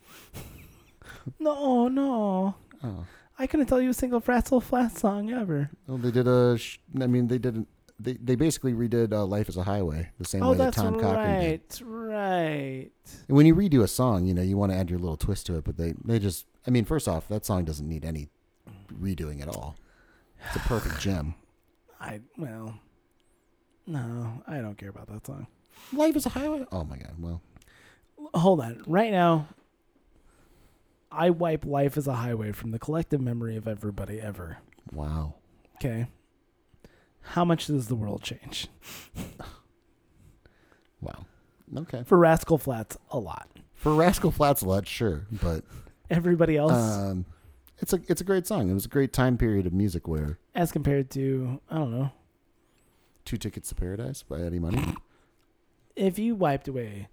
[SPEAKER 2] No, no.
[SPEAKER 1] Oh,
[SPEAKER 2] I couldn't tell you a single Rascal Flats song ever.
[SPEAKER 1] well, they did a. Sh- I mean, they did. not They they basically redid uh, "Life Is a Highway" the same
[SPEAKER 2] Oh,
[SPEAKER 1] way that
[SPEAKER 2] that's
[SPEAKER 1] Tom Cochran did.
[SPEAKER 2] right. Right.
[SPEAKER 1] And when you redo a song, you know, you want to add your little twist to it, but they, they just, I mean, first off, that song doesn't need any redoing at all. It's a perfect gem.
[SPEAKER 2] I, well, no, I don't care about that song.
[SPEAKER 1] Life is a highway. Oh my God. Well,
[SPEAKER 2] hold on. Right now, I wipe life as a highway from the collective memory of everybody ever.
[SPEAKER 1] wow.
[SPEAKER 2] Okay. How much does the world change?
[SPEAKER 1] Wow. Okay.
[SPEAKER 2] For Rascal Flats, a lot.
[SPEAKER 1] For Rascal Flats, a lot, sure, but
[SPEAKER 2] Everybody else,
[SPEAKER 1] um, it's a it's a great song. It was a great time period of music where
[SPEAKER 2] as compared to, I don't know,
[SPEAKER 1] Two Tickets to Paradise by Eddie Money.
[SPEAKER 2] if you wiped away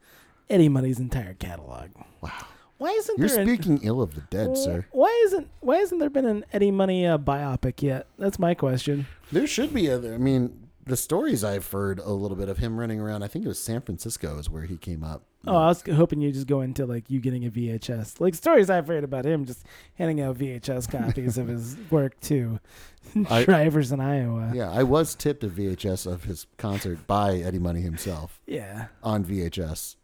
[SPEAKER 2] Eddie Money's entire catalog.
[SPEAKER 1] Wow.
[SPEAKER 2] Why isn't
[SPEAKER 1] You're
[SPEAKER 2] there an-
[SPEAKER 1] speaking ill of the dead,
[SPEAKER 2] Wh-
[SPEAKER 1] sir.
[SPEAKER 2] Why isn't why isn't there been an Eddie Money uh, biopic yet? That's my question.
[SPEAKER 1] There should be other. I mean, the stories I've heard a little bit of him running around. I think it was San Francisco is where he came up.
[SPEAKER 2] Oh, I was hoping you just go into like you getting a VHS. Like stories I've heard about him just handing out VHS copies of his work to
[SPEAKER 1] I-
[SPEAKER 2] drivers in Iowa. Yeah.
[SPEAKER 1] Yeah, I was tipped a VHS of his concert by Eddie Money himself
[SPEAKER 2] yeah.
[SPEAKER 1] on VHS.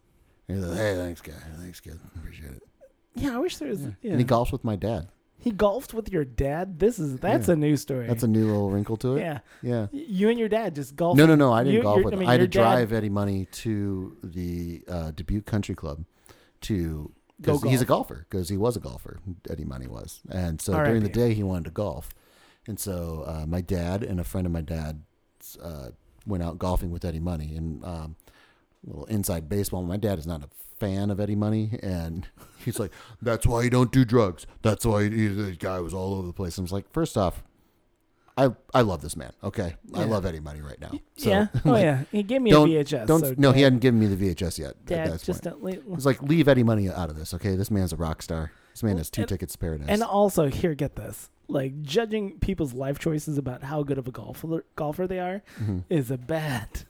[SPEAKER 1] And he was like, hey, thanks, guy. Thanks, kid. Appreciate it.
[SPEAKER 2] I wish there was yeah.
[SPEAKER 1] And he golfs with my dad.
[SPEAKER 2] He golfed with your dad. This is that's
[SPEAKER 1] Yeah.
[SPEAKER 2] a new story.
[SPEAKER 1] That's a new little wrinkle to it.
[SPEAKER 2] yeah.
[SPEAKER 1] Yeah.
[SPEAKER 2] Y- You and your dad just golfed.
[SPEAKER 1] No, no, no. I didn't
[SPEAKER 2] You-
[SPEAKER 1] golf
[SPEAKER 2] you're-
[SPEAKER 1] with
[SPEAKER 2] I
[SPEAKER 1] him. I,
[SPEAKER 2] mean, your
[SPEAKER 1] had to
[SPEAKER 2] dad-
[SPEAKER 1] drive Eddie Money to the uh, Dubuque Country Club to.
[SPEAKER 2] Go
[SPEAKER 1] Because he's a golfer, because he was a golfer, Eddie Money was. And so during the
[SPEAKER 2] RIP.
[SPEAKER 1] day, he wanted to golf. And so uh, my dad and a friend of my dad uh, went out golfing with Eddie Money and um, a little inside baseball. My dad is not a fan of Eddie Money, and he's like, "That's why you don't do drugs. That's why he, this guy was all over the place." And I was like, first off, I I love this man. Okay, I
[SPEAKER 2] Yeah.
[SPEAKER 1] love Eddie Money right now.
[SPEAKER 2] yeah. Oh
[SPEAKER 1] like,
[SPEAKER 2] yeah. He gave me
[SPEAKER 1] don't-
[SPEAKER 2] a VHS.
[SPEAKER 1] Don't
[SPEAKER 2] so
[SPEAKER 1] no, he
[SPEAKER 2] dad-
[SPEAKER 1] hadn't given me the VHS yet. at
[SPEAKER 2] Dad,
[SPEAKER 1] this
[SPEAKER 2] just
[SPEAKER 1] point.
[SPEAKER 2] don't. leave-
[SPEAKER 1] He's like, leave Eddie Money out of this. Okay, this man's a rock star. This man
[SPEAKER 2] Well,
[SPEAKER 1] has two
[SPEAKER 2] and-
[SPEAKER 1] tickets to paradise.
[SPEAKER 2] And also, here, get this: like judging people's life choices about how good of a golfer golfer they are
[SPEAKER 1] Mhm.
[SPEAKER 2] is a bad.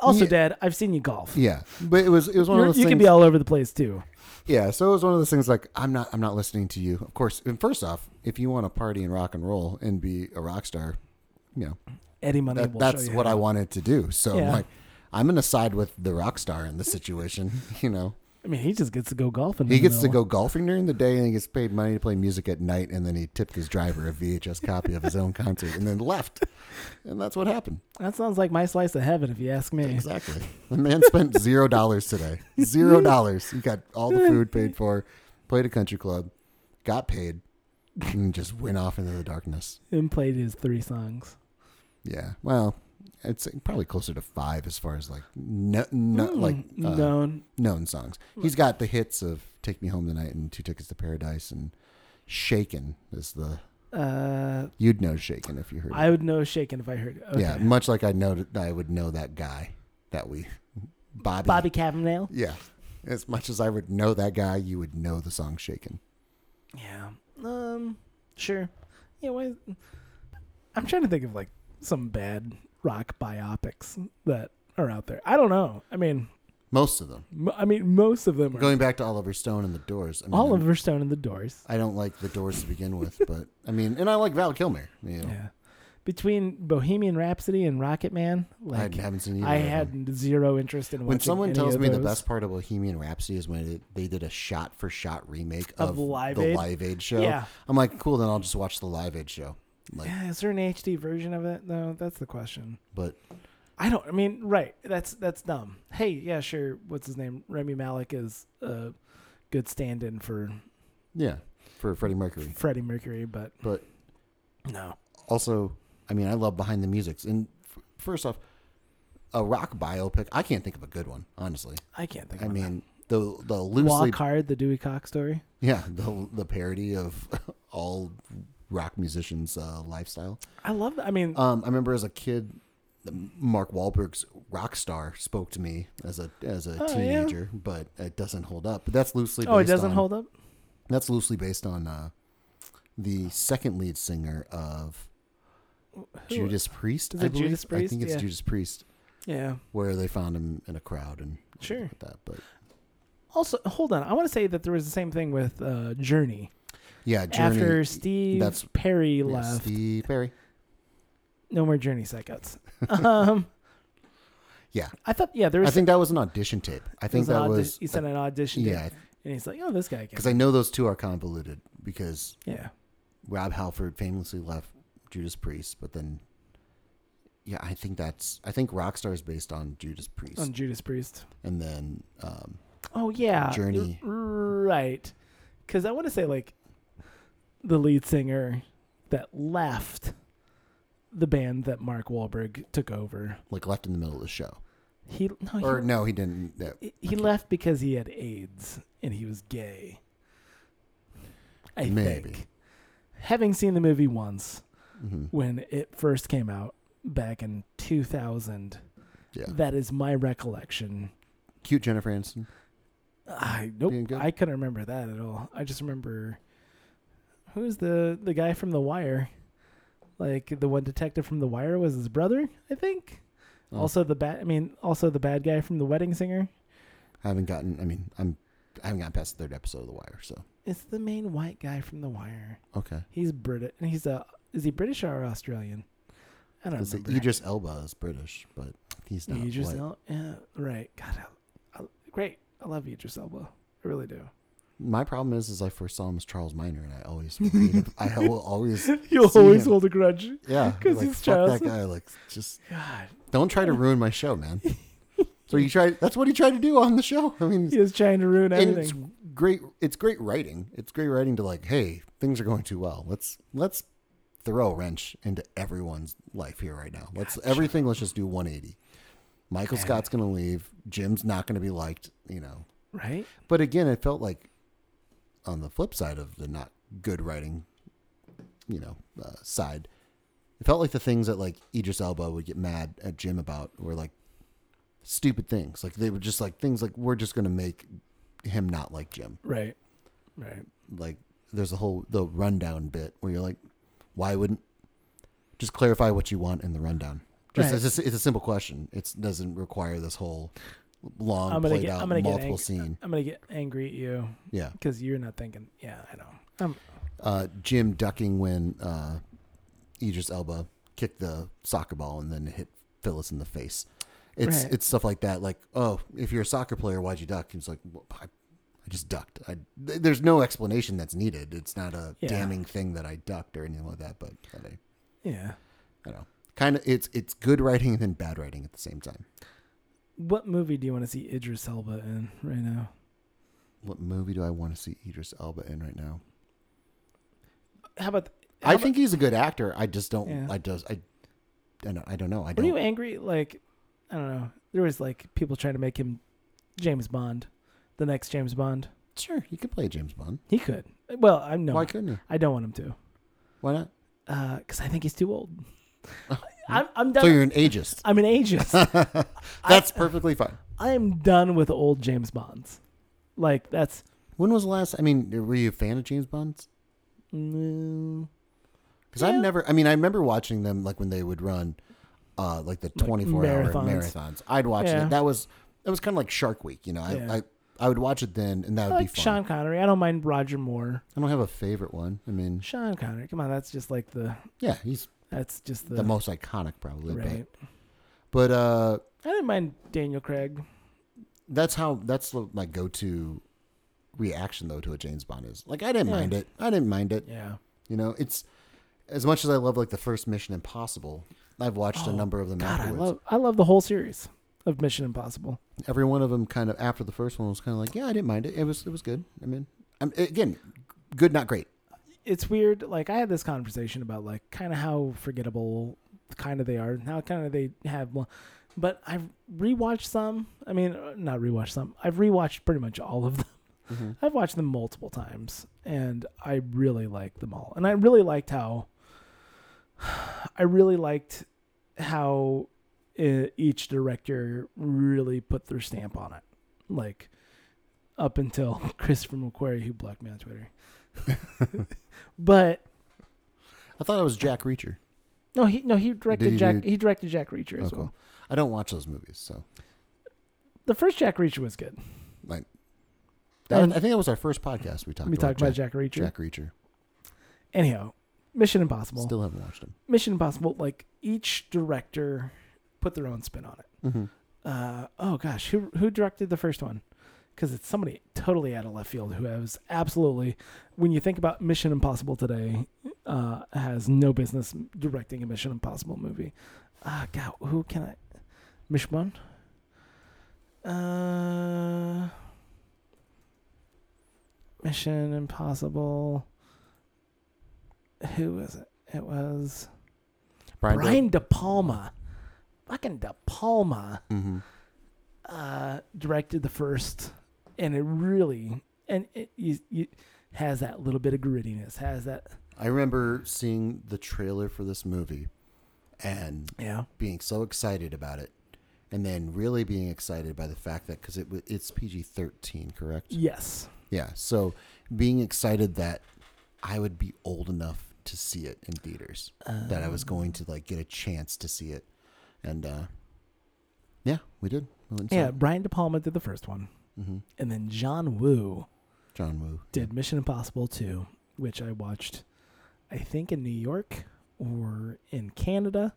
[SPEAKER 2] Also,
[SPEAKER 1] Yeah.
[SPEAKER 2] Dad, I've seen you golf.
[SPEAKER 1] Yeah, but it was it was one
[SPEAKER 2] You're-
[SPEAKER 1] of
[SPEAKER 2] you
[SPEAKER 1] those things.
[SPEAKER 2] can be all over the place too.
[SPEAKER 1] yeah, so it was one of those things like I'm not I'm not listening to you. Of course, and first off, if you want to party and rock and roll and be a rock star, you know
[SPEAKER 2] Eddie Money
[SPEAKER 1] that,
[SPEAKER 2] will
[SPEAKER 1] that's
[SPEAKER 2] show you
[SPEAKER 1] what I
[SPEAKER 2] how.
[SPEAKER 1] wanted to do. So I'm
[SPEAKER 2] Yeah.
[SPEAKER 1] like, I'm gonna side with the rock star in this situation. You know,
[SPEAKER 2] I mean, he just gets to go golfing.
[SPEAKER 1] he
[SPEAKER 2] in the
[SPEAKER 1] gets to
[SPEAKER 2] middle.
[SPEAKER 1] go golfing during the day and he gets paid money to play music at night, and then he tipped his driver a VHS copy of his own concert and then left. And that's what happened.
[SPEAKER 2] That sounds like my slice of heaven, if you ask me.
[SPEAKER 1] Exactly. The man spent zero dollars today. Zero dollars. He got all the food paid for, played a country club, got paid, and just went off into the darkness.
[SPEAKER 2] And played his three songs.
[SPEAKER 1] Yeah. Well, it's probably closer to five as far as like no, no,
[SPEAKER 2] Mm,
[SPEAKER 1] like uh,
[SPEAKER 2] known.
[SPEAKER 1] known songs. He's got the hits of "Take Me Home Tonight" and Two Tickets to Paradise" and "Shaken" is the
[SPEAKER 2] Uh,
[SPEAKER 1] you'd know "Shaken" if you heard.
[SPEAKER 2] I
[SPEAKER 1] it.
[SPEAKER 2] would know shaken if I heard it. Okay.
[SPEAKER 1] Yeah, much like I know I would know that guy that we Bobby
[SPEAKER 2] Bobby Cavanaugh.
[SPEAKER 1] Yeah. As much as I would know that guy, you would know the song Shaken.
[SPEAKER 2] Yeah. Um. Sure. Yeah. Why? I'm trying to think of like some bad rock biopics that are out there. I don't know. I mean,
[SPEAKER 1] Most of them.
[SPEAKER 2] m- I mean, most of them are
[SPEAKER 1] Going back to Oliver Stone and the Doors. I mean,
[SPEAKER 2] Oliver Stone and the Doors.
[SPEAKER 1] I don't like the Doors to begin with, but I mean, and I like Val Kilmer. You know,
[SPEAKER 2] Yeah. Between Bohemian Rhapsody and Rocket Man, like
[SPEAKER 1] I haven't seen either.
[SPEAKER 2] I
[SPEAKER 1] of them.
[SPEAKER 2] had zero interest in watching
[SPEAKER 1] When someone
[SPEAKER 2] any
[SPEAKER 1] tells
[SPEAKER 2] of
[SPEAKER 1] me the
[SPEAKER 2] those.
[SPEAKER 1] best part of Bohemian Rhapsody is when it, they did a shot for shot remake
[SPEAKER 2] Of
[SPEAKER 1] of,
[SPEAKER 2] Live
[SPEAKER 1] the
[SPEAKER 2] Aid?
[SPEAKER 1] Live Aid show,
[SPEAKER 2] Yeah.
[SPEAKER 1] I'm like, cool, then I'll just watch the Live Aid show. Like,
[SPEAKER 2] Yeah, is there an HD version of it though? That's the question.
[SPEAKER 1] but
[SPEAKER 2] I don't. I mean, right? That's that's dumb. Hey, yeah, sure. What's his name? Remy Malik is a good stand-in for
[SPEAKER 1] yeah, for Freddie Mercury.
[SPEAKER 2] Freddie Mercury, but
[SPEAKER 1] But
[SPEAKER 2] no.
[SPEAKER 1] also, I mean, I love behind the musics. And f- first off, a rock biopic, I can't think of a good one, honestly.
[SPEAKER 2] I can't think.
[SPEAKER 1] I
[SPEAKER 2] of one.
[SPEAKER 1] mean, the the
[SPEAKER 2] Walk
[SPEAKER 1] loosely,
[SPEAKER 2] Hard, the Dewey Cox story.
[SPEAKER 1] yeah, the the parody of all rock musicians' uh, lifestyle.
[SPEAKER 2] I love. that. I mean,
[SPEAKER 1] Um, I remember as a kid, the- Mark Wahlberg's Rockstar spoke to me as a as a
[SPEAKER 2] Oh, yeah.
[SPEAKER 1] teenager, but it doesn't hold up. But that's loosely based
[SPEAKER 2] oh, it doesn't
[SPEAKER 1] on,
[SPEAKER 2] hold up.
[SPEAKER 1] That's loosely based on uh, the second lead singer of
[SPEAKER 2] Who-
[SPEAKER 1] Judas Priest.
[SPEAKER 2] Is
[SPEAKER 1] I
[SPEAKER 2] it
[SPEAKER 1] believe.
[SPEAKER 2] Judas
[SPEAKER 1] I
[SPEAKER 2] Priest?
[SPEAKER 1] think it's
[SPEAKER 2] Yeah.
[SPEAKER 1] Judas Priest,
[SPEAKER 2] Yeah.
[SPEAKER 1] where they found him in a crowd and
[SPEAKER 2] Sure.
[SPEAKER 1] like that. But
[SPEAKER 2] Also, hold on. I want to say that there was the same thing with uh, Journey.
[SPEAKER 1] yeah, Journey,
[SPEAKER 2] After Steve
[SPEAKER 1] that's-
[SPEAKER 2] Perry
[SPEAKER 1] yeah,
[SPEAKER 2] left,
[SPEAKER 1] Steve Perry.
[SPEAKER 2] no more Journey psychos. um,
[SPEAKER 1] Yeah,
[SPEAKER 2] I thought, yeah, there
[SPEAKER 1] I
[SPEAKER 2] was.
[SPEAKER 1] think that was an audition tape. I think
[SPEAKER 2] an
[SPEAKER 1] that
[SPEAKER 2] audi-
[SPEAKER 1] was
[SPEAKER 2] he sent an audition. Yeah,
[SPEAKER 1] yeah,
[SPEAKER 2] and he's like, "Oh, this guy
[SPEAKER 1] because
[SPEAKER 2] can."
[SPEAKER 1] I know those two are convoluted because
[SPEAKER 2] Yeah,
[SPEAKER 1] Rob Halford famously left Judas Priest, but then yeah, I think that's I think Rockstar is based on Judas Priest,
[SPEAKER 2] on Judas Priest.
[SPEAKER 1] and then um,
[SPEAKER 2] Oh yeah,
[SPEAKER 1] Journey.
[SPEAKER 2] R- right? Because I want to say like the lead singer that left the band that Mark Wahlberg took over.
[SPEAKER 1] like left in the middle of the show,
[SPEAKER 2] He no, he,
[SPEAKER 1] or no, he didn't. That,
[SPEAKER 2] he- he left because he had AIDS and he was gay. I
[SPEAKER 1] Maybe.
[SPEAKER 2] think. Having seen the movie once
[SPEAKER 1] mhm,
[SPEAKER 2] when it first came out back in 2000,
[SPEAKER 1] yeah,
[SPEAKER 2] that is my recollection.
[SPEAKER 1] cute Jennifer Aniston.
[SPEAKER 2] I nope.
[SPEAKER 1] Being good?
[SPEAKER 2] I couldn't remember that at all. I just remember who's the the guy from The Wire, like the one detective from The Wire was his brother, I think.
[SPEAKER 1] Oh.
[SPEAKER 2] Also the bad. I mean, also the bad guy from The Wedding Singer.
[SPEAKER 1] I haven't gotten. I mean, I'm I haven't gotten past the third episode of The Wire, so
[SPEAKER 2] It's the main white guy from The Wire.
[SPEAKER 1] okay.
[SPEAKER 2] He's British, and he's a is he British or Australian? I don't
[SPEAKER 1] It's
[SPEAKER 2] remember.
[SPEAKER 1] like Idris Elba is British, but he's not.
[SPEAKER 2] Idris
[SPEAKER 1] white.
[SPEAKER 2] El- yeah, right. God, I, I, great. I love Idris Elba. I really do.
[SPEAKER 1] My problem is, is I first saw him as Charles Minor, and I always, read- I will always,
[SPEAKER 2] You'll
[SPEAKER 1] See
[SPEAKER 2] always
[SPEAKER 1] him.
[SPEAKER 2] hold a grudge.
[SPEAKER 1] yeah,
[SPEAKER 2] 'Cause
[SPEAKER 1] like,
[SPEAKER 2] he's
[SPEAKER 1] fuck
[SPEAKER 2] Charles.
[SPEAKER 1] that guy. Like, just
[SPEAKER 2] God,
[SPEAKER 1] don't try to ruin my show, man. So you tried. That's what he tried to do on the show. I mean,
[SPEAKER 2] he was trying to ruin
[SPEAKER 1] and
[SPEAKER 2] everything.
[SPEAKER 1] it's great. It's great writing. It's great writing to like, hey, things are going too well. Let's let's throw a wrench into everyone's life here right now. Let's everything. Let's just do 180. Michael Scott's going to leave. Jim's not going to be liked. You know.
[SPEAKER 2] right?
[SPEAKER 1] But again, it felt like on the flip side of the not good writing, you know, uh, side, it felt like the things that like Idris Elba would get mad at Jim about were like stupid things. Like they were just like things like we're just going to make him not like Jim.
[SPEAKER 2] Right. Right.
[SPEAKER 1] Like there's a whole the rundown bit where you're like, why wouldn't just clarify what you want in the rundown? Just,
[SPEAKER 2] Right.
[SPEAKER 1] it's, just- it's a simple question. It doesn't require this whole long,
[SPEAKER 2] I'm gonna
[SPEAKER 1] played
[SPEAKER 2] get-
[SPEAKER 1] out,
[SPEAKER 2] I'm gonna get
[SPEAKER 1] multiple
[SPEAKER 2] ang-
[SPEAKER 1] scene.
[SPEAKER 2] I'm gonna get angry at you
[SPEAKER 1] Yeah.
[SPEAKER 2] because you're not thinking. Yeah, I know. I'm,
[SPEAKER 1] uh, Jim ducking when uh, Idris Elba kicked the soccer ball and then hit Phyllis in the face. It's
[SPEAKER 2] Right.
[SPEAKER 1] it's stuff like that. Like, oh, if you're a soccer player, why'd you duck? He's like, well, I, I just ducked. I, th- there's no explanation that's needed. It's not a
[SPEAKER 2] Yeah.
[SPEAKER 1] damning thing that I ducked or anything like that. But I, I
[SPEAKER 2] yeah.
[SPEAKER 1] don't know. Kind of, it's it's good writing and then bad writing at the same time.
[SPEAKER 2] What movie do you want to see Idris Elba in right now?
[SPEAKER 1] What movie do I want to see Idris Elba in right now?
[SPEAKER 2] How about? how
[SPEAKER 1] I
[SPEAKER 2] about-
[SPEAKER 1] think he's a good actor. I just don't.
[SPEAKER 2] Yeah.
[SPEAKER 1] I just. I. I don't. I don't know. I
[SPEAKER 2] Were
[SPEAKER 1] don't.
[SPEAKER 2] you angry? Like, I don't know. There was like people trying to make him James Bond, the next James Bond.
[SPEAKER 1] sure, he could play James Bond.
[SPEAKER 2] He could. Well, I know.
[SPEAKER 1] Why couldn't he?
[SPEAKER 2] I don't want him to,
[SPEAKER 1] Why not?
[SPEAKER 2] because I think he's too old. I'm, I'm done.
[SPEAKER 1] So you're an ageist.
[SPEAKER 2] I'm an ageist.
[SPEAKER 1] That's perfectly fine.
[SPEAKER 2] I am done with old James Bonds. Like that's
[SPEAKER 1] When was the last? I mean, were you a fan of James Bond's?
[SPEAKER 2] mm,
[SPEAKER 1] Because
[SPEAKER 2] Yeah.
[SPEAKER 1] I've never. I mean, I remember watching them like when they would run, uh, like the 24 hour
[SPEAKER 2] marathons.
[SPEAKER 1] marathons. I'd watch
[SPEAKER 2] Yeah.
[SPEAKER 1] it. That was that was kind of like Shark Week. You know, I,
[SPEAKER 2] Yeah.
[SPEAKER 1] I I would watch it then, and that
[SPEAKER 2] I
[SPEAKER 1] would
[SPEAKER 2] like
[SPEAKER 1] be fun.
[SPEAKER 2] Sean Connery. I don't mind Roger Moore.
[SPEAKER 1] I don't have a favorite one. I mean,
[SPEAKER 2] Sean Connery. Come on, that's just like the
[SPEAKER 1] yeah, he's
[SPEAKER 2] that's just the,
[SPEAKER 1] the most iconic probably.
[SPEAKER 2] right.
[SPEAKER 1] But but uh,
[SPEAKER 2] I didn't mind Daniel Craig.
[SPEAKER 1] that's how that's my go to reaction though to a James Bond is like I didn't
[SPEAKER 2] Yeah.
[SPEAKER 1] mind it. I didn't mind it.
[SPEAKER 2] Yeah.
[SPEAKER 1] You know, it's as much as I love like the first Mission Impossible. I've watched
[SPEAKER 2] Oh,
[SPEAKER 1] a number of them
[SPEAKER 2] God, I
[SPEAKER 1] afterwards.
[SPEAKER 2] love I love the whole series of Mission Impossible.
[SPEAKER 1] Every one of them, kind of after the first one, was kind of like, yeah, I didn't mind it. It was it was good. I mean, I'm, again, good, not great.
[SPEAKER 2] It's weird. Like I had this conversation about like kind of how forgettable kind of they are and how kind of they have. mo- But I've rewatched some. I mean, uh, not rewatched some. I've rewatched pretty much all of them. I've watched them multiple times and I really liked them all. And I really liked how I really liked how uh, each director really put their stamp on it. Like up until Christopher McQuarrie who blocked me on Twitter. but
[SPEAKER 1] I thought it was Jack Reacher.
[SPEAKER 2] no, he no he
[SPEAKER 1] Did
[SPEAKER 2] directed
[SPEAKER 1] he
[SPEAKER 2] Jack
[SPEAKER 1] do-
[SPEAKER 2] he directed Jack Reacher
[SPEAKER 1] Oh,
[SPEAKER 2] as
[SPEAKER 1] cool.
[SPEAKER 2] well.
[SPEAKER 1] I don't watch those movies, so
[SPEAKER 2] The first Jack Reacher was good.
[SPEAKER 1] like. That,
[SPEAKER 2] And-
[SPEAKER 1] I think that was our first podcast we talked.
[SPEAKER 2] we
[SPEAKER 1] about
[SPEAKER 2] talked about Jack, Reacher.
[SPEAKER 1] Jack Reacher.
[SPEAKER 2] Anyhow, Mission Impossible.
[SPEAKER 1] Still haven't watched him.
[SPEAKER 2] Mission Impossible, like each director put their own spin on it.
[SPEAKER 1] Mm-hmm.
[SPEAKER 2] Uh, oh gosh, who who directed the first one? Because it's somebody totally out of left field who has absolutely, when you think about Mission Impossible today, uh, has no business directing a Mission Impossible movie. Ah, God, who can I? Mishmon? Uh, Mission Impossible. Who was it? It was
[SPEAKER 1] Brian.
[SPEAKER 2] Brian De Palma. Fucking De Palma
[SPEAKER 1] Mm-hmm.
[SPEAKER 2] uh, directed the first, and it really and it you, you, has that little bit of grittiness, has that
[SPEAKER 1] I remember seeing the trailer for this movie, and
[SPEAKER 2] yeah
[SPEAKER 1] being so excited about it, and then really being excited by the fact that because it wa- it's PG thirteen, correct?
[SPEAKER 2] yes
[SPEAKER 1] Yeah. So being excited that I would be old enough to see it in theaters, that I
[SPEAKER 2] Oh. Um,
[SPEAKER 1] was going to like get a chance to see it, and uh, yeah, we did. We went and saw
[SPEAKER 2] yeah.
[SPEAKER 1] it.
[SPEAKER 2] Brian De Palma did the first one,
[SPEAKER 1] Mhm.
[SPEAKER 2] and then John Woo
[SPEAKER 1] John Woo
[SPEAKER 2] did Mission Impossible two, which I watched, I think in New York or in Canada.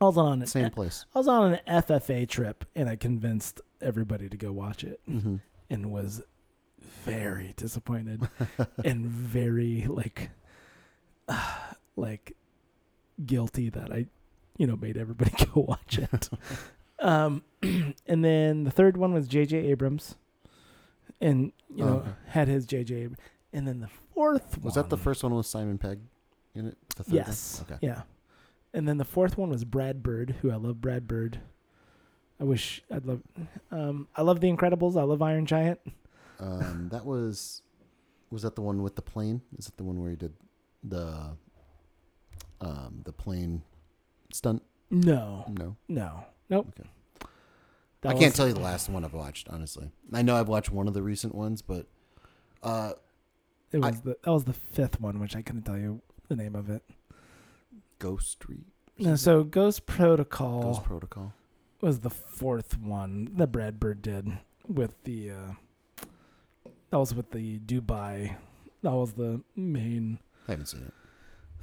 [SPEAKER 2] I was on an
[SPEAKER 1] same place.
[SPEAKER 2] I was on an FFA trip, and I convinced everybody to go watch it.
[SPEAKER 1] Mm-hmm.
[SPEAKER 2] and was very disappointed and very like like guilty that I you know made everybody go watch it. um and then the third one was JJ Abrams and you
[SPEAKER 1] Oh,
[SPEAKER 2] know
[SPEAKER 1] okay.
[SPEAKER 2] had his JJ Abr- and then the fourth
[SPEAKER 1] Was
[SPEAKER 2] one
[SPEAKER 1] that the first one with Simon Pegg? in it? The third one?
[SPEAKER 2] Yes.
[SPEAKER 1] Okay.
[SPEAKER 2] Yeah. And then the fourth one was Brad Bird, who I love. Brad Bird. I wish I'd love. Um, I love The Incredibles. I love Iron Giant.
[SPEAKER 1] Um, that was was that the one with the plane? Is that the one where he did the um the plane stunt?
[SPEAKER 2] No,
[SPEAKER 1] No.
[SPEAKER 2] no, nope.
[SPEAKER 1] Okay.
[SPEAKER 2] That
[SPEAKER 1] I can't
[SPEAKER 2] was-
[SPEAKER 1] tell you the last one I've watched, honestly. I know I've watched one of the recent ones, but uh
[SPEAKER 2] It
[SPEAKER 1] I-
[SPEAKER 2] was the that was the fifth one, which I couldn't tell you the name of it.
[SPEAKER 1] Ghost Street
[SPEAKER 2] No, so Ghost Protocol
[SPEAKER 1] Ghost Protocol.
[SPEAKER 2] was the fourth one that Brad Bird did with the. Uh, that was with the Dubai. That was the main.
[SPEAKER 1] I haven't seen it.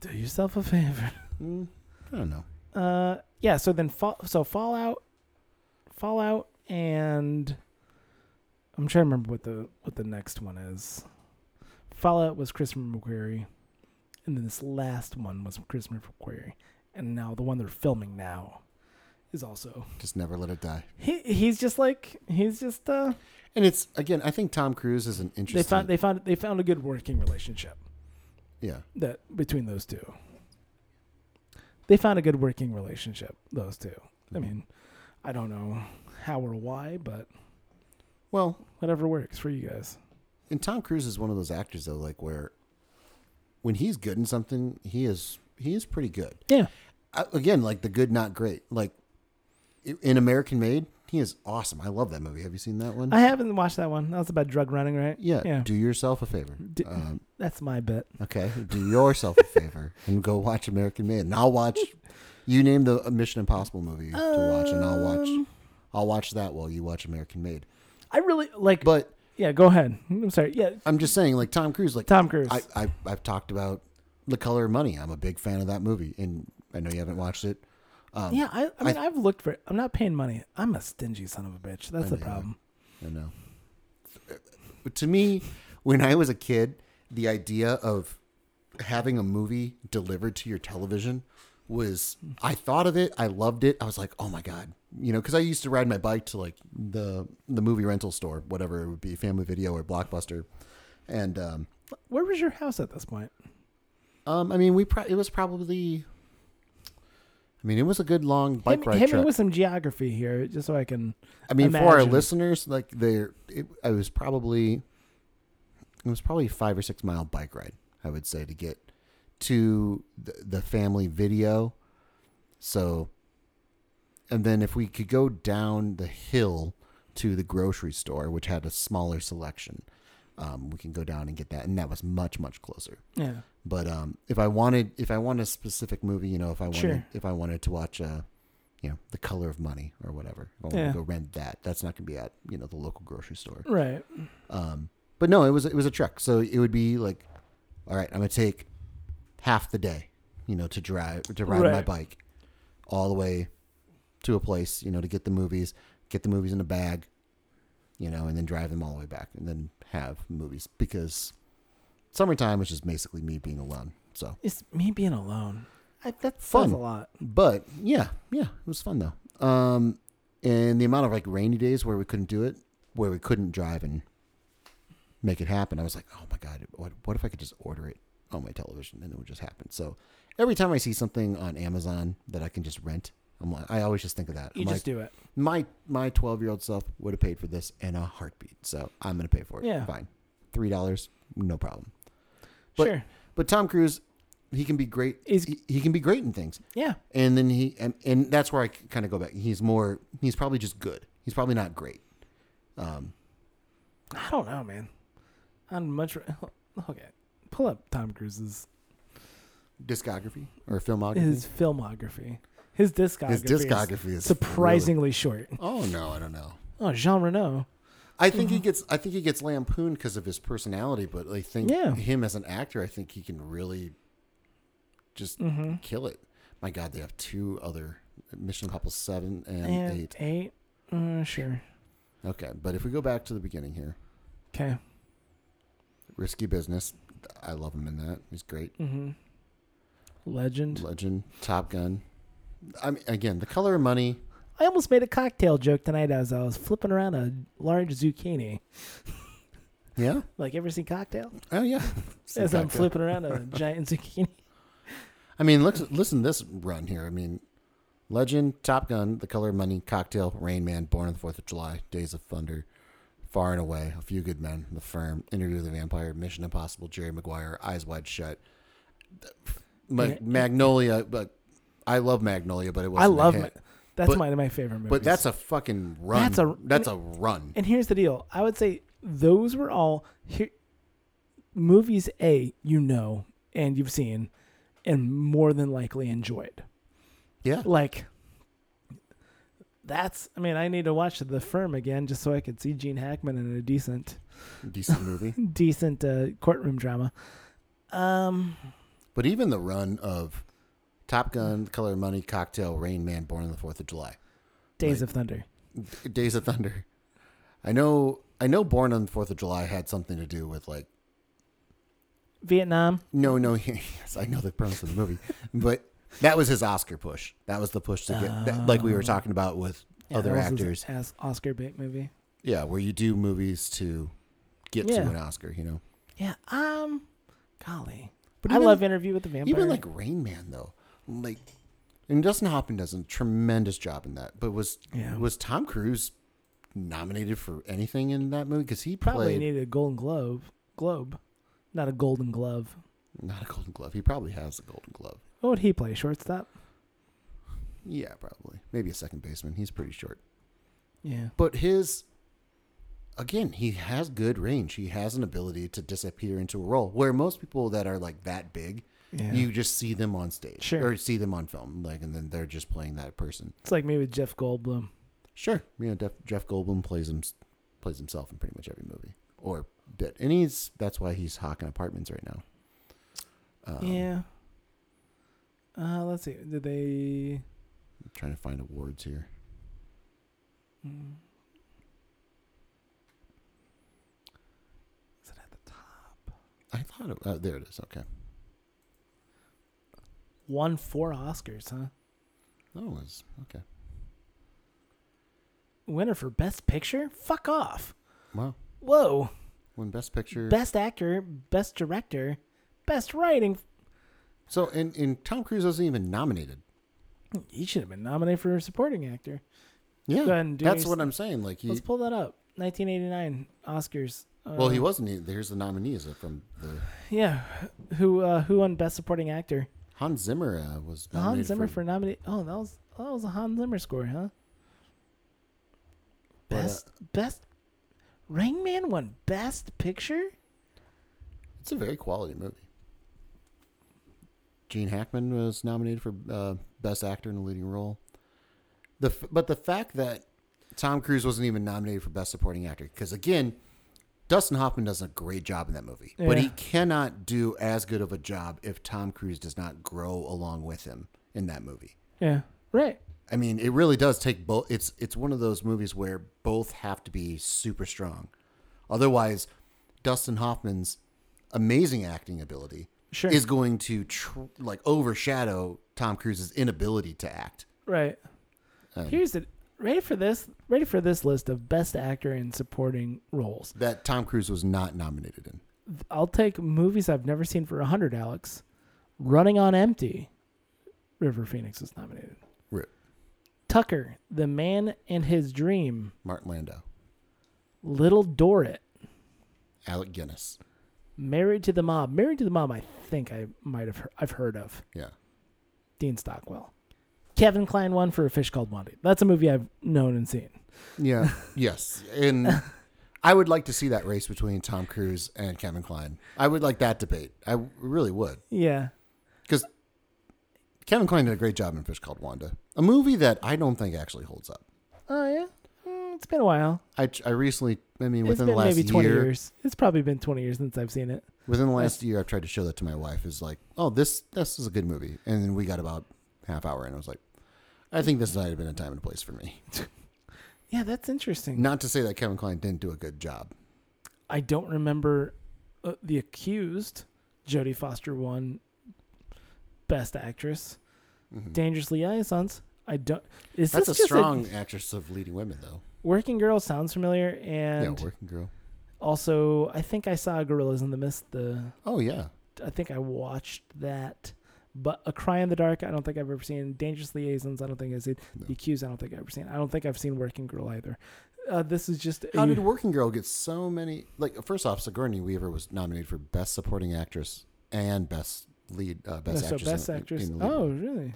[SPEAKER 2] Do yourself a favor. Hmm.
[SPEAKER 1] Mm, I don't know.
[SPEAKER 2] Uh, yeah. So then, fall, so Fallout, Fallout, and I'm trying to remember what the what the next one is. Fallout was Christopher McQuarrie, and then this last one was Christopher McQuarrie, and now the one they're filming now is also
[SPEAKER 1] Just never let it die.
[SPEAKER 2] he. He's just like he's just uh.
[SPEAKER 1] And it's again, I think Tom Cruise is an interesting
[SPEAKER 2] They found they found they found a good working relationship
[SPEAKER 1] Yeah.
[SPEAKER 2] that between those two. They found a good working relationship. Those two. I mean, I don't know how or why, but
[SPEAKER 1] Well,
[SPEAKER 2] whatever works for you guys.
[SPEAKER 1] and Tom Cruise is one of those actors though, like where when he's good in something, he is he is pretty good.
[SPEAKER 2] Yeah.
[SPEAKER 1] I- again, like the good, not great. Like i- in American Made, he is awesome. I love that movie. Have you seen that one?
[SPEAKER 2] I haven't watched that one. That was about drug running, right?
[SPEAKER 1] yeah,
[SPEAKER 2] Yeah.
[SPEAKER 1] Do yourself a favor.
[SPEAKER 2] D-
[SPEAKER 1] um,
[SPEAKER 2] That's my bet.
[SPEAKER 1] okay. Do yourself a favor and go watch American Made. And I'll watch. You name the uh, Mission Impossible movie to watch, and I'll watch.
[SPEAKER 2] Um,
[SPEAKER 1] I'll watch that while you watch American Made.
[SPEAKER 2] I really like
[SPEAKER 1] But
[SPEAKER 2] Yeah, go ahead. I'm sorry. Yeah,
[SPEAKER 1] I'm just saying, like Tom Cruise, like
[SPEAKER 2] Tom Cruise.
[SPEAKER 1] I, um, I I've talked about The Color of Money. I'm a big fan of that movie, and I know you haven't watched it. Um,
[SPEAKER 2] yeah, I, I mean, I, have looked for it. I'm not paying money. I'm a stingy son of a bitch. That's the
[SPEAKER 1] know.
[SPEAKER 2] problem.
[SPEAKER 1] I know. To me, when I was a kid, the idea of having a movie delivered to your television was I thought of it, I loved it. I was like, "Oh my god." You know, cuz I used to ride my bike to like the the movie rental store, whatever it would be, Family Video or Blockbuster. And um
[SPEAKER 2] Where was your house at this point?
[SPEAKER 1] um I mean, we pro- it was probably I mean, it was a good long bike
[SPEAKER 2] hit me,
[SPEAKER 1] ride
[SPEAKER 2] hit me
[SPEAKER 1] trip.
[SPEAKER 2] with some geography here, just so I can.
[SPEAKER 1] I mean, for our
[SPEAKER 2] Imagine.
[SPEAKER 1] listeners, like they're, it, I was probably, it was probably a five or six mile bike ride, I would say, to get to the, the family video. So, and then if we could go down the hill to the grocery store, which had a smaller selection, um, we can go down and get that. And that was much, much closer.
[SPEAKER 2] Yeah.
[SPEAKER 1] But um, if I wanted, if I want a specific movie, you know, if I wanted,
[SPEAKER 2] Sure.
[SPEAKER 1] if I wanted to watch, uh, you know, The Color of Money or whatever, if I want
[SPEAKER 2] Yeah.
[SPEAKER 1] to go rent that, that's not going to be at you know the local grocery store.
[SPEAKER 2] Right.
[SPEAKER 1] Um, but no, it was it was a trek, so it would be like, all right, I'm going to take half the day, you know, to drive to ride my
[SPEAKER 2] Right.
[SPEAKER 1] bike all the way to a place, you know, to get the movies, get the movies in a bag, you know, and then drive them all the way back, and then have movies because summertime is just basically me being alone. So
[SPEAKER 2] It's me being alone. I, that
[SPEAKER 1] Fun.
[SPEAKER 2] says a lot.
[SPEAKER 1] but yeah, yeah, it was fun though. Um, and the amount of like rainy days where we couldn't do it, where we couldn't drive and make it happen, I was like, oh my god, what what if I could just order it on my television and it would just happen? So every time I see something on Amazon that I can just rent, I'm like, I always just think of that.
[SPEAKER 2] You
[SPEAKER 1] I'm
[SPEAKER 2] just
[SPEAKER 1] like,
[SPEAKER 2] do it.
[SPEAKER 1] my my 12 year old self would have paid for this in a heartbeat, so I'm gonna pay for it.
[SPEAKER 2] Yeah.
[SPEAKER 1] fine, three dollars, no problem. But-
[SPEAKER 2] sure.
[SPEAKER 1] But Tom Cruise, he can be great.
[SPEAKER 2] He's-
[SPEAKER 1] he, he can be great in things
[SPEAKER 2] Yeah.
[SPEAKER 1] and then he and, and that's where I kind of go back. He's more he's probably just good. He's probably not great. Um,
[SPEAKER 2] I don't know, man. I'm much. ra- Okay. Pull up Tom Cruise's
[SPEAKER 1] discography or filmography.
[SPEAKER 2] his filmography, his discography.
[SPEAKER 1] His discography is
[SPEAKER 2] is surprisingly short.
[SPEAKER 1] really- oh no, I don't know.
[SPEAKER 2] Oh, Jean Reno.
[SPEAKER 1] I think
[SPEAKER 2] Mm-hmm.
[SPEAKER 1] he gets I think he gets lampooned because of his personality, but I think
[SPEAKER 2] Yeah.
[SPEAKER 1] him as an actor, I think he can really just
[SPEAKER 2] Mm-hmm.
[SPEAKER 1] kill it. My God, they have two other Mission Impossible seven and,
[SPEAKER 2] And
[SPEAKER 1] eight.
[SPEAKER 2] eight. Uh, sure.
[SPEAKER 1] Okay, but if we go back to the beginning here,
[SPEAKER 2] Okay.
[SPEAKER 1] risky business. I love him in that. He's great.
[SPEAKER 2] Mm-hmm. Legend.
[SPEAKER 1] Legend, Top Gun. I mean, again, the color of money.
[SPEAKER 2] I almost made a cocktail joke tonight as I was flipping around a large zucchini.
[SPEAKER 1] Yeah.
[SPEAKER 2] Like, ever seen Cocktail?
[SPEAKER 1] Oh yeah.
[SPEAKER 2] As I'm
[SPEAKER 1] Cocktail.
[SPEAKER 2] flipping around a giant zucchini.
[SPEAKER 1] I mean, look, listen to this run here. I mean, Legend, Top Gun, The Color of Money, Cocktail, Rain Man, Born on the Fourth of July, Days of Thunder, Far and Away, A Few Good Men, The Firm, Interview with the Vampire, Mission Impossible, Jerry Maguire, Eyes Wide Shut, Ma-
[SPEAKER 2] Yeah.
[SPEAKER 1] Magnolia. But I love Magnolia, but it
[SPEAKER 2] I
[SPEAKER 1] wasn't. a
[SPEAKER 2] love
[SPEAKER 1] hit.
[SPEAKER 2] Ma- That's
[SPEAKER 1] But-
[SPEAKER 2] my, my favorite movie.
[SPEAKER 1] But that's a fucking run.
[SPEAKER 2] That's a-
[SPEAKER 1] that's a run.
[SPEAKER 2] And here's the deal. I would say those were all here, movies A you know and you've seen and more than likely enjoyed.
[SPEAKER 1] Yeah.
[SPEAKER 2] Like that's I mean I need to watch The Firm again just so I could see Gene Hackman in a decent
[SPEAKER 1] Decent movie.
[SPEAKER 2] decent uh, courtroom drama. Um
[SPEAKER 1] But even the run of Top Gun, The Color of Money, Cocktail, Rain Man, Born on the Fourth of July,
[SPEAKER 2] Days
[SPEAKER 1] Like-
[SPEAKER 2] of Thunder.
[SPEAKER 1] Days of Thunder. I know. I know. Born on the Fourth of July had something to do with like
[SPEAKER 2] Vietnam.
[SPEAKER 1] no, no. Yes, I know the premise of the movie, but that was his Oscar push. That was the push to get that, like we were talking about with
[SPEAKER 2] Yeah,
[SPEAKER 1] other
[SPEAKER 2] that was
[SPEAKER 1] actors.
[SPEAKER 2] an as Oscar bait movie.
[SPEAKER 1] Yeah, where you do movies to get
[SPEAKER 2] Yeah.
[SPEAKER 1] to an Oscar. You know.
[SPEAKER 2] Yeah. Um golly.
[SPEAKER 1] But
[SPEAKER 2] I
[SPEAKER 1] even-
[SPEAKER 2] love Interview with the Vampire.
[SPEAKER 1] Even like Rain Man though, like, and Dustin Hoffman does a tremendous job in that. But was
[SPEAKER 2] Yeah.
[SPEAKER 1] was Tom Cruise nominated for anything in that movie? Because he
[SPEAKER 2] probably
[SPEAKER 1] played
[SPEAKER 2] needed a golden globe globe not a golden glove
[SPEAKER 1] not a Golden Glove. He probably has a Golden Glove.
[SPEAKER 2] what would he play shortstop
[SPEAKER 1] Yeah, probably maybe a second baseman. He's pretty short,
[SPEAKER 2] yeah
[SPEAKER 1] but his again, he has good range. He has an ability to disappear into a role where most people that are like that big.
[SPEAKER 2] yeah
[SPEAKER 1] You just see them on stage,
[SPEAKER 2] Sure.
[SPEAKER 1] or see them on film, like, and then they're just playing that person.
[SPEAKER 2] it's like me with jeff goldblum
[SPEAKER 1] Sure. You know, Jeff, Jeff Goldblum plays him, plays himself in pretty much every movie or bit, and he's that's why he's hawking apartments right now. Um,
[SPEAKER 2] yeah uh let's see did they
[SPEAKER 1] I'm trying to find awards here.
[SPEAKER 2] mm. is it at the top
[SPEAKER 1] I thought it, uh, there it is. Okay.
[SPEAKER 2] won four oscars huh
[SPEAKER 1] That was okay.
[SPEAKER 2] winner for best picture fuck off
[SPEAKER 1] Wow.
[SPEAKER 2] whoa
[SPEAKER 1] Won best picture.
[SPEAKER 2] best actor best director best writing
[SPEAKER 1] so and and Tom Cruise wasn't even nominated.
[SPEAKER 2] he should have been nominated for supporting actor
[SPEAKER 1] Yeah.
[SPEAKER 2] Go ahead and do
[SPEAKER 1] that's
[SPEAKER 2] your-
[SPEAKER 1] what I'm saying. Like he.
[SPEAKER 2] Let's pull that up. 1989 Oscars. Uh,
[SPEAKER 1] Well, he wasn't. Either. Here's the nominees from the
[SPEAKER 2] Yeah, who uh, who won Best Supporting Actor?
[SPEAKER 1] Hans Zimmer uh, was nominated
[SPEAKER 2] Hans Zimmer for, nominate. Oh, that was that was a Hans Zimmer score, huh?
[SPEAKER 1] But, uh,
[SPEAKER 2] Best best. Rain Man won Best Picture.
[SPEAKER 1] It's a very quality movie. Gene Hackman was nominated for uh, Best Actor in a Leading Role. The f- but the fact that Tom Cruise wasn't even nominated for Best Supporting Actor because again, Dustin Hoffman does a great job in that movie, but he
[SPEAKER 2] Yeah.
[SPEAKER 1] cannot do as good of a job if Tom Cruise does not grow along with him in that movie.
[SPEAKER 2] Yeah, right.
[SPEAKER 1] I mean, it really does take both. It's it's one of those movies where both have to be super strong, otherwise, Dustin Hoffman's amazing acting ability
[SPEAKER 2] Sure.
[SPEAKER 1] is going to tr- like overshadow Tom Cruise's inability to act.
[SPEAKER 2] Right.
[SPEAKER 1] Um,
[SPEAKER 2] Here's the ready for this. Ready for this list of Best Actor in Supporting Roles.
[SPEAKER 1] That Tom Cruise was not nominated in.
[SPEAKER 2] I'll take movies I've never seen for a hundred. Alex, Running on Empty. River Phoenix was nominated.
[SPEAKER 1] Rip.
[SPEAKER 2] Tucker, The Man and His Dream,
[SPEAKER 1] Martin Landau,
[SPEAKER 2] Little Dorrit,
[SPEAKER 1] Alec Guinness.
[SPEAKER 2] Married to the Mob. Married to the Mob, I think I might have I've heard of.
[SPEAKER 1] Yeah,
[SPEAKER 2] Dean Stockwell. Kevin Klein won for A Fish Called Monty. That's a movie I've known and seen.
[SPEAKER 1] yeah, yes. And I would like to see that race between Tom Cruise and Kevin Kline. I would like that debate. I really would.
[SPEAKER 2] Yeah.
[SPEAKER 1] because Kevin Kline did a great job in Fish Called Wanda, a movie that I don't think actually holds up.
[SPEAKER 2] Oh yeah. Mm, it's been a while.
[SPEAKER 1] I, I recently, I mean,
[SPEAKER 2] it's
[SPEAKER 1] within the
[SPEAKER 2] been
[SPEAKER 1] last
[SPEAKER 2] maybe twenty
[SPEAKER 1] year,
[SPEAKER 2] years. It's probably been twenty years since I've seen it.
[SPEAKER 1] within the last year, I've tried to show that to my wife. Is like, oh, this this is a good movie, and then we got about half hour, and I was like, I think this might have been a time and a place for me.
[SPEAKER 2] Yeah, that's interesting.
[SPEAKER 1] Not to say that Kevin Kline didn't do a good job.
[SPEAKER 2] I don't remember uh, the accused. Jodie Foster won Best Actress. Dangerously Liaisons. I don't. Is
[SPEAKER 1] Mm-hmm. That's a
[SPEAKER 2] this just
[SPEAKER 1] strong actress of leading women, though.
[SPEAKER 2] Working Girl sounds familiar, and
[SPEAKER 1] yeah, working girl.
[SPEAKER 2] Also, I think I saw Gorillas in the Mist. The
[SPEAKER 1] Oh yeah.
[SPEAKER 2] I think I watched that. But A Cry in the Dark, I don't think I've ever seen. Dangerous Liaisons, I don't think I've seen.
[SPEAKER 1] No.
[SPEAKER 2] The Accused, I don't think I've ever seen. I don't think I've seen Working Girl either. Uh, this is just.
[SPEAKER 1] How
[SPEAKER 2] a-
[SPEAKER 1] did Working Girl get so many? Like, first off, Sigourney Weaver was nominated for Best Supporting Actress and Best Lead, uh, Best
[SPEAKER 2] so
[SPEAKER 1] Actress.
[SPEAKER 2] best
[SPEAKER 1] in-
[SPEAKER 2] actress.
[SPEAKER 1] in lead.
[SPEAKER 2] oh, really?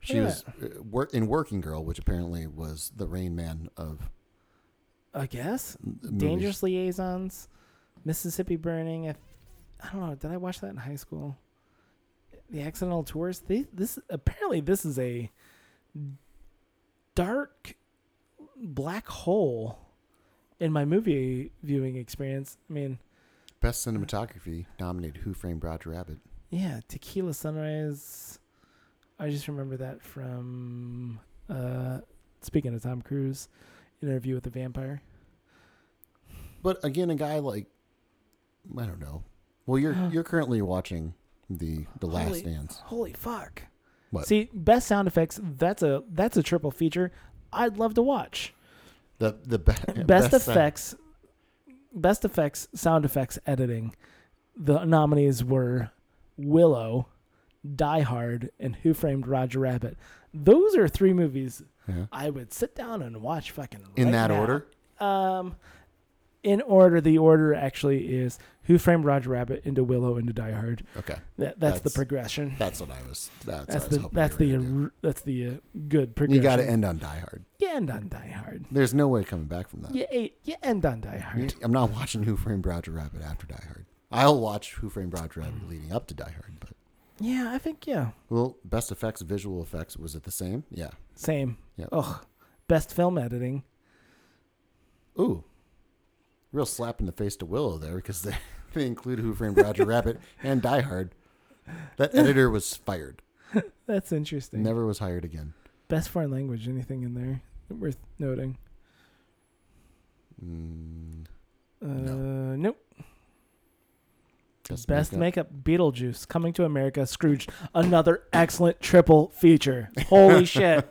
[SPEAKER 1] she
[SPEAKER 2] yeah.
[SPEAKER 1] was uh, wor- in Working Girl, which apparently was the Rain Man of
[SPEAKER 2] I guess.
[SPEAKER 1] m- movies.
[SPEAKER 2] Dangerous Liaisons, Mississippi Burning. I, I don't know. Did I watch that in high school? The Accidental Tourist. They, this apparently this is a dark black hole in my movie viewing experience. I mean,
[SPEAKER 1] Best Cinematography nominated Who Framed Roger Rabbit.
[SPEAKER 2] yeah, Tequila Sunrise. I just remember that from uh, speaking of Tom Cruise, interview with the vampire.
[SPEAKER 1] But again, a guy like I don't know. Well, you're you're currently watching the the Last
[SPEAKER 2] Holy-
[SPEAKER 1] Dance.
[SPEAKER 2] Holy fuck!
[SPEAKER 1] What?
[SPEAKER 2] See, best sound effects. That's a that's a triple feature. I'd love to watch
[SPEAKER 1] The the be-
[SPEAKER 2] best,
[SPEAKER 1] sound-
[SPEAKER 2] effects, best effects, sound effects editing. The nominees were Willow, Die Hard, and Who Framed Roger Rabbit. Those are three movies
[SPEAKER 1] Yeah.
[SPEAKER 2] I would sit down and watch fucking
[SPEAKER 1] in
[SPEAKER 2] right
[SPEAKER 1] that
[SPEAKER 2] now.
[SPEAKER 1] order.
[SPEAKER 2] Um, in order, the order actually is Who Framed Roger Rabbit into Willow into Die Hard.
[SPEAKER 1] Okay,
[SPEAKER 2] That, that's, the
[SPEAKER 1] That's-
[SPEAKER 2] progression.
[SPEAKER 1] that's what I was. That's,
[SPEAKER 2] That's
[SPEAKER 1] what I was
[SPEAKER 2] the
[SPEAKER 1] hoping
[SPEAKER 2] that's
[SPEAKER 1] you were
[SPEAKER 2] the
[SPEAKER 1] gonna do.
[SPEAKER 2] or- that's the uh, good progression.
[SPEAKER 1] You got to end on Die Hard.
[SPEAKER 2] You end on Die Hard.
[SPEAKER 1] There's no way coming back from that.
[SPEAKER 2] You eight. You end on Die Hard.
[SPEAKER 1] I'm not watching Who Framed Roger Rabbit after Die Hard. I'll watch Who Framed Roger Rabbit leading up to Die Hard, but
[SPEAKER 2] Yeah, I think yeah.
[SPEAKER 1] well, best effects, visual effects, was it the same? Yeah.
[SPEAKER 2] Same.
[SPEAKER 1] Yep.
[SPEAKER 2] Ugh. Best film editing.
[SPEAKER 1] Ooh, real slap in the face to Willow there because they they include Who Framed Roger Rabbit and Die Hard. That editor was fired.
[SPEAKER 2] That's interesting.
[SPEAKER 1] Never was hired again.
[SPEAKER 2] Best foreign language. Anything in there worth noting?
[SPEAKER 1] Mm,
[SPEAKER 2] Uh,
[SPEAKER 1] No.
[SPEAKER 2] Nope.
[SPEAKER 1] just
[SPEAKER 2] Best
[SPEAKER 1] makeup.
[SPEAKER 2] makeup. Beetlejuice. Coming to America. Scrooge. Another excellent triple feature. Holy shit.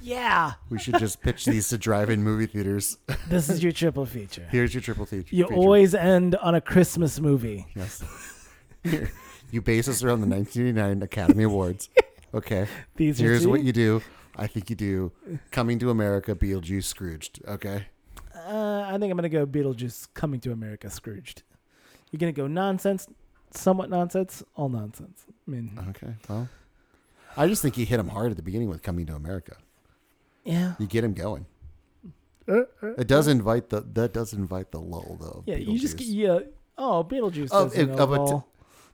[SPEAKER 2] yeah.
[SPEAKER 1] We should just pitch these to drive-in movie theaters.
[SPEAKER 2] This is your triple feature.
[SPEAKER 1] Here's your triple feature.
[SPEAKER 2] You
[SPEAKER 1] feature.
[SPEAKER 2] always end on a Christmas movie.
[SPEAKER 1] Yes. Here, you base us around the 1989 Academy Awards. Okay.
[SPEAKER 2] These are
[SPEAKER 1] Here's
[SPEAKER 2] two-
[SPEAKER 1] what you do. I think you do. Coming to America, Beetlejuice, Scrooged. Okay.
[SPEAKER 2] Uh, I think I'm gonna go Beetlejuice coming to America Scrooged. You're gonna go nonsense, somewhat nonsense, all nonsense. I mean,
[SPEAKER 1] Okay. Well, I just think he hit him hard at the beginning with Coming to America.
[SPEAKER 2] yeah,
[SPEAKER 1] You get him going. It does invite the that does invite the lull though.
[SPEAKER 2] Uh, yeah. You just
[SPEAKER 1] Beetlejuice.
[SPEAKER 2] get yeah. Oh, Beetlejuice.
[SPEAKER 1] Oh,
[SPEAKER 2] doesn't
[SPEAKER 1] it-
[SPEAKER 2] know
[SPEAKER 1] oh, but-
[SPEAKER 2] all.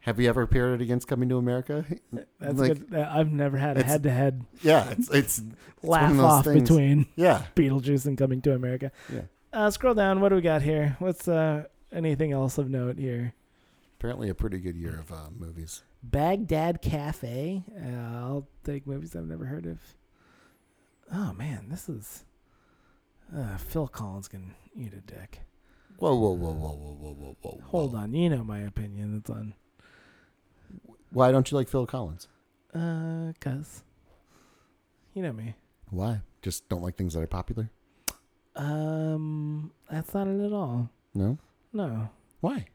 [SPEAKER 1] Have you ever paired it against Coming to America?
[SPEAKER 2] That's
[SPEAKER 1] like-
[SPEAKER 2] good. Uh, I've never had a
[SPEAKER 1] it's-
[SPEAKER 2] head-to-head
[SPEAKER 1] Yeah, it's it's, it's one
[SPEAKER 2] laugh
[SPEAKER 1] of those
[SPEAKER 2] off
[SPEAKER 1] things.
[SPEAKER 2] between
[SPEAKER 1] Yeah,
[SPEAKER 2] Beetlejuice and Coming to America.
[SPEAKER 1] yeah.
[SPEAKER 2] Uh, scroll down. What do we got here? What's uh anything else of note here?
[SPEAKER 1] Apparently, a pretty good year of uh, movies.
[SPEAKER 2] Baghdad Cafe. Uh, I'll take movies I've never heard of. Oh man, this is uh, Phil Collins can eat a dick.
[SPEAKER 1] Whoa, whoa, whoa, whoa, whoa, whoa, whoa, whoa.
[SPEAKER 2] Hold on, you know my opinion. It's on
[SPEAKER 1] Why don't you like Phil Collins?
[SPEAKER 2] uh, cuz you know me.
[SPEAKER 1] Why? Just don't like things that are popular?
[SPEAKER 2] Um, that's not it at all.
[SPEAKER 1] No.
[SPEAKER 2] No,
[SPEAKER 1] Why?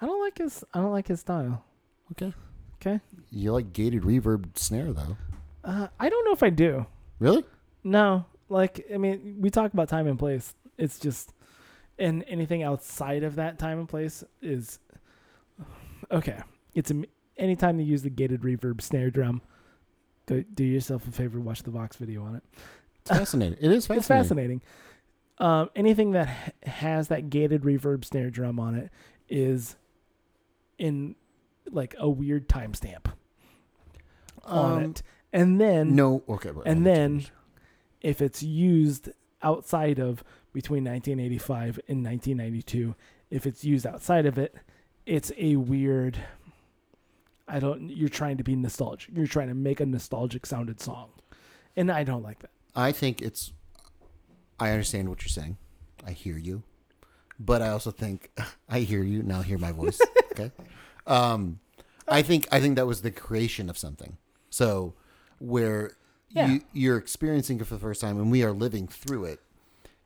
[SPEAKER 2] I don't like his. I don't like his style.
[SPEAKER 1] Okay.
[SPEAKER 2] Okay.
[SPEAKER 1] You like gated reverb snare though.
[SPEAKER 2] Uh, I don't know if I do.
[SPEAKER 1] Really?
[SPEAKER 2] No, like I mean, we talk about time and place. It's just, and anything outside of that time and place is okay. It's am- anytime you use the gated reverb snare drum. Go, do yourself a favor, watch the Vox video on it.
[SPEAKER 1] It's fascinating. It is fascinating.
[SPEAKER 2] It's fascinating. Um, anything that ha- has that gated reverb snare drum on it is in like a weird timestamp on
[SPEAKER 1] Um,
[SPEAKER 2] it, and then
[SPEAKER 1] No. Okay. well,
[SPEAKER 2] and
[SPEAKER 1] I'll
[SPEAKER 2] then
[SPEAKER 1] change.
[SPEAKER 2] if it's used outside of between 1985 and 1992 if it's used outside of it it's a weird i don't you're trying to be nostalgic you're trying to make a nostalgic sounded song and i don't like that
[SPEAKER 1] I think it's. I understand what you're saying. I hear you, but I also think I hear you now. Hear my voice. okay. Um, I think I think that was the creation of something. So where
[SPEAKER 2] Yeah.
[SPEAKER 1] you, you're experiencing it for the first time, and we are living through it.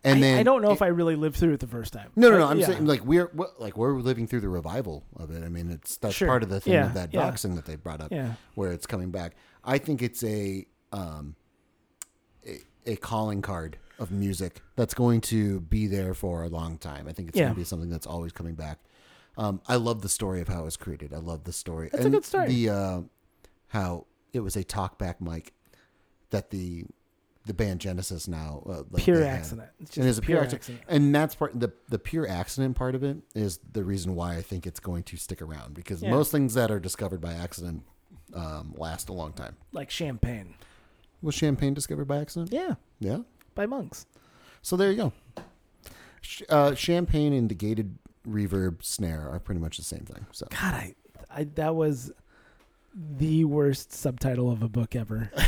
[SPEAKER 1] And
[SPEAKER 2] I,
[SPEAKER 1] then
[SPEAKER 2] I don't know
[SPEAKER 1] it-
[SPEAKER 2] if I really lived through it the first time.
[SPEAKER 1] No, no,
[SPEAKER 2] But,
[SPEAKER 1] no. I'm
[SPEAKER 2] yeah.
[SPEAKER 1] saying like we're what- like we're living through the revival of it. I mean, it's that's
[SPEAKER 2] Sure.
[SPEAKER 1] part of the thing
[SPEAKER 2] Yeah,
[SPEAKER 1] of that
[SPEAKER 2] yeah.
[SPEAKER 1] doxing that they brought up,
[SPEAKER 2] Yeah.
[SPEAKER 1] where it's coming back. I think it's a um a, a calling card of music that's going to be there for a long time. I think it's
[SPEAKER 2] Yeah.
[SPEAKER 1] going to be something that's always coming back. Um, I love the story of how it was created. I love the story.
[SPEAKER 2] That's a good story.
[SPEAKER 1] The uh, how it was a talkback mic that the the band Genesis now uh, like
[SPEAKER 2] Pure
[SPEAKER 1] they had
[SPEAKER 2] accident. It's just
[SPEAKER 1] and it's a pure, accident.
[SPEAKER 2] accident.
[SPEAKER 1] And that's part the the pure accident part of it is the reason why I think it's going to stick around because
[SPEAKER 2] Yeah.
[SPEAKER 1] most things that are discovered by accident um, last a long time.
[SPEAKER 2] Like champagne.
[SPEAKER 1] Was champagne discovered by accident?
[SPEAKER 2] Yeah.
[SPEAKER 1] Yeah.
[SPEAKER 2] By monks.
[SPEAKER 1] So there you go. Sh- uh, champagne and the gated reverb snare are pretty much the same thing. So
[SPEAKER 2] God, I, I that was the worst subtitle of a book ever.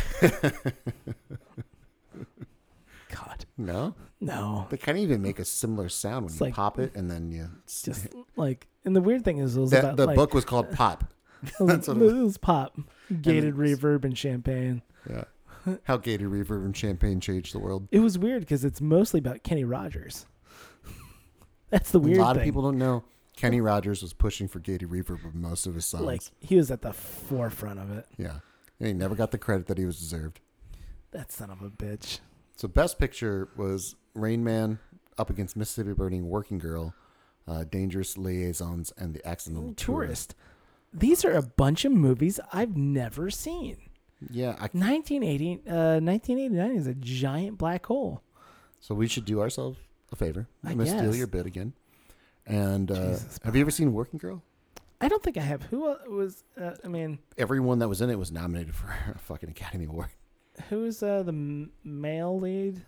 [SPEAKER 2] God,
[SPEAKER 1] no,
[SPEAKER 2] no.
[SPEAKER 1] they kind of even make a similar sound when
[SPEAKER 2] It's
[SPEAKER 1] you
[SPEAKER 2] like-
[SPEAKER 1] pop it, and then you.
[SPEAKER 2] Just like, and the weird thing is, it was
[SPEAKER 1] That-
[SPEAKER 2] about
[SPEAKER 1] the
[SPEAKER 2] like,
[SPEAKER 1] book was called Pop.
[SPEAKER 2] it was,
[SPEAKER 1] that's what it
[SPEAKER 2] it was pop, gated reverb and champagne.
[SPEAKER 1] Yeah. How gated reverb and champagne changed the world.
[SPEAKER 2] It was weird because it's mostly about Kenny Rogers. That's the weird
[SPEAKER 1] a lot
[SPEAKER 2] thing.
[SPEAKER 1] of people don't know Kenny Rogers was pushing for gated reverb with most of his songs.
[SPEAKER 2] like he was at the forefront of it.
[SPEAKER 1] yeah, and he never got the credit that he was deserved.
[SPEAKER 2] That son of a bitch.
[SPEAKER 1] So best picture was Rain Man up against Mississippi Burning, Working Girl, uh, Dangerous Liaisons, and the Accidental Tourist.
[SPEAKER 2] Tourist. These are a bunch of movies I've never seen.
[SPEAKER 1] Yeah, I,
[SPEAKER 2] 1980, uh, 1989 is a giant black hole.
[SPEAKER 1] so we should do ourselves a favor.
[SPEAKER 2] I
[SPEAKER 1] I'm gonna steal
[SPEAKER 2] guess.
[SPEAKER 1] your bid again. And uh,
[SPEAKER 2] Jesus,
[SPEAKER 1] have you ever seen Working Girl?
[SPEAKER 2] I don't think I have. Who el- was? Uh, I mean,
[SPEAKER 1] Everyone that was in it was nominated for a fucking Academy Award.
[SPEAKER 2] who's uh, the m- male lead?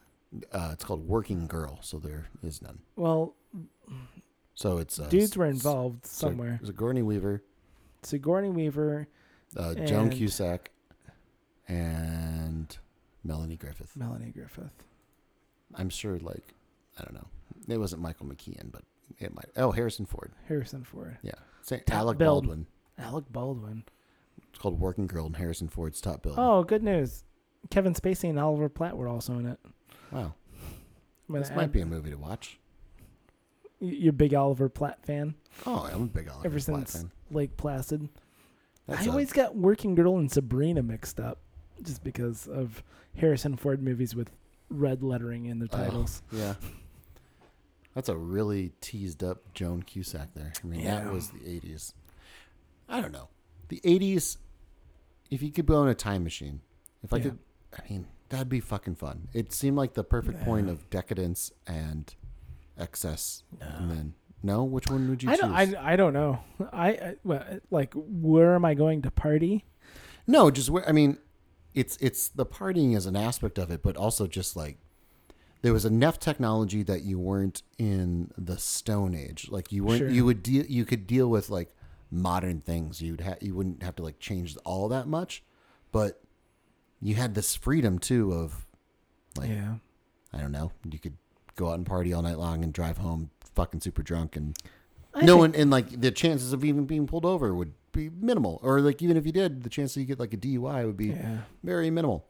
[SPEAKER 1] Uh, it's called Working Girl, so there is none.
[SPEAKER 2] Well,
[SPEAKER 1] So it's uh,
[SPEAKER 2] dudes were
[SPEAKER 1] s-
[SPEAKER 2] involved
[SPEAKER 1] so
[SPEAKER 2] somewhere.
[SPEAKER 1] There's a Gurney Weaver,
[SPEAKER 2] Sigourney Weaver,
[SPEAKER 1] uh, Joan
[SPEAKER 2] And-
[SPEAKER 1] Cusack, and Melanie Griffith.
[SPEAKER 2] Melanie Griffith.
[SPEAKER 1] I'm sure, like, I don't know. It wasn't Michael McKean, but it might. Oh, Harrison Ford.
[SPEAKER 2] Harrison Ford,
[SPEAKER 1] Yeah. Sa-
[SPEAKER 2] Top
[SPEAKER 1] Alec
[SPEAKER 2] billed.
[SPEAKER 1] Baldwin.
[SPEAKER 2] Alec Baldwin.
[SPEAKER 1] It's called Working Girl, and Harrison Ford's top bill.
[SPEAKER 2] Oh, good news! Kevin Spacey and Oliver Platt were also in it.
[SPEAKER 1] wow.
[SPEAKER 2] I'm gonna
[SPEAKER 1] This might
[SPEAKER 2] add-
[SPEAKER 1] be a movie to watch.
[SPEAKER 2] y- You're a big Oliver Platt fan.
[SPEAKER 1] Oh, I'm a big Oliver
[SPEAKER 2] Ever
[SPEAKER 1] Platt
[SPEAKER 2] since
[SPEAKER 1] fan.
[SPEAKER 2] Lake Placid.
[SPEAKER 1] That's
[SPEAKER 2] I
[SPEAKER 1] a-
[SPEAKER 2] always got Working Girl and Sabrina mixed up just because of Harrison Ford movies with red lettering in their
[SPEAKER 1] Oh.
[SPEAKER 2] titles.
[SPEAKER 1] yeah. That's a really teased up Joan Cusack there. I mean,
[SPEAKER 2] Yeah.
[SPEAKER 1] that was the 80s. I don't know. The 80s, if you could go in a time machine, if I
[SPEAKER 2] Yeah.
[SPEAKER 1] could, I mean, that'd be fucking fun. It seemed like the perfect point
[SPEAKER 2] Yeah.
[SPEAKER 1] of decadence and excess. And
[SPEAKER 2] No.
[SPEAKER 1] then, no? Which one would you
[SPEAKER 2] I
[SPEAKER 1] choose?
[SPEAKER 2] don't I, I don't know. I, I well, like where am I going to party?
[SPEAKER 1] No, just where I mean, it's it's the partying is an aspect of it, but also just like there was enough technology that you weren't in the Stone Age. Like you weren't,
[SPEAKER 2] Sure.
[SPEAKER 1] you would deal, you could deal with like modern things. You'd ha- you wouldn't have to like change all that much, but you had this freedom too of like
[SPEAKER 2] yeah.
[SPEAKER 1] I don't know, you could go out and party all night long and drive home fucking super drunk and
[SPEAKER 2] I
[SPEAKER 1] no
[SPEAKER 2] think-
[SPEAKER 1] one and like the chances of even being pulled over would be minimal or like even if you did the chance that you get like a dui would be
[SPEAKER 2] Yeah.
[SPEAKER 1] very minimal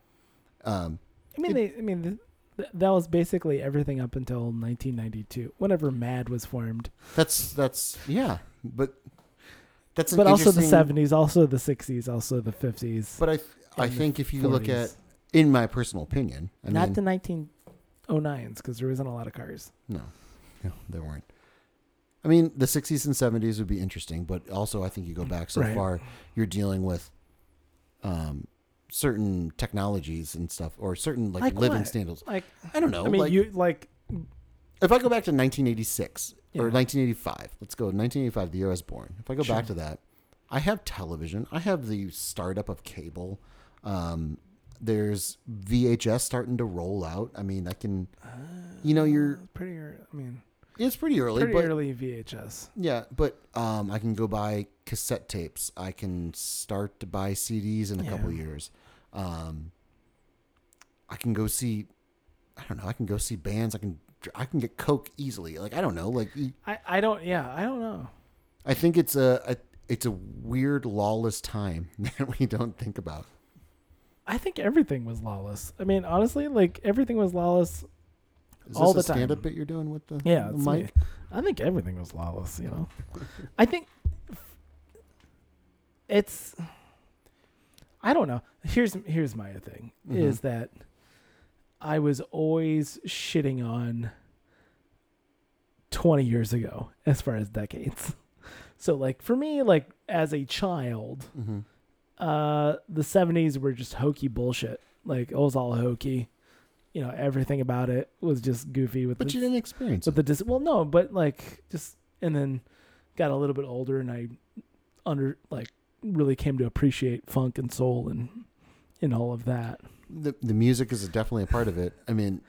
[SPEAKER 1] um
[SPEAKER 2] I mean they I mean th th- that was basically everything up until 1992 whenever Mad was formed.
[SPEAKER 1] that's that's yeah but that's an
[SPEAKER 2] But also the
[SPEAKER 1] interesting-
[SPEAKER 2] 70s, also the 60s, also the 50s.
[SPEAKER 1] but i i
[SPEAKER 2] and the
[SPEAKER 1] think if you look at
[SPEAKER 2] 40s.
[SPEAKER 1] in my personal opinion I
[SPEAKER 2] not
[SPEAKER 1] mean,
[SPEAKER 2] the 1909s cuz Oh, there wasn't a lot of cars.
[SPEAKER 1] no no there weren't i mean the 60s and 70s would be interesting but also i think you go back so
[SPEAKER 2] Right.
[SPEAKER 1] far you're dealing with um certain technologies and stuff or certain like,
[SPEAKER 2] Like
[SPEAKER 1] living
[SPEAKER 2] what?
[SPEAKER 1] standards
[SPEAKER 2] Like
[SPEAKER 1] i don't know
[SPEAKER 2] I mean
[SPEAKER 1] like,
[SPEAKER 2] you like
[SPEAKER 1] if I go back to 1986 or
[SPEAKER 2] Yeah.
[SPEAKER 1] 1985, let's go 1985, the year I was born. If I go back to
[SPEAKER 2] Sure.
[SPEAKER 1] that, I have television. I have the startup of cable. Um, there's VHS starting to roll out. I mean, I can, you know, you're.
[SPEAKER 2] pretty early, I mean
[SPEAKER 1] It's pretty early,
[SPEAKER 2] pretty
[SPEAKER 1] but
[SPEAKER 2] early VHS.
[SPEAKER 1] yeah, but um, I can go buy cassette tapes. I can start to buy CDs in a
[SPEAKER 2] Yeah.
[SPEAKER 1] couple years. Um, I can go see. I don't know. I can go see bands. I can. I can get coke easily. Like I don't know. Like you-
[SPEAKER 2] I, I don't yeah, I don't know.
[SPEAKER 1] I think it's a, a it's a weird lawless time that we don't think about.
[SPEAKER 2] I think everything was lawless. I mean, honestly, like everything was lawless
[SPEAKER 1] Is
[SPEAKER 2] all the
[SPEAKER 1] this a
[SPEAKER 2] time.
[SPEAKER 1] stand-up bit you're doing with the
[SPEAKER 2] Yeah,
[SPEAKER 1] the
[SPEAKER 2] it's
[SPEAKER 1] mic?
[SPEAKER 2] me. I think everything was lawless. You know, I think it's. I don't know. Here's here's my thing is that I was always shitting on twenty years ago as far as decades. So like for me, like as a child,
[SPEAKER 1] Mm-hmm.
[SPEAKER 2] uh, the seventies were just hokey bullshit. Like it was all hokey. You know, everything about it was just goofy with
[SPEAKER 1] But
[SPEAKER 2] the
[SPEAKER 1] you didn't experience
[SPEAKER 2] but
[SPEAKER 1] it.
[SPEAKER 2] the dis- well, no, but like just and then got a little bit older and I under like really came to appreciate funk and soul and and all of that.
[SPEAKER 1] The, the music is definitely a part of it. I mean,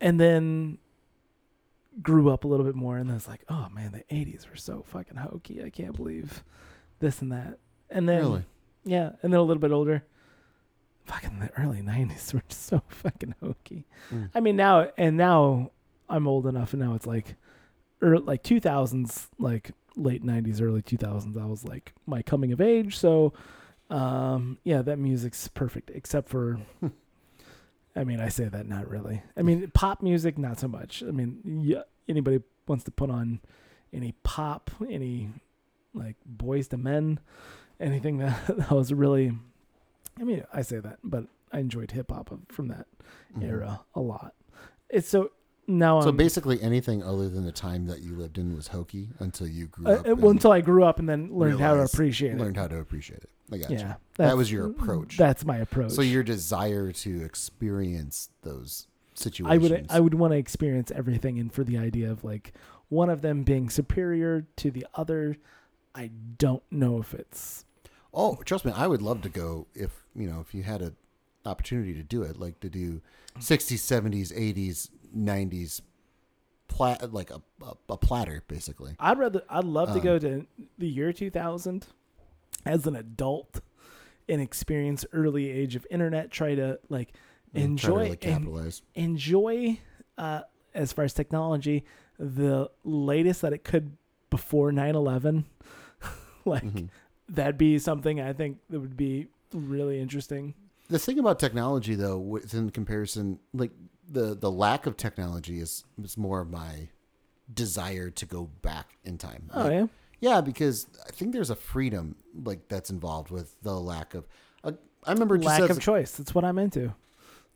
[SPEAKER 2] And then grew up a little bit more and then it's like, oh man, the eighties were so fucking hokey. I can't believe this and that. And then
[SPEAKER 1] really,
[SPEAKER 2] yeah, and then a little bit older. Fucking the early nineties were so fucking hokey.
[SPEAKER 1] Mm.
[SPEAKER 2] I mean now and now I'm old enough and now it's like er, like two thousands, like late nineties, early two thousands, I was like my coming of age, so um yeah, that music's perfect except for I mean I say that not really. I mean pop music not so much. I mean yeah, anybody wants to put on any pop, any like boys to men anything that, that was really I mean, I say that, but I enjoyed hip hop from that
[SPEAKER 1] Mhm.
[SPEAKER 2] era a lot. It's so now
[SPEAKER 1] So
[SPEAKER 2] I'm
[SPEAKER 1] basically, anything other than the time that you lived in was hokey until you grew
[SPEAKER 2] uh,
[SPEAKER 1] up.
[SPEAKER 2] well,
[SPEAKER 1] and
[SPEAKER 2] until I grew up and then learned how to
[SPEAKER 1] realized-
[SPEAKER 2] appreciate
[SPEAKER 1] learned
[SPEAKER 2] it.
[SPEAKER 1] how to appreciate it. I got you.
[SPEAKER 2] Yeah.
[SPEAKER 1] That was your approach.
[SPEAKER 2] That's my approach.
[SPEAKER 1] So your desire to experience those situations.
[SPEAKER 2] I would I would want to experience everything and for the idea of like one of them being superior to the other. I don't know if it's
[SPEAKER 1] oh, trust me, I would love to go if you know if you had a opportunity to do it, like to do 60s, 70s, 80s, 90s, plat like a, a a platter basically.
[SPEAKER 2] I'd rather I'd love
[SPEAKER 1] Uh-huh.
[SPEAKER 2] to go to the year 2000 as an adult and experience early age of internet try to like
[SPEAKER 1] and try to
[SPEAKER 2] enjoy
[SPEAKER 1] really
[SPEAKER 2] en-
[SPEAKER 1] capitalize.
[SPEAKER 2] enjoy uh, as far as technology the latest that it could before 9/11 like
[SPEAKER 1] Mm-hmm.
[SPEAKER 2] that'd be something I think that would be really interesting
[SPEAKER 1] the thing about technology though within comparison like the the lack of technology is is more of my desire to go back in time
[SPEAKER 2] oh
[SPEAKER 1] Like,
[SPEAKER 2] yeah
[SPEAKER 1] yeah because i think there's a freedom like that's involved with the lack of uh, i remember just
[SPEAKER 2] lack
[SPEAKER 1] as-
[SPEAKER 2] of choice that's what I'm into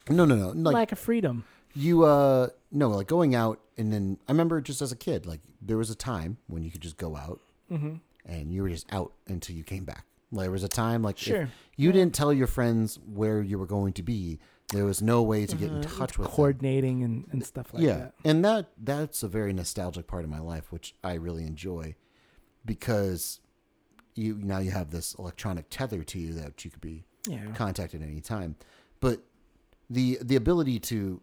[SPEAKER 1] no no no like
[SPEAKER 2] lack of freedom
[SPEAKER 1] you uh no like going out and then i remember just as a kid like there was a time when you could just go out
[SPEAKER 2] Mm-hmm.
[SPEAKER 1] and you were just out until you came back like, there was a time like if
[SPEAKER 2] Sure.
[SPEAKER 1] you didn't tell your friends where you were going to be there was no way to get in touch with them.
[SPEAKER 2] coordinating and, and stuff Mm-hmm. like
[SPEAKER 1] yeah
[SPEAKER 2] that
[SPEAKER 1] and that that's a very nostalgic part of my life which i really enjoy because you now you have this electronic tether to you that you could be
[SPEAKER 2] yeah
[SPEAKER 1] contacted at any time but the the ability to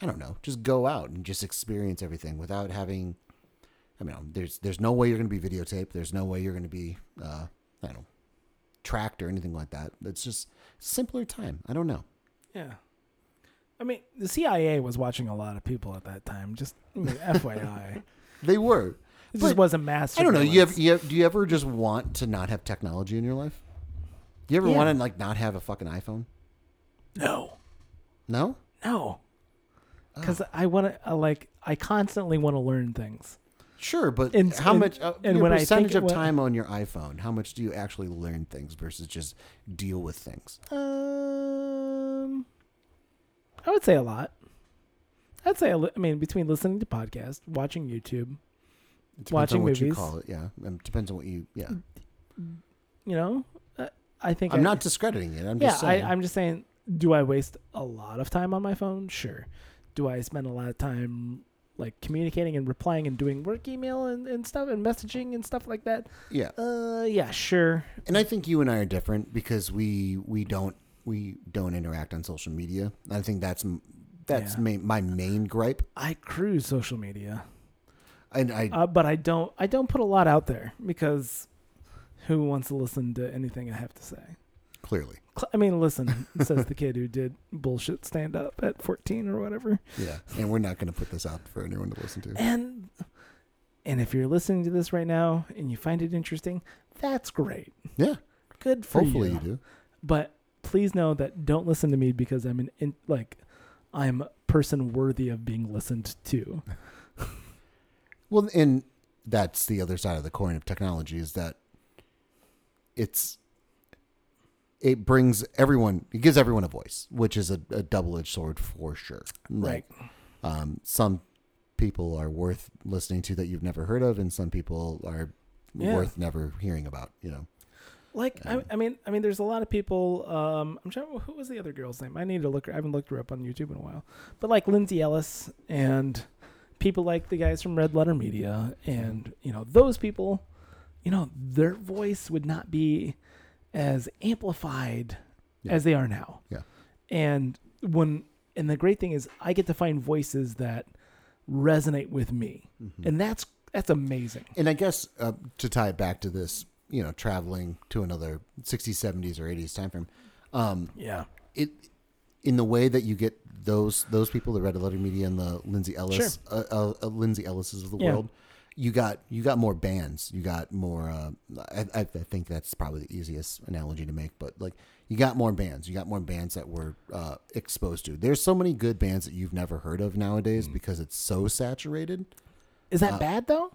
[SPEAKER 1] i don't know just go out and just experience everything without having i mean there's there's no way you're going to be videotaped there's no way you're going to be uh i don't know tracked or anything like that it's just simpler time i don't know
[SPEAKER 2] Yeah. I mean, the CIA was watching a lot of people at that time. Just I mean, FYI, it
[SPEAKER 1] they were
[SPEAKER 2] just wasn't mass.
[SPEAKER 1] I don't know. You
[SPEAKER 2] surveillance.
[SPEAKER 1] have, you have, do you ever just want to not have technology in your life? Do you ever
[SPEAKER 2] Yeah.
[SPEAKER 1] want to like not have a fucking iPhone?
[SPEAKER 2] no,
[SPEAKER 1] No. Oh.
[SPEAKER 2] no, because I want to. Like, I constantly want to learn things.
[SPEAKER 1] Sure, but
[SPEAKER 2] And-
[SPEAKER 1] how
[SPEAKER 2] and-
[SPEAKER 1] much? Uh,
[SPEAKER 2] and
[SPEAKER 1] your
[SPEAKER 2] when I think
[SPEAKER 1] percentage
[SPEAKER 2] it
[SPEAKER 1] of
[SPEAKER 2] wa-
[SPEAKER 1] time on your iPhone, how much do you actually learn things versus just deal with things?
[SPEAKER 2] Um, I would say a lot. I'd say, a li- I mean, between listening to podcasts, watching YouTube,
[SPEAKER 1] It depends
[SPEAKER 2] Watching
[SPEAKER 1] on what you
[SPEAKER 2] movies.
[SPEAKER 1] call it. Yeah, Um, depends on what you. Yeah,
[SPEAKER 2] you know, uh, I think
[SPEAKER 1] I'm
[SPEAKER 2] I-
[SPEAKER 1] not discrediting it. I'm
[SPEAKER 2] yeah,
[SPEAKER 1] just saying.
[SPEAKER 2] I, I'm just saying. Do I waste a lot of time on my phone? Sure. Do I spend a lot of time like communicating and replying and doing work email and, and stuff and messaging and stuff like that?
[SPEAKER 1] yeah,
[SPEAKER 2] Uh, yeah, sure.
[SPEAKER 1] and I think you and I are different because we we don't we don't interact on social media. I think that's m- that's
[SPEAKER 2] Yeah.
[SPEAKER 1] ma- my main gripe,
[SPEAKER 2] I cruise social media,
[SPEAKER 1] and I
[SPEAKER 2] uh, but I don't. I don't put a lot out there because who wants to listen to anything I have to say?
[SPEAKER 1] clearly
[SPEAKER 2] Cl- I mean, listen, says the kid who did bullshit stand up at 14 or whatever.
[SPEAKER 1] Yeah, and we're not going to put this out for anyone to listen to.
[SPEAKER 2] And and if you're listening to this right now and you find it interesting, that's great.
[SPEAKER 1] Yeah,
[SPEAKER 2] Good for
[SPEAKER 1] hopefully
[SPEAKER 2] you.
[SPEAKER 1] you do.
[SPEAKER 2] But please know that don't listen to me because I'm an in, like I'm person worthy of being listened to.
[SPEAKER 1] Well, and that's the other side of the coin of technology is that it's it brings everyone, it gives everyone a voice, which is a, a double edged sword for sure. Like, um, some people are worth listening to that you've never heard of, and some people are
[SPEAKER 2] Yeah.
[SPEAKER 1] worth never hearing about. You know,
[SPEAKER 2] Like
[SPEAKER 1] Um,
[SPEAKER 2] I, I mean, I mean, there's a lot of people. Um, I'm trying. Who was the other girl's name? I need to look. her- I haven't looked her up on YouTube in a while. But like Lindsay Ellis and people like the guys from Red Letter Media, and you know those people, you know their voice would not be as amplified
[SPEAKER 1] Yeah.
[SPEAKER 2] as they are now.
[SPEAKER 1] Yeah.
[SPEAKER 2] And when and the great thing is, I get to find voices that resonate with me, and that's that's amazing.
[SPEAKER 1] and I guess uh, to tie it back to this, you know, traveling to another 60s, 70s, or 80s time frame, um,
[SPEAKER 2] Yeah.
[SPEAKER 1] it in the way that you get those those people, the Red Letter Media and the Lindsay Ellis, uh, uh, uh, Lindsay Ellis's of the
[SPEAKER 2] Yeah.
[SPEAKER 1] world. You got you got more bands. You got more. Uh, I, I I think that's probably the easiest analogy to make. But like, you got more bands. You got more bands that were uh, exposed to. There's so many good bands that you've never heard of nowadays because it's so saturated.
[SPEAKER 2] Is that bad though?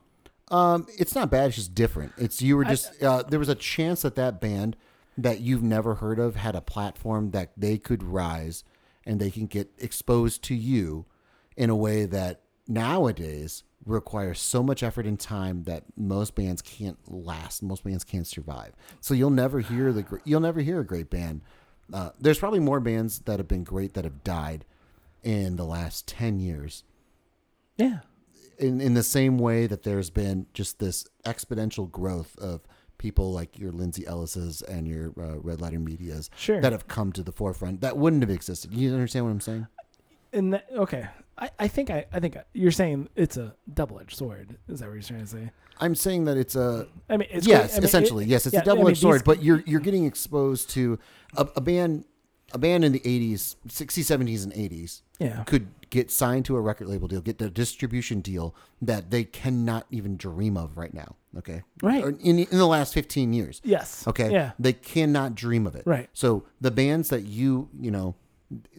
[SPEAKER 1] Um, it's not bad. It's just different. It's you were just uh, there was a chance that that band that you've never heard of had a platform that they could rise and they can get exposed to you in a way that nowadays requires so much effort and time that most bands can't last. Most bands can't survive. So you'll never hear the gr- you'll never hear a great band. Uh, there's probably more bands that have been great that have died in the last ten years
[SPEAKER 2] Yeah.
[SPEAKER 1] in, in the same way that there's been just this exponential growth of people like your Lindsay Ellis's and your uh, Red Letter Media's
[SPEAKER 2] Sure.
[SPEAKER 1] that have come to the forefront that wouldn't have existed. You understand what I'm saying?
[SPEAKER 2] And that, okay, I, I think I, I think I, you're saying it's a double edged sword. Is that what you're trying to say?
[SPEAKER 1] I'm saying that it's a
[SPEAKER 2] I mean, it's
[SPEAKER 1] yes,
[SPEAKER 2] I mean, it-
[SPEAKER 1] essentially yes, it's
[SPEAKER 2] yeah, I
[SPEAKER 1] a double
[SPEAKER 2] mean,
[SPEAKER 1] edged
[SPEAKER 2] these-
[SPEAKER 1] sword. But you're you're getting exposed to a, a band, a band in the '80s, '60s, '70s, and '80s
[SPEAKER 2] yeah,
[SPEAKER 1] could get signed to a record label deal, get the distribution deal that they cannot even dream of right now. Okay,
[SPEAKER 2] Right.
[SPEAKER 1] Or in in the last 15 years.
[SPEAKER 2] yes,
[SPEAKER 1] Okay.
[SPEAKER 2] yeah,
[SPEAKER 1] They cannot dream of it.
[SPEAKER 2] Right.
[SPEAKER 1] So the bands that you, you know,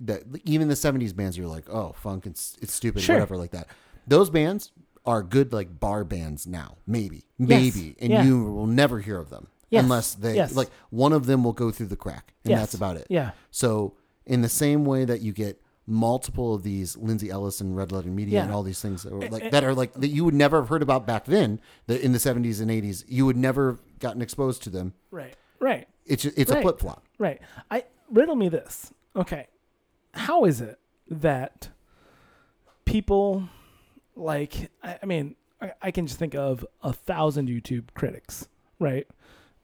[SPEAKER 1] that even the 70s bands you're like, oh, funk, it's, it's stupid,
[SPEAKER 2] Sure.
[SPEAKER 1] whatever, like that. Those bands are good, like bar bands now, maybe,
[SPEAKER 2] Yes.
[SPEAKER 1] maybe. And
[SPEAKER 2] Yeah.
[SPEAKER 1] you will never hear of them
[SPEAKER 2] Yes.
[SPEAKER 1] unless they,
[SPEAKER 2] Yes.
[SPEAKER 1] like, one of them will go through the crack. And
[SPEAKER 2] Yes.
[SPEAKER 1] that's about it.
[SPEAKER 2] yeah,
[SPEAKER 1] So, in the same way that you get multiple of these Lindsay Ellis and Red Letter Media and
[SPEAKER 2] Yeah.
[SPEAKER 1] all these things that, were
[SPEAKER 2] eh.
[SPEAKER 1] like, that are like that you would never have heard about back then, that in the 70s and 80s, you would never have gotten exposed to them
[SPEAKER 2] right, right,
[SPEAKER 1] it's it's a
[SPEAKER 2] Right.
[SPEAKER 1] flip flop.
[SPEAKER 2] right. I riddle me this. Okay, how is it that people like? I, I mean, I, I can just think of a thousand YouTube critics, right?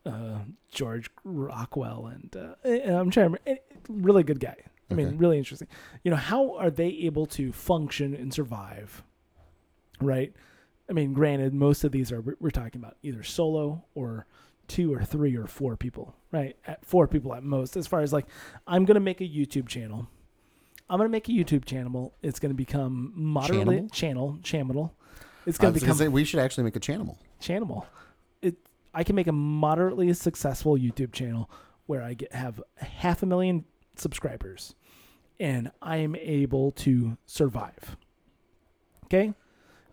[SPEAKER 2] Uh, George Rockwell and uh, and I'm trying to remember, eh, really good guy. I mean,
[SPEAKER 1] Okay.
[SPEAKER 2] really interesting. You know, how are they able to function and survive? Right. I mean, granted, most of these are we're we're talking about either solo or two or three or four people, right? At four people at most. As far as like, I'm gonna make a YouTube channel. I'm gonna make a YouTube channel. It's gonna become moderately channel channel. It's
[SPEAKER 1] I
[SPEAKER 2] gonna
[SPEAKER 1] was gonna
[SPEAKER 2] become
[SPEAKER 1] say we should actually make a channel.
[SPEAKER 2] channel. It I can make a moderately successful YouTube channel where I get have half a million subscribers and I am able to survive. Okay?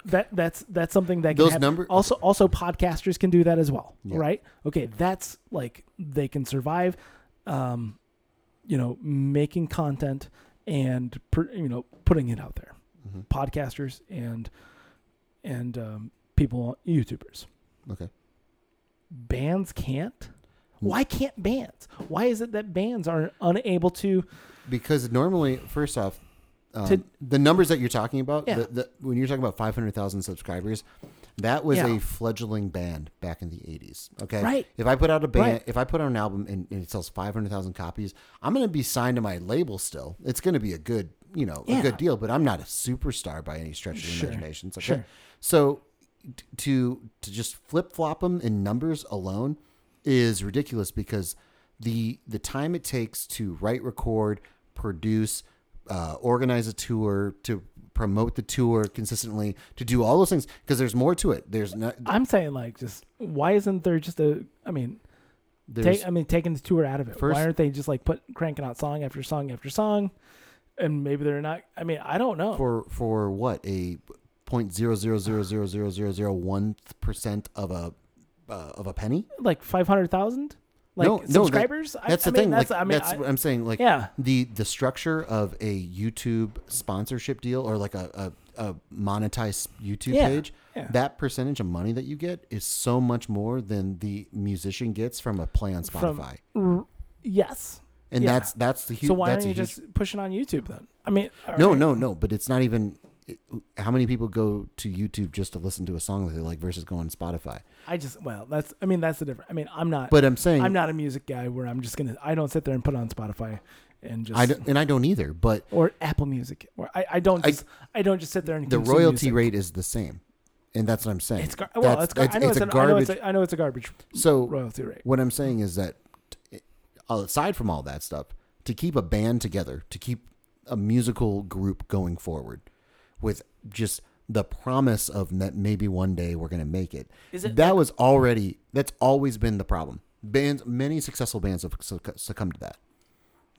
[SPEAKER 2] That that's that's something that can
[SPEAKER 1] Those
[SPEAKER 2] hap-
[SPEAKER 1] number-
[SPEAKER 2] also also podcasters can do that as well,
[SPEAKER 1] Yeah.
[SPEAKER 2] right? Okay, that's like they can survive um you know, making content and pr- you know, putting it out there.
[SPEAKER 1] Mm-hmm.
[SPEAKER 2] Podcasters and and um, people YouTubers
[SPEAKER 1] Okay,
[SPEAKER 2] bands can't?
[SPEAKER 1] Mm.
[SPEAKER 2] Why can't bands? Why is it that bands are unable to?
[SPEAKER 1] because normally, first off, um,
[SPEAKER 2] To-
[SPEAKER 1] the numbers that you're talking about,
[SPEAKER 2] Yeah.
[SPEAKER 1] the, the, when you're talking about 500,000 subscribers, that was
[SPEAKER 2] Yeah.
[SPEAKER 1] a fledgling band back in the 80s. Okay,
[SPEAKER 2] Right.
[SPEAKER 1] If I put out a band,
[SPEAKER 2] Right.
[SPEAKER 1] if I put out an album and, and it sells 500,000 copies, I'm gonna be signed to my label still. It's gonna be a good, you know,
[SPEAKER 2] Yeah.
[SPEAKER 1] a good deal. But I'm not a superstar by any stretch of the
[SPEAKER 2] Sure.
[SPEAKER 1] imagination. Okay,
[SPEAKER 2] Sure.
[SPEAKER 1] so t- to to just flip flop them in numbers alone is ridiculous because the the time it takes to write, record, produce, uh, organize a tour, to promote the tour consistently, to do all those things because there's more to it. There's not.
[SPEAKER 2] I'm saying like just why isn't there just a? I mean,
[SPEAKER 1] There's
[SPEAKER 2] take I mean taking the tour out of it.
[SPEAKER 1] First-
[SPEAKER 2] why aren't they just like put cranking out song after song after song? and maybe they're not. I mean, I don't know.
[SPEAKER 1] for for what a point zero zero zero zero zero zero zero one percent of a uh, of a penny.
[SPEAKER 2] like five hundred thousand, like
[SPEAKER 1] No, no, that-
[SPEAKER 2] subscribers. I-
[SPEAKER 1] That's
[SPEAKER 2] I,
[SPEAKER 1] the
[SPEAKER 2] mean,
[SPEAKER 1] thing.
[SPEAKER 2] That's
[SPEAKER 1] like,
[SPEAKER 2] I mean,
[SPEAKER 1] that's
[SPEAKER 2] I-
[SPEAKER 1] what I'm saying. Like
[SPEAKER 2] yeah,
[SPEAKER 1] the the structure of a YouTube sponsorship deal or like a a, a monetized YouTube
[SPEAKER 2] Yeah,
[SPEAKER 1] page.
[SPEAKER 2] yeah.
[SPEAKER 1] That percentage of money that you get is so much more than the musician gets from a play on
[SPEAKER 2] From-
[SPEAKER 1] Spotify,
[SPEAKER 2] R- yes.
[SPEAKER 1] and
[SPEAKER 2] yeah.
[SPEAKER 1] that's that's the huge.
[SPEAKER 2] So why
[SPEAKER 1] that's
[SPEAKER 2] don't you
[SPEAKER 1] a huge
[SPEAKER 2] just push it on YouTube then? I mean, all
[SPEAKER 1] No,
[SPEAKER 2] right.
[SPEAKER 1] no, no. But it's not even. it- How many people go to YouTube just to listen to a song that they like versus going on Spotify?
[SPEAKER 2] I just well, that's I mean that's the difference. I mean, I'm not.
[SPEAKER 1] But I'm saying
[SPEAKER 2] I'm not a music guy where I'm just gonna. I don't sit there and put on Spotify and just
[SPEAKER 1] I don't, and I don't either. But
[SPEAKER 2] or Apple Music. Or I, I don't.
[SPEAKER 1] I-
[SPEAKER 2] Just, I, don't just sit there and
[SPEAKER 1] the
[SPEAKER 2] consume
[SPEAKER 1] royalty
[SPEAKER 2] music.
[SPEAKER 1] rate is the same, and that's what I'm saying.
[SPEAKER 2] It's gar- well,
[SPEAKER 1] That's-
[SPEAKER 2] it's, gar- I know
[SPEAKER 1] it's
[SPEAKER 2] it's,
[SPEAKER 1] a
[SPEAKER 2] an- I know it's
[SPEAKER 1] garbage-
[SPEAKER 2] a- I know it's a garbage
[SPEAKER 1] so
[SPEAKER 2] royalty rate.
[SPEAKER 1] what I'm saying is that t- aside from all that stuff, to keep a band together, to keep a musical group going forward, with just the promise of that maybe one day we're going to make it.
[SPEAKER 2] Is it-
[SPEAKER 1] that was already that's always been the problem. Bands, many successful bands have succ- succumbed to that.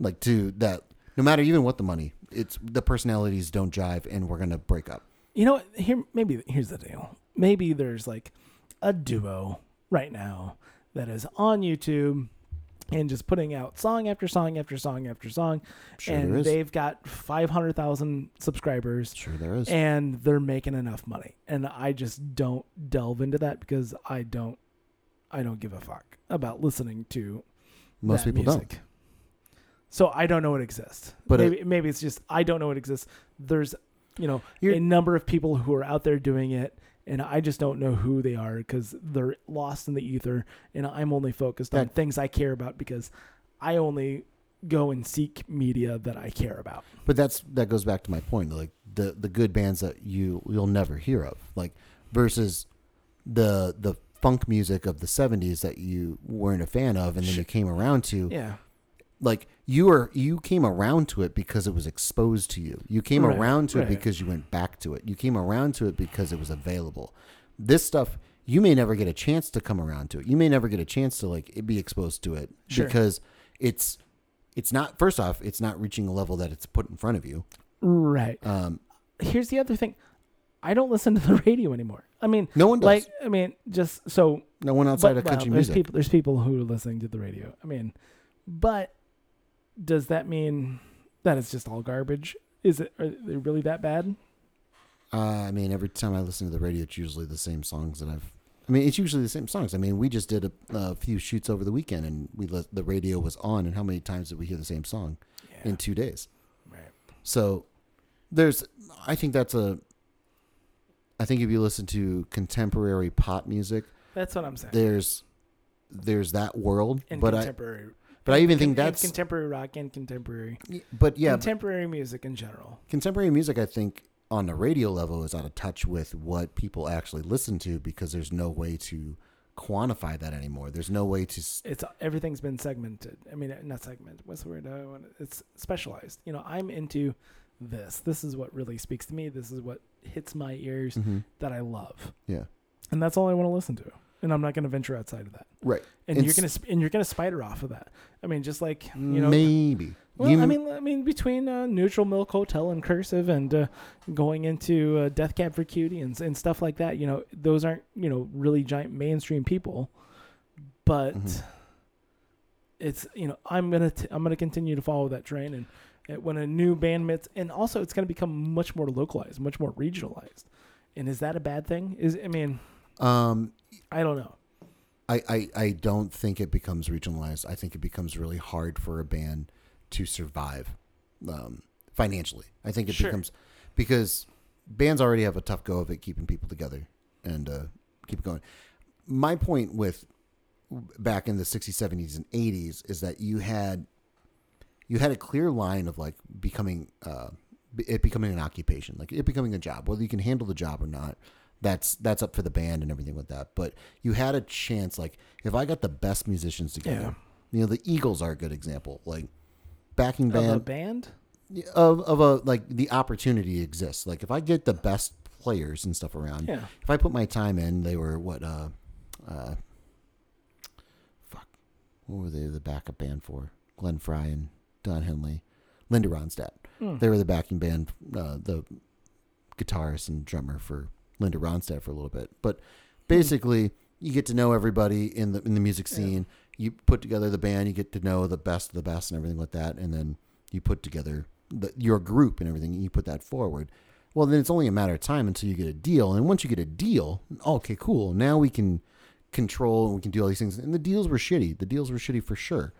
[SPEAKER 1] Like to that, no matter even what the money, it's the personalities don't jive, and we're going to break up.
[SPEAKER 2] You know, what? here maybe here's the deal. Maybe there's like a duo right now that is on YouTube and just putting out song after song after song after song,
[SPEAKER 1] Sure there
[SPEAKER 2] and
[SPEAKER 1] is.
[SPEAKER 2] they've got five hundred thousand subscribers.
[SPEAKER 1] Sure, there is.
[SPEAKER 2] and they're making enough money and i just don't delve into that because i don't i don't give a fuck about listening to
[SPEAKER 1] Most
[SPEAKER 2] that
[SPEAKER 1] people
[SPEAKER 2] music.
[SPEAKER 1] don't.
[SPEAKER 2] so i don't know it exists
[SPEAKER 1] But
[SPEAKER 2] but
[SPEAKER 1] it-
[SPEAKER 2] maybe, maybe it's just i don't know it exists there's you know
[SPEAKER 1] You're-
[SPEAKER 2] a number of people who are out there doing it and i just don't know who they are because they're lost in the ether and i'm only focused on
[SPEAKER 1] That-
[SPEAKER 2] things i care about because i only go and seek media that i care about
[SPEAKER 1] But that's that goes back to my point. Like the the good bands that you you'll never hear of, like versus the the funk music of the '70s that you weren't a fan of, and then you came around to.
[SPEAKER 2] yeah
[SPEAKER 1] Like you were you came around to it because it was exposed to you. You came
[SPEAKER 2] Right,
[SPEAKER 1] around to
[SPEAKER 2] right.
[SPEAKER 1] it because you went back to it. You came around to it because it was available. This stuff you may never get a chance to come around to it. You may never get a chance to like be exposed to it
[SPEAKER 2] Sure.
[SPEAKER 1] because it's it's not first off it's not reaching a level that it's put in front of you.
[SPEAKER 2] right
[SPEAKER 1] Um,
[SPEAKER 2] here's the other thing. I don't listen to the radio anymore. I mean,
[SPEAKER 1] No one does.
[SPEAKER 2] like I mean, just so
[SPEAKER 1] no one outside
[SPEAKER 2] but-
[SPEAKER 1] of country
[SPEAKER 2] well, there's
[SPEAKER 1] music.
[SPEAKER 2] people there's people who are listening to the radio. I mean, but does that mean that it's just all garbage? Is it are they really that bad?
[SPEAKER 1] uh, I mean, every time I listen to the radio, it's usually the same songs that I've. I mean, it's usually the same songs. I mean, we just did a, a few shoots over the weekend, and we let, the radio was on. And how many times did we hear the same song in two days?
[SPEAKER 2] right.
[SPEAKER 1] So there's, I think that's a. I think if you listen to contemporary pop music,
[SPEAKER 2] That's what I'm saying.
[SPEAKER 1] there's, there's that world.
[SPEAKER 2] and
[SPEAKER 1] but I,
[SPEAKER 2] contemporary,
[SPEAKER 1] but I even think
[SPEAKER 2] and
[SPEAKER 1] that's.
[SPEAKER 2] contemporary rock and contemporary,
[SPEAKER 1] But yeah,
[SPEAKER 2] contemporary music in general.
[SPEAKER 1] contemporary music i think on the radio level is out of touch with what people actually listen to because there's no way to quantify that anymore there's no way to s-
[SPEAKER 2] it's everything's been segmented. I mean, not segmented. What's the word? I want- It's specialized. You know, I'm into this. This is what really speaks to me. This is what hits my ears that I love,
[SPEAKER 1] yeah
[SPEAKER 2] and that's all I want to listen to. And I'm not going to venture outside of that.
[SPEAKER 1] right
[SPEAKER 2] And
[SPEAKER 1] And
[SPEAKER 2] you're
[SPEAKER 1] s-
[SPEAKER 2] gonna sp- and you're gonna spider off of that. I mean, just like Mm-hmm. you know.
[SPEAKER 1] maybe
[SPEAKER 2] well,
[SPEAKER 1] You-
[SPEAKER 2] I mean, I mean, between uh, Neutral Milk Hotel and Cursive, and uh, going into uh, Death Cab for Cutie and, and stuff like that, you know, those aren't you know really giant mainstream people, but
[SPEAKER 1] Mhm.
[SPEAKER 2] it's you know I'm gonna t- I'm gonna continue to follow that train, and, and when a new band meets, and also it's gonna become much more localized, much more regionalized, and is that a bad thing? Is I mean,
[SPEAKER 1] um
[SPEAKER 2] I don't know.
[SPEAKER 1] I, I i don't think it becomes regionalized i think it becomes really hard for a band to survive um financially i think it
[SPEAKER 2] Sure.
[SPEAKER 1] becomes because bands already have a tough go of it keeping people together and uh keep it going my point with back in the 60s 70s and 80s is that you had you had a clear line of like becoming uh be- it becoming an occupation like it becoming a job whether you can handle the job or not that's that's up for the band and everything with that but you had a chance like if i got the best musicians together you know the eagles are a good example like backing
[SPEAKER 2] Of a
[SPEAKER 1] band
[SPEAKER 2] band,
[SPEAKER 1] of, of a like the opportunity exists like if i get the best players and stuff around
[SPEAKER 2] yeah,
[SPEAKER 1] if I put my time in, they were what? Uh, uh, fuck. What were they the backup band for? Glenn Fry and Don Henley, Linda Ronstadt.
[SPEAKER 2] Mm.
[SPEAKER 1] They were the backing band, uh, the guitarist and drummer for Linda Ronstadt for a little bit. But basically, you get to know everybody in the in the music
[SPEAKER 2] Yeah.
[SPEAKER 1] scene. You put together the band. You get to know the best of the best and everything like that. And then you put together the, your group and everything. And you put that forward. Well, then it's only a matter of time until you get a deal. And once you get a deal, okay, cool. Now we can control and we can do all these things. And the deals were shitty. The deals were shitty for sure.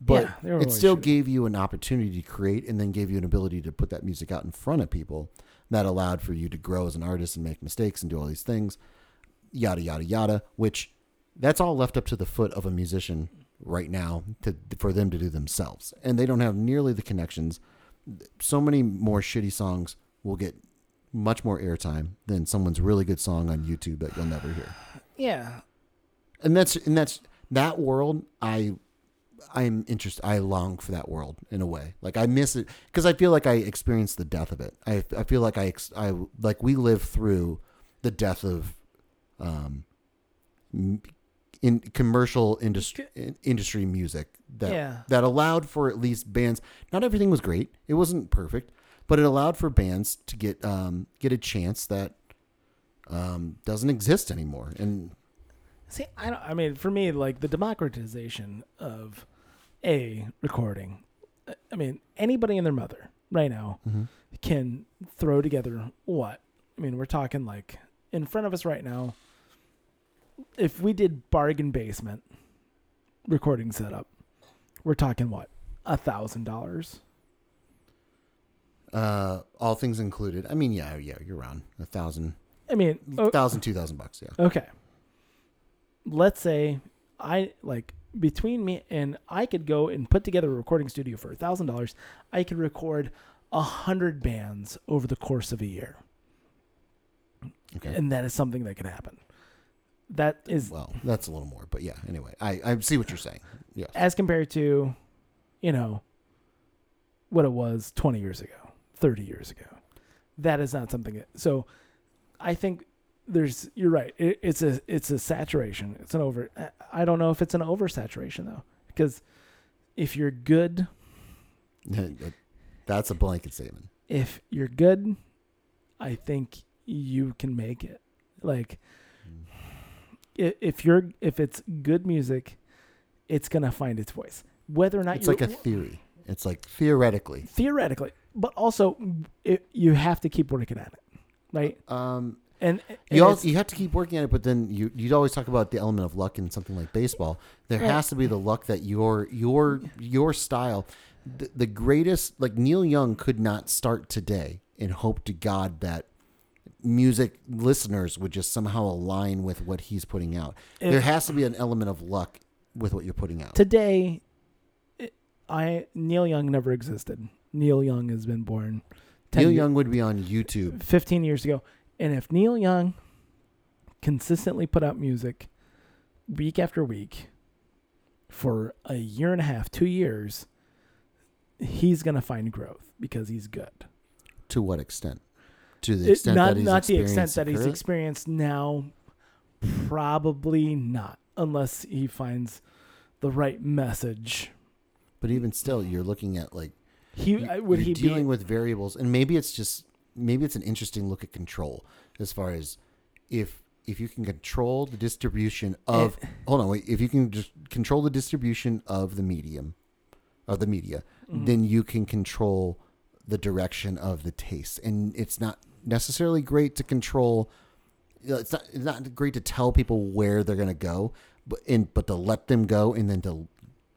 [SPEAKER 1] But
[SPEAKER 2] Yeah, they were
[SPEAKER 1] it
[SPEAKER 2] always
[SPEAKER 1] still
[SPEAKER 2] shitty.
[SPEAKER 1] gave you an opportunity to create and then gave you an ability to put that music out in front of people that allowed for you to grow as an artist and make mistakes and do all these things, yada, yada, yada, which that's all left up to the foot of a musician right now to, for them to do themselves. And they don't have nearly the connections. So many more shitty songs will get much more airtime than someone's really good song on YouTube that you'll never hear.
[SPEAKER 2] Yeah.
[SPEAKER 1] And that's and that's that world I I'm interested I long for that world in a way. Like I miss it cuz I feel like I experienced the death of it. I I feel like I ex, I like we live through the death of um m- in commercial industry industry music that
[SPEAKER 2] Yeah.
[SPEAKER 1] that allowed for at least bands. Not everything was great. It wasn't perfect, but it allowed for bands to get um, get a chance that um, doesn't exist anymore. And
[SPEAKER 2] See, I don't. I mean, for me, like the democratization of a recording. I- I mean, anybody and their mother right now can throw together what? I mean, we're talking like in front of us right now. If we did bargain basement recording setup, we're talking what a thousand dollars.
[SPEAKER 1] uh, all things included. I mean, yeah, yeah, you're around a thousand,
[SPEAKER 2] I mean, o-
[SPEAKER 1] thousand, two thousand bucks. Yeah,
[SPEAKER 2] Okay. Let's say I like between me and I could go and put together a recording studio for a thousand dollars. I could record a hundred bands over the course of a year,
[SPEAKER 1] okay.
[SPEAKER 2] and that is something that could happen. That is
[SPEAKER 1] well, that's a little more, but yeah. Anyway, I, I see what you're saying. Yeah,
[SPEAKER 2] as compared to, you know, what it was 20 years ago, 30 years ago. That is not something that. So I think there's you're right. It, it's a it's a saturation. It's an over I- I don't know if it's an oversaturation though because if you're good,
[SPEAKER 1] that's a blanket statement.
[SPEAKER 2] if you're good, I think you can make it. Like
[SPEAKER 1] Mm.
[SPEAKER 2] i- if you're if it's good music, it's going to find its voice. Whether or not
[SPEAKER 1] It's
[SPEAKER 2] you're-
[SPEAKER 1] like a theory. It's like theoretically.
[SPEAKER 2] theoretically, but also it, you have to keep working at it, right?
[SPEAKER 1] Um,
[SPEAKER 2] And, and
[SPEAKER 1] You,
[SPEAKER 2] it's-
[SPEAKER 1] also, you have to keep working at it, but then you you always talk about the element of luck in something like baseball. There
[SPEAKER 2] Right.
[SPEAKER 1] has to be the luck that your your your style, the, the greatest like Neil Young could not start today and hope to God that music listeners would just somehow align with what he's putting out.
[SPEAKER 2] It-
[SPEAKER 1] there has to be an element of luck with what you're putting out.
[SPEAKER 2] today, it, I Neil Young never existed. Neil Young has been born. 10
[SPEAKER 1] Neil
[SPEAKER 2] year-
[SPEAKER 1] Young would be on YouTube.
[SPEAKER 2] 15 years ago. And if Neil Young consistently put out music week after week for a year and a half, two years, he's going to find growth because he's good.
[SPEAKER 1] To what extent? To the
[SPEAKER 2] It-
[SPEAKER 1] extent
[SPEAKER 2] not
[SPEAKER 1] that he's
[SPEAKER 2] not the extent
[SPEAKER 1] experienced
[SPEAKER 2] that he's
[SPEAKER 1] current-
[SPEAKER 2] experienced now probably not unless he finds the right message
[SPEAKER 1] but even still, you're looking at like
[SPEAKER 2] he
[SPEAKER 1] you-
[SPEAKER 2] I- would
[SPEAKER 1] you're
[SPEAKER 2] he
[SPEAKER 1] dealing
[SPEAKER 2] be
[SPEAKER 1] with variables and maybe it's just maybe it's an interesting look at control as far as if if you can control the distribution of
[SPEAKER 2] Eh.
[SPEAKER 1] hold on wait if you can just control the distribution of the medium of the media
[SPEAKER 2] Mm-hmm.
[SPEAKER 1] then you can control the direction of the taste and it's not necessarily great to control you know, it's not it's not great to tell people where they're going to go but and but to let them go and then to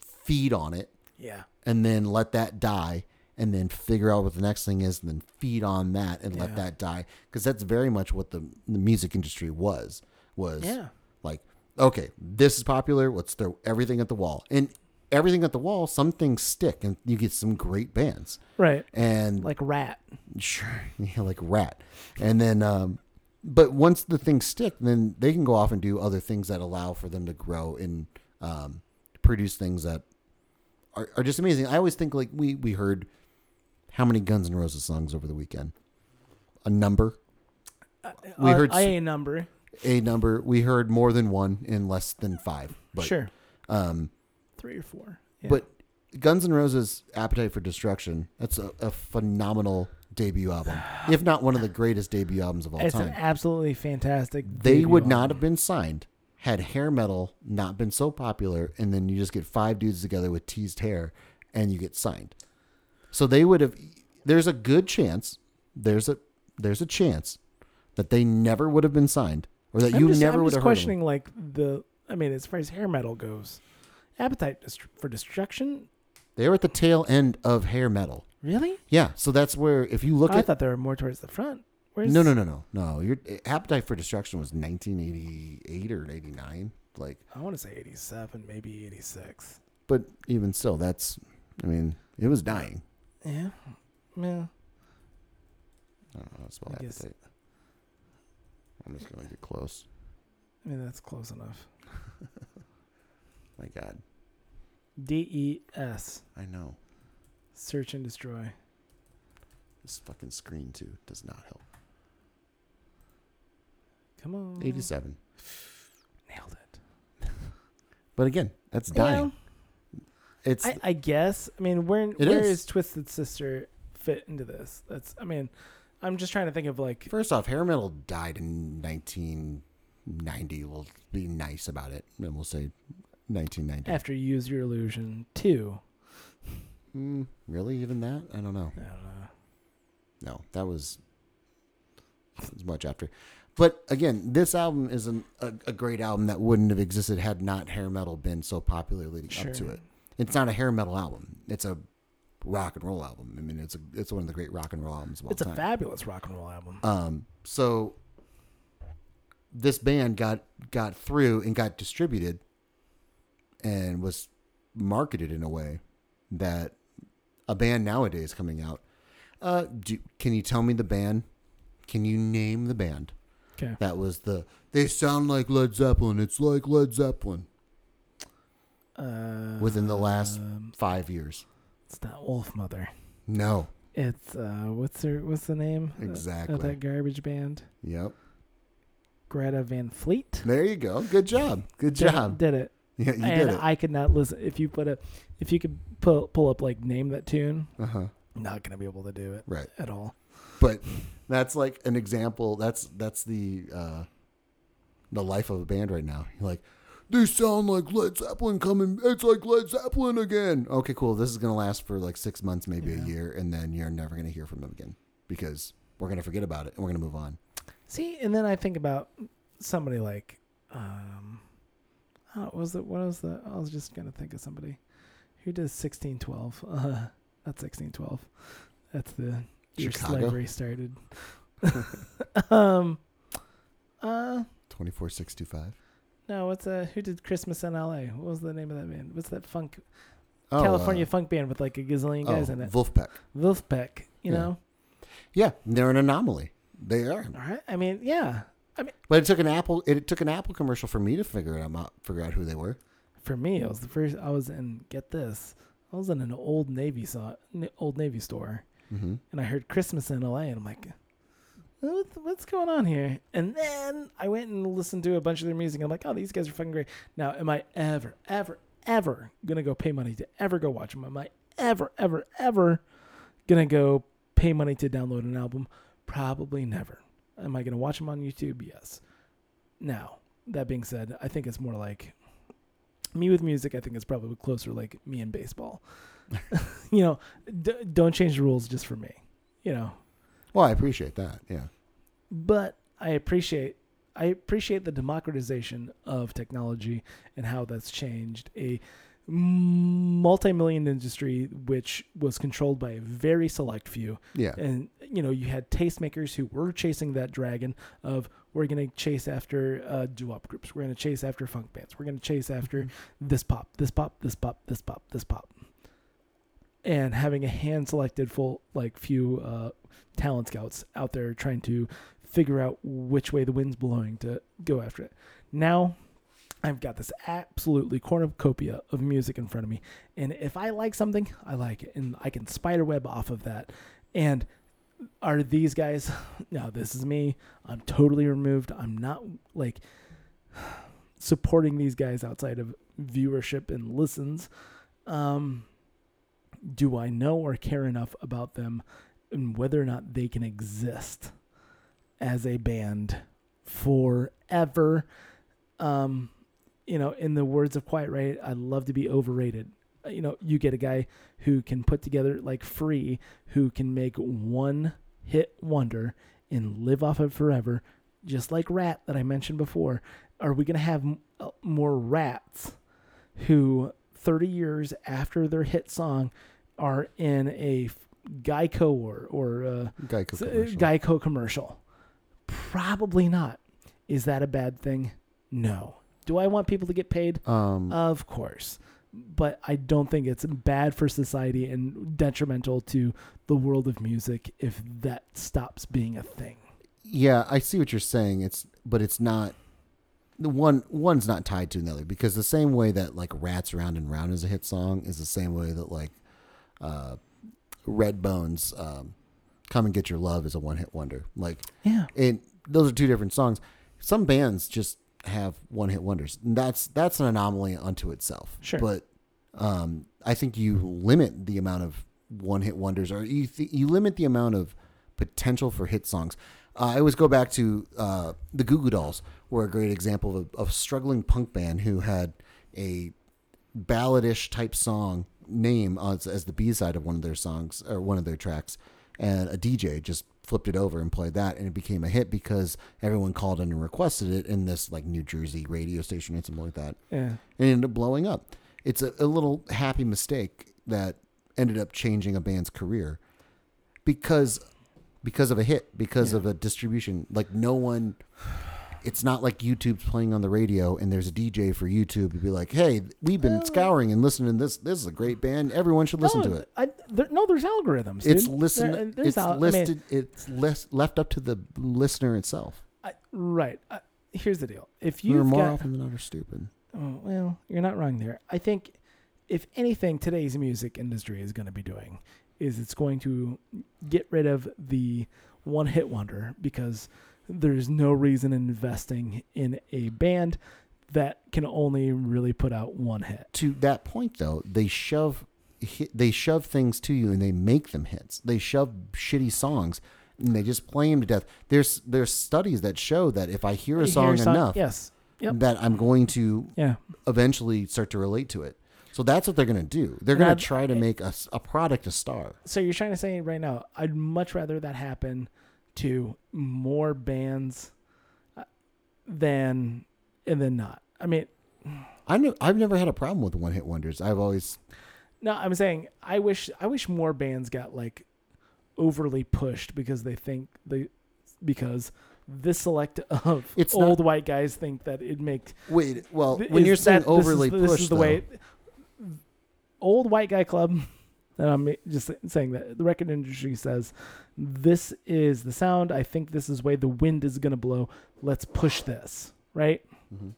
[SPEAKER 1] feed on it
[SPEAKER 2] yeah
[SPEAKER 1] and then let that die and then figure out what the next thing is and then feed on that and let
[SPEAKER 2] Yeah.
[SPEAKER 1] that die because that's very much what the, the music industry was was
[SPEAKER 2] Yeah.
[SPEAKER 1] like okay this is popular let's throw everything at the wall and everything at the wall some things stick and you get some great bands
[SPEAKER 2] right
[SPEAKER 1] and
[SPEAKER 2] like rat
[SPEAKER 1] sure yeah, like rat and then um but once the things stick then they can go off and do other things that allow for them to grow and um produce things that are, are just amazing i always think like we we heard how many guns N' roses songs over the weekend a number We
[SPEAKER 2] Uh,
[SPEAKER 1] heard s-
[SPEAKER 2] I a number
[SPEAKER 1] a number we heard more than one and less than five but
[SPEAKER 2] sure
[SPEAKER 1] um
[SPEAKER 2] three or four yeah.
[SPEAKER 1] but Guns N' Roses' Appetite for Destruction. That's a, a phenomenal debut album, if not one of the greatest debut albums of all
[SPEAKER 2] It's an
[SPEAKER 1] time.
[SPEAKER 2] absolutely fantastic.
[SPEAKER 1] They
[SPEAKER 2] debut
[SPEAKER 1] would not
[SPEAKER 2] album.
[SPEAKER 1] have been signed had hair metal not been so popular, and then you just get five dudes together with teased hair, and you get signed. So they would have. There's a good chance. There's a there's a chance that they never would have been signed, or that
[SPEAKER 2] I'm
[SPEAKER 1] you
[SPEAKER 2] just,
[SPEAKER 1] never
[SPEAKER 2] I'm
[SPEAKER 1] would
[SPEAKER 2] just
[SPEAKER 1] have heard of them.
[SPEAKER 2] questioning like the. I mean, as far as hair metal goes, appetite dest- for destruction.
[SPEAKER 1] They were at the tail end of hair metal.
[SPEAKER 2] Really?
[SPEAKER 1] Yeah, so that's where if you look
[SPEAKER 2] Oh, I
[SPEAKER 1] at
[SPEAKER 2] thought they were more towards the front. Where's
[SPEAKER 1] No, no, no, no, no. Your appetite for destruction was 1988 or 89. Like,
[SPEAKER 2] I want to say 87, maybe 86.
[SPEAKER 1] but even still, that's. I mean, it was dying.
[SPEAKER 2] Yeah. Yeah.
[SPEAKER 1] I don't know how to spell
[SPEAKER 2] I guess-
[SPEAKER 1] appetite. I'm just gonna get close.
[SPEAKER 2] I mean, that's close enough.
[SPEAKER 1] My God,
[SPEAKER 2] DES,
[SPEAKER 1] I know
[SPEAKER 2] E search and destroy.
[SPEAKER 1] this fucking screen too does not help.
[SPEAKER 2] Come on.
[SPEAKER 1] 87.
[SPEAKER 2] Nailed it.
[SPEAKER 1] But again, that's
[SPEAKER 2] Yeah,
[SPEAKER 1] dying. It's
[SPEAKER 2] I, I guess. I mean, where
[SPEAKER 1] It
[SPEAKER 2] where
[SPEAKER 1] is.
[SPEAKER 2] is Twisted Sister fit into this? That's. I mean, I'm just trying to think of like.
[SPEAKER 1] first off, hair metal died in 1990. We'll be nice about it, and we'll say 1990.
[SPEAKER 2] After Use Your Illusion 2.
[SPEAKER 1] Mm, really, even that? I don't know.
[SPEAKER 2] I don't know.
[SPEAKER 1] No, that was as much after. But again, this album is an, a, a great album that wouldn't have existed had not hair metal been so popular leading
[SPEAKER 2] Sure.
[SPEAKER 1] up to it. It's not a hair metal album. It's a rock and roll album. I mean, it's a, it's one of the great rock and roll albums of all
[SPEAKER 2] It's a
[SPEAKER 1] time.
[SPEAKER 2] fabulous rock and roll album.
[SPEAKER 1] Um, so this band got got through and got distributed and was marketed in a way that a band nowadays coming out. Uh, do, can you tell me the band? Can you name the band?
[SPEAKER 2] Okay.
[SPEAKER 1] That was the. They sound like Led Zeppelin. It's like Led Zeppelin.
[SPEAKER 2] Uh,
[SPEAKER 1] Within the last-
[SPEAKER 2] um,
[SPEAKER 1] Five years.
[SPEAKER 2] it's not Wolf Mother.
[SPEAKER 1] No.
[SPEAKER 2] It's uh, what's her what's the name of-
[SPEAKER 1] Exactly.
[SPEAKER 2] of that garbage band?
[SPEAKER 1] Yep.
[SPEAKER 2] Greta Van Fleet.
[SPEAKER 1] There you go. Good job. Good
[SPEAKER 2] Did it-
[SPEAKER 1] job.
[SPEAKER 2] Did it?
[SPEAKER 1] Yeah, you
[SPEAKER 2] and
[SPEAKER 1] did it.
[SPEAKER 2] I could not listen. If you put a, if you could pull pull up like name that tune,
[SPEAKER 1] Uh huh.
[SPEAKER 2] not gonna be able to do it
[SPEAKER 1] Right.
[SPEAKER 2] at all.
[SPEAKER 1] but that's like an example. That's that's the uh, the life of a band right now. You're like, they sound like Led Zeppelin coming. It's like Led Zeppelin again. Okay, cool. This is gonna last for like six months, maybe
[SPEAKER 2] Yeah.
[SPEAKER 1] a year, and then you're never gonna hear from them again because we're gonna forget about it and we're gonna move on.
[SPEAKER 2] See, and then I think about somebody like, um, oh, what was it? What was the? I was just gonna think of somebody who does sixteen twelve. Uh, not sixteen twelve. That's the your
[SPEAKER 1] Chicago?
[SPEAKER 2] slavery started. um, uh,
[SPEAKER 1] Twenty four sixty five.
[SPEAKER 2] no, what's uh, who did Christmas in L.A.? What was the name of that band? What's that funk
[SPEAKER 1] Oh,
[SPEAKER 2] California funk band with like a gazillion guys in it?
[SPEAKER 1] uh, Wolfpack.
[SPEAKER 2] Wolfpack, you
[SPEAKER 1] Oh, Yeah.
[SPEAKER 2] know.
[SPEAKER 1] Yeah, they're an anomaly. They are.
[SPEAKER 2] All right. I mean, yeah.
[SPEAKER 1] But it took an apple. It took an apple commercial for me to figure it out. Figure out who they were.
[SPEAKER 2] For me, it was the first. I was in. Get this. I was in an old Navy saw, n- old Navy store,
[SPEAKER 1] Mm-hmm.
[SPEAKER 2] and I heard Christmas in L.A. and I'm like, "What- what's going on here? And then I went and listened to a bunch of their music. And I'm like, oh, these guys are fucking great. Now, am I ever, ever, ever gonna go pay money to ever go watch them? Am I ever, ever, ever gonna go pay money to download an album? Probably never. Am I gonna watch them on YouTube? Yes. Now, that being said, I think it's more like me with music. I think it's probably closer like me and baseball. you know, d- don't change the rules just for me. You know,
[SPEAKER 1] Well, I appreciate that. Yeah.
[SPEAKER 2] but I appreciate I appreciate the democratization of technology and how that's changed a multi-million industry which was controlled by a very select few
[SPEAKER 1] Yeah.
[SPEAKER 2] and you know you had tastemakers who were chasing that dragon of we're going to chase after uh, doo-wop groups we're going to chase after funk bands we're going to chase after this pop this pop this pop this pop this pop and having a hand selected full like few uh, talent scouts out there trying to figure out which way the wind's blowing to go after it now I've got this absolutely cornucopia of music in front of me. And if I like something, I like it. And I can spiderweb off of that. And are these guys, no, this is me. I'm totally removed. I'm not like supporting these guys outside of viewership and listens. Um, do I know or care enough about them and whether or not they can exist as a band forever? Um, you know, in the words of Quiet Riot, I love to be overrated. Uh, You know, you get a guy who can put together like free, who can make one hit wonder and live off of forever, just like Rat that I mentioned before. Are we going to have m- uh, more rats who 30 years after their hit song are in a f- Geico or, or uh,
[SPEAKER 1] Geico
[SPEAKER 2] s- uh,
[SPEAKER 1] commercial.
[SPEAKER 2] Geico commercial? Probably not. Is that a bad thing? No. Do I want people to get paid?
[SPEAKER 1] um,
[SPEAKER 2] Of course. But I don't think it's bad for society and detrimental to the world of music if that stops being a thing.
[SPEAKER 1] yeah, I see what you're saying. It's but it's not the one one's not tied to another because the same way that like "Rats Round and Round" is a hit song is the same way that like uh, Redbone's um, "Come and Get Your Love" is a one-hit wonder. Like
[SPEAKER 2] Yeah.
[SPEAKER 1] and those are two different songs. Some bands just have one hit wonders. And that's that's an anomaly unto itself.
[SPEAKER 2] Sure.
[SPEAKER 1] But um, I think you limit the amount of one hit wonders, or you th- you limit the amount of potential for hit songs. Uh, I always go back to uh, the Goo Goo Dolls were a great example of a, of struggling punk band who had a balladish type song name as, as the B side of one of their songs or one of their tracks, and a DJ just flipped it over and played that, and it became a hit because everyone called in and requested it in this like New Jersey radio station or something like that,
[SPEAKER 2] Yeah.
[SPEAKER 1] and it ended up blowing up. It's a, a little happy mistake that ended up changing a band's career because because of a hit, because
[SPEAKER 2] Yeah.
[SPEAKER 1] of a distribution. Like no one it's not like YouTube's playing on the radio and there's a DJ for YouTube to be like, "Hey, we've been
[SPEAKER 2] Oh.
[SPEAKER 1] scouring and listening to this. This is a great band. Everyone should listen to it."
[SPEAKER 2] I, there, no, there's algorithms.
[SPEAKER 1] It's
[SPEAKER 2] dude. There-
[SPEAKER 1] listen.
[SPEAKER 2] there's
[SPEAKER 1] It's
[SPEAKER 2] al- I mean,
[SPEAKER 1] listed. it's less, left up to the listener itself.
[SPEAKER 2] I- right. I, here's the deal. If
[SPEAKER 1] We're
[SPEAKER 2] you've
[SPEAKER 1] more
[SPEAKER 2] got,
[SPEAKER 1] often than not are stupid.
[SPEAKER 2] Oh, well, you're not wrong there. I think if anything today's music industry is going to be doing is it's going to get rid of the one hit wonder because there's no reason investing in a band that can only really put out one hit.
[SPEAKER 1] to that point though they shove hi- they shove things to you and they make them hits they shove shitty songs and they just play them to death there's there's studies that show that if i hear a
[SPEAKER 2] You
[SPEAKER 1] song
[SPEAKER 2] hear
[SPEAKER 1] enough
[SPEAKER 2] Yes. Yep.
[SPEAKER 1] that i'm going to
[SPEAKER 2] Yeah.
[SPEAKER 1] eventually start to relate to it so that's what they're going to do they're
[SPEAKER 2] And
[SPEAKER 1] going
[SPEAKER 2] I'd-
[SPEAKER 1] to try to make a, s- a product a star
[SPEAKER 2] so you're trying to say right now i'd much rather that happen to more bands uh, than and than not i mean
[SPEAKER 1] I knew, i've never had a problem with one hit wonders i've always
[SPEAKER 2] no i'm saying i wish i wish more bands got like overly pushed because they think they because this select of
[SPEAKER 1] It's
[SPEAKER 2] old white guys think that it makes
[SPEAKER 1] wait well
[SPEAKER 2] th-
[SPEAKER 1] when
[SPEAKER 2] is
[SPEAKER 1] you're saying
[SPEAKER 2] that- this is-
[SPEAKER 1] overly
[SPEAKER 2] this is,
[SPEAKER 1] pushed
[SPEAKER 2] the
[SPEAKER 1] though,
[SPEAKER 2] way old white guy club and i'm just saying that the record industry says this is the sound i think this is way the wind is going to blow let's push this right
[SPEAKER 1] Mhm.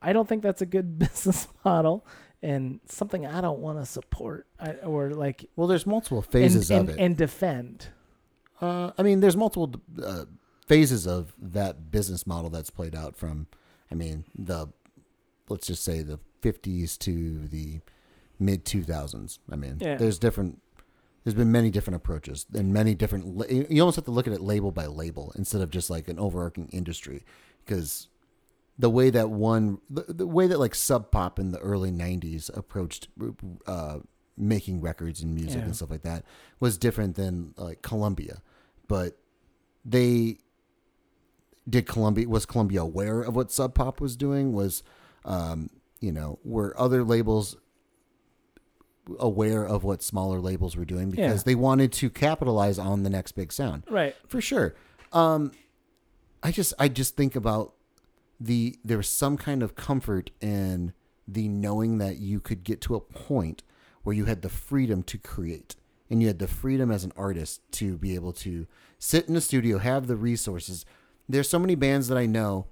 [SPEAKER 2] i don't think that's a good business model and something i don't want to support I, or like
[SPEAKER 1] well there's multiple
[SPEAKER 2] and-
[SPEAKER 1] phases
[SPEAKER 2] and,
[SPEAKER 1] of it
[SPEAKER 2] and defend
[SPEAKER 1] Uh, I mean, there's multiple uh, phases of that business model that's played out from, I mean, the, let's just say the 50s to the mid 2000s. I mean,
[SPEAKER 2] Yeah.
[SPEAKER 1] there's different, there's been many different approaches and many different, la- you almost have to look at it label by label instead of just like an overarching industry because the way that one, the, the way that like Sub Pop in the early 90s approached uh, making records and music
[SPEAKER 2] Yeah.
[SPEAKER 1] and stuff like that was different than like Columbia, but they did Columbia was Columbia aware of what Sub Pop was doing? Was um, you know were other labels aware of what smaller labels were doing because
[SPEAKER 2] Yeah.
[SPEAKER 1] they wanted to capitalize on the next big sound
[SPEAKER 2] right
[SPEAKER 1] for sure. Um, I just I just think about the there was some kind of comfort in the knowing that you could get to a point where you had the freedom to create and you had the freedom as an artist to be able to sit in a studio, have the resources. There's so many bands that I know,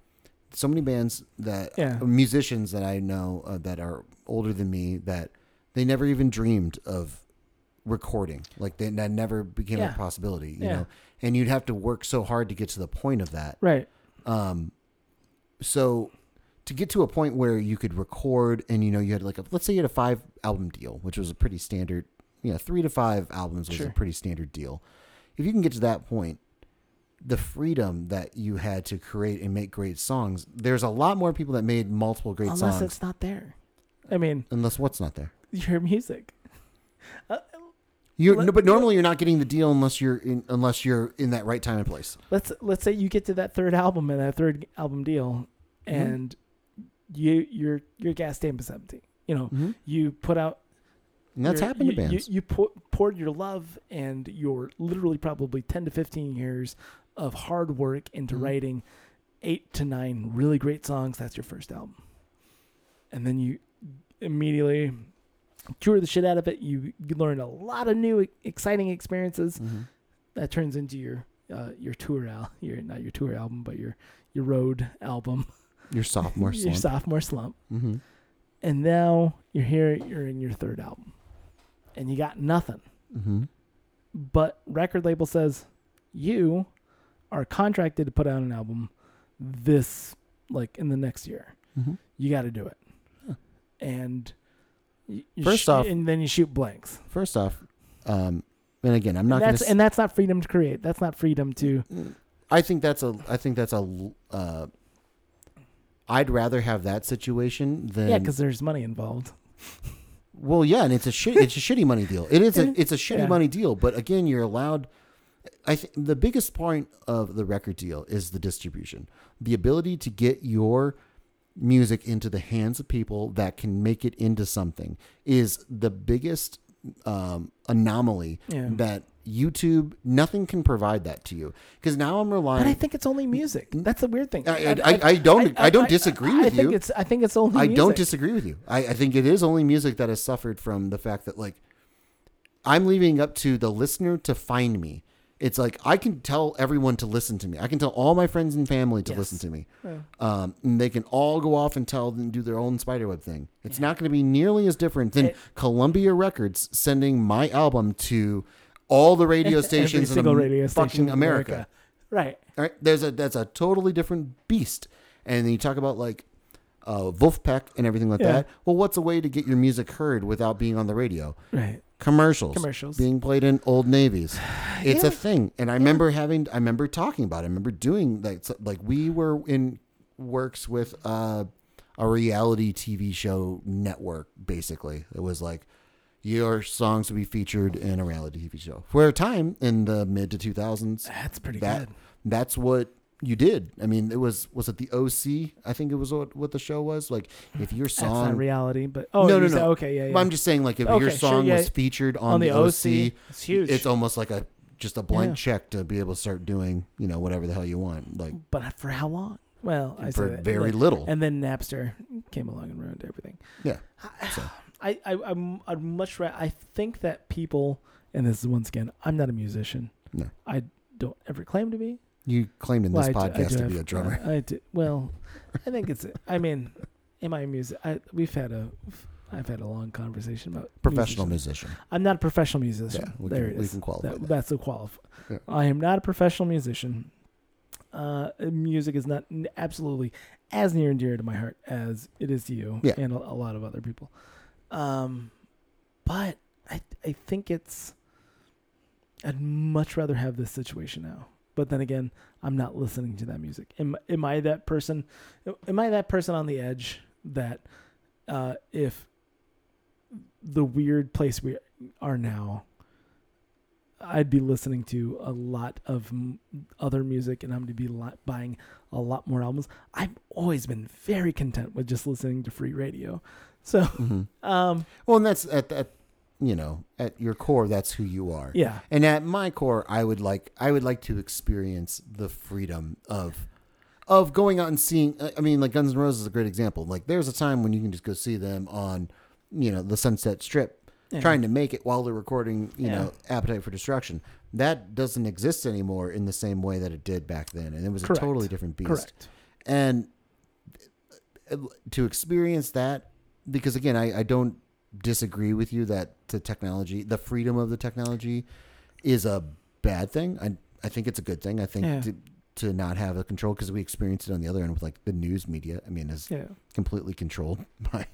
[SPEAKER 1] so many bands that
[SPEAKER 2] Yeah.
[SPEAKER 1] musicians that I know uh, that are older than me that they never even dreamed of recording. Like they, that never became
[SPEAKER 2] Yeah.
[SPEAKER 1] a possibility, you
[SPEAKER 2] Yeah.
[SPEAKER 1] know. And you'd have to work Um, so hard to get to the point of that.
[SPEAKER 2] right
[SPEAKER 1] Um, so to get to a point where you could record and you know you had like a let's say you had a five album deal, which was a pretty standard, you know, three to five albums was
[SPEAKER 2] Sure.
[SPEAKER 1] a pretty standard deal. If you can get to that point, the freedom that you had to create and make great songs, there's a lot more people that made multiple great
[SPEAKER 2] unless
[SPEAKER 1] songs.
[SPEAKER 2] it's not there. I mean,
[SPEAKER 1] Unless what's not there.
[SPEAKER 2] your music.
[SPEAKER 1] You
[SPEAKER 2] Let-
[SPEAKER 1] no, but normally you're not getting the deal unless you're in unless you're in that right time and place.
[SPEAKER 2] Let's let's say you get to that third album and that third album deal, and you your your gas tank is empty. You know,
[SPEAKER 1] Mhm.
[SPEAKER 2] you put out
[SPEAKER 1] And that's
[SPEAKER 2] your-
[SPEAKER 1] happened
[SPEAKER 2] Mm-hmm. you-
[SPEAKER 1] to bands.
[SPEAKER 2] You, you pour, poured your love and your literally probably 10 to 15 years of hard work into
[SPEAKER 1] Mhm.
[SPEAKER 2] writing eight to nine really great songs. That's your first album. And then you immediately cure the shit out of it. You, you learn a lot of new, e, exciting experiences.
[SPEAKER 1] Mhm.
[SPEAKER 2] That turns into your uh, your tour al- your not your tour album, but your your road album,
[SPEAKER 1] Your sophomore
[SPEAKER 2] your
[SPEAKER 1] slump.
[SPEAKER 2] sophomore slump
[SPEAKER 1] mm-hmm.
[SPEAKER 2] and now you're here you're in your third album and you got nothing
[SPEAKER 1] Mm-hmm.
[SPEAKER 2] but record label says you are contracted to put out an album this like in the next year
[SPEAKER 1] Mhm.
[SPEAKER 2] you got to do it
[SPEAKER 1] Huh.
[SPEAKER 2] and y- you
[SPEAKER 1] First off-
[SPEAKER 2] and then you shoot blanks
[SPEAKER 1] First off, um, and again, I'm not
[SPEAKER 2] and
[SPEAKER 1] going
[SPEAKER 2] that's
[SPEAKER 1] to.
[SPEAKER 2] and that's not freedom to create that's not freedom to
[SPEAKER 1] I think that's a. I think that's a. l- Uh, I'd rather have that situation than.
[SPEAKER 2] yeah because there's money involved
[SPEAKER 1] well, yeah, and it's a shit. It's a shitty money deal. It is a. It's a shitty
[SPEAKER 2] Yeah.
[SPEAKER 1] money deal. But again, you're allowed. I think the biggest point of the record deal is the distribution, the ability to get your music into the hands of people that can make it into something is the biggest um, anomaly
[SPEAKER 2] Yeah.
[SPEAKER 1] that YouTube nothing can provide that to you because now I'm relying.
[SPEAKER 2] but I think it's only music. That's the weird thing.
[SPEAKER 1] Mm-hmm. I- I- I don't- I don't disagree with
[SPEAKER 2] I think
[SPEAKER 1] you.
[SPEAKER 2] it's. I think it's only.
[SPEAKER 1] I don't
[SPEAKER 2] music.
[SPEAKER 1] disagree with you. I, I think it is only music that has suffered from the fact that like I'm leaving up to the listener to find me. It's like I can tell everyone to listen to me. I can tell all my friends and family to
[SPEAKER 2] Yes.
[SPEAKER 1] listen to me.
[SPEAKER 2] Yeah.
[SPEAKER 1] Um, and they can all go off and tell and do their own spiderweb thing. It's not going to be nearly as different than
[SPEAKER 2] It-
[SPEAKER 1] Columbia Records sending my album to all the radio
[SPEAKER 2] Every
[SPEAKER 1] stations in
[SPEAKER 2] single
[SPEAKER 1] Am-
[SPEAKER 2] radio station
[SPEAKER 1] fucking
[SPEAKER 2] in
[SPEAKER 1] America.
[SPEAKER 2] Right.
[SPEAKER 1] All right, there's a that's a totally different beast. And then you talk about like uh, Wolfpack and everything like
[SPEAKER 2] Yeah.
[SPEAKER 1] that. Well, what's a way to get your music heard without being on the radio?
[SPEAKER 2] Right.
[SPEAKER 1] Commercials,
[SPEAKER 2] Commercials.
[SPEAKER 1] being played in old navies. It's
[SPEAKER 2] Yeah.
[SPEAKER 1] a thing, and I remember having, I remember talking about it. I remember doing like so- like we were in works with uh, a reality TV show network. Basically, it was like your songs would be featured in a reality TV show for a time in the mid to two thousands
[SPEAKER 2] That's pretty
[SPEAKER 1] that
[SPEAKER 2] good.
[SPEAKER 1] that's what you did. I mean, it was was it the OC? I think it was what, what the show was. Like if your
[SPEAKER 2] That's not
[SPEAKER 1] song
[SPEAKER 2] reality, but oh
[SPEAKER 1] No,
[SPEAKER 2] you
[SPEAKER 1] no,
[SPEAKER 2] said-
[SPEAKER 1] no.
[SPEAKER 2] Okay, yeah, yeah.
[SPEAKER 1] I'm just saying like if
[SPEAKER 2] Okay,
[SPEAKER 1] your
[SPEAKER 2] sure,
[SPEAKER 1] song
[SPEAKER 2] yeah.
[SPEAKER 1] was featured on,
[SPEAKER 2] on
[SPEAKER 1] the, OC,
[SPEAKER 2] It's huge.
[SPEAKER 1] it's almost like a just a blank
[SPEAKER 2] Yeah.
[SPEAKER 1] check to be able to start doing, you know, whatever the hell you want. Like
[SPEAKER 2] but for how long? Well, I
[SPEAKER 1] for
[SPEAKER 2] said that,
[SPEAKER 1] very
[SPEAKER 2] like-
[SPEAKER 1] little.
[SPEAKER 2] And then Napster came along and ruined everything.
[SPEAKER 1] yeah.
[SPEAKER 2] I, I I'm I'd much rather. I think that people, and this is once again, I'm not a musician.
[SPEAKER 1] No.
[SPEAKER 2] I don't ever claim to be.
[SPEAKER 1] You claimed in
[SPEAKER 2] Well,
[SPEAKER 1] this
[SPEAKER 2] I do- I
[SPEAKER 1] podcast
[SPEAKER 2] do
[SPEAKER 1] to be
[SPEAKER 2] have-
[SPEAKER 1] a drummer.
[SPEAKER 2] I, I do. Well, I think it's. I mean, in my music, I we've had a, I've had a long conversation about
[SPEAKER 1] Professional
[SPEAKER 2] musicians.
[SPEAKER 1] musician.
[SPEAKER 2] I'm not a professional musician.
[SPEAKER 1] Yeah, we
[SPEAKER 2] there
[SPEAKER 1] can-
[SPEAKER 2] it
[SPEAKER 1] we
[SPEAKER 2] is.
[SPEAKER 1] can qualify
[SPEAKER 2] That-
[SPEAKER 1] that.
[SPEAKER 2] That's the qualify.
[SPEAKER 1] Yeah.
[SPEAKER 2] I am not a professional musician. Uh, music is not n- absolutely as near and dear to my heart as it is to you
[SPEAKER 1] Yeah.
[SPEAKER 2] and a, a lot of other people. Um, but I I think it's. I'd much rather have this situation now. But then again, I'm not listening to that music. Am am I that person? Am I that person on the edge that uh, if the weird place we are now, I'd be listening to a lot of m- other music and I'm going to be li buying a lot more albums. I've always been very content with just listening to free radio. So,
[SPEAKER 1] Mhm.
[SPEAKER 2] um,
[SPEAKER 1] Well, and that's at that, you know, at your core, that's who you are.
[SPEAKER 2] yeah,
[SPEAKER 1] And at my core, I would like I would like to experience the freedom of of going out and seeing. I- I mean, like Guns N' Roses is a great example. Like, there's a time when you can just go see them on, you know, the Sunset Strip,
[SPEAKER 2] Yeah.
[SPEAKER 1] trying to make it while they're recording, you
[SPEAKER 2] Yeah.
[SPEAKER 1] know, Appetite for Destruction. That doesn't exist anymore in the same way that it did back then, and it was
[SPEAKER 2] Correct.
[SPEAKER 1] a totally different beast
[SPEAKER 2] correct.
[SPEAKER 1] and to experience that because again I, I don't disagree with you that the technology the freedom of the technology is a bad thing i i think it's a good thing i think
[SPEAKER 2] Yeah.
[SPEAKER 1] to, to not have the control because we experienced it on the other end with like the news media. I mean, is
[SPEAKER 2] Yeah.
[SPEAKER 1] completely controlled by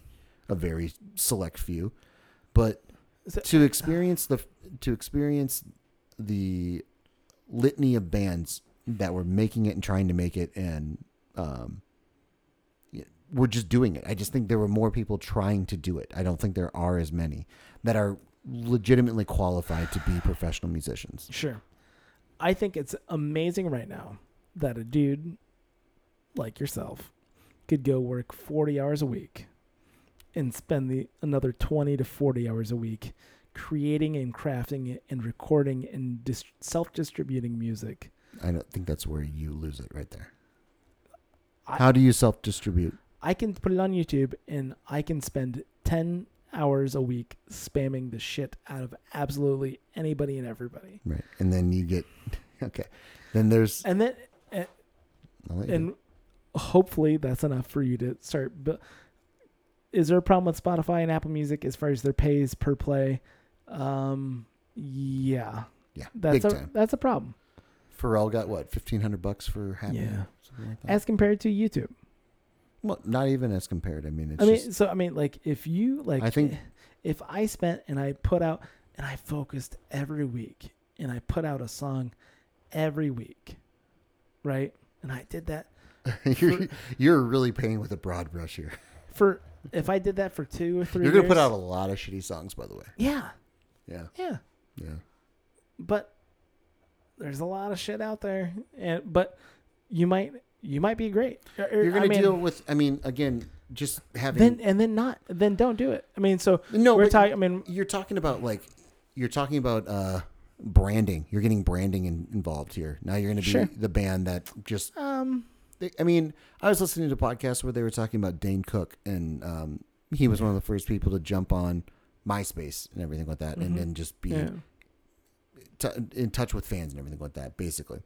[SPEAKER 1] a very select few. But
[SPEAKER 2] Is it-
[SPEAKER 1] to experience the to experience the litany of bands that were making it and trying to make it and um yeah, were just doing it. I just think there were more people trying to do it. I don't think there are as many that are legitimately qualified to be professional musicians.
[SPEAKER 2] Sure. I think it's amazing right now that a dude like yourself could go work 40 hours a week and spend the another 20 to 40 hours a week creating and crafting and recording and dis- self-distributing music.
[SPEAKER 1] I don't think that's where you lose it right there.
[SPEAKER 2] I-
[SPEAKER 1] How do you self distribute?
[SPEAKER 2] I can put it on YouTube and I can spend 10 hours a week spamming the shit out of absolutely anybody and everybody.
[SPEAKER 1] Right. And then you get okay. Then there's
[SPEAKER 2] And then
[SPEAKER 1] I'll let you
[SPEAKER 2] and hopefully that's enough for you to start. But is there a problem with Spotify and Apple Music as far as their pays per play? Um, yeah,
[SPEAKER 1] Yeah,
[SPEAKER 2] that's
[SPEAKER 1] big
[SPEAKER 2] a
[SPEAKER 1] time.
[SPEAKER 2] that's a problem
[SPEAKER 1] Pharrell got what fifteen hundred bucks for half.
[SPEAKER 2] Yeah.
[SPEAKER 1] something like that.
[SPEAKER 2] as compared to YouTube.
[SPEAKER 1] well, not even as compared. I mean, it's
[SPEAKER 2] I mean,
[SPEAKER 1] just
[SPEAKER 2] so I mean, like if you like,
[SPEAKER 1] I think-
[SPEAKER 2] if I spent and I put out and I focused every week and I put out a song every week, right? And I did that
[SPEAKER 1] you're you're really painting with a broad brush here.
[SPEAKER 2] for if I did that for two or 3
[SPEAKER 1] You're gonna
[SPEAKER 2] years-
[SPEAKER 1] put out a lot of shitty songs, by the way.
[SPEAKER 2] yeah,
[SPEAKER 1] Yeah,
[SPEAKER 2] yeah.
[SPEAKER 1] yeah.
[SPEAKER 2] but there's a lot of shit out there and but you might you might be great Or- or,
[SPEAKER 1] You're gonna
[SPEAKER 2] I mean,
[SPEAKER 1] deal with. I mean, again, just having.
[SPEAKER 2] then and then not then don't do it i mean so
[SPEAKER 1] no,
[SPEAKER 2] we're
[SPEAKER 1] but
[SPEAKER 2] talking i mean
[SPEAKER 1] You're talking about like you're talking about uh branding. You're getting branding in, involved here. Now you're gonna be
[SPEAKER 2] Sure.
[SPEAKER 1] the band that just
[SPEAKER 2] um
[SPEAKER 1] they, I mean, I was listening to a podcast where they were talking about Dane Cook, and um, he was one of the first people to jump on MySpace and everything like that,
[SPEAKER 2] Mhm.
[SPEAKER 1] and then just be
[SPEAKER 2] yeah,
[SPEAKER 1] t- in touch with fans and everything like that. Basically,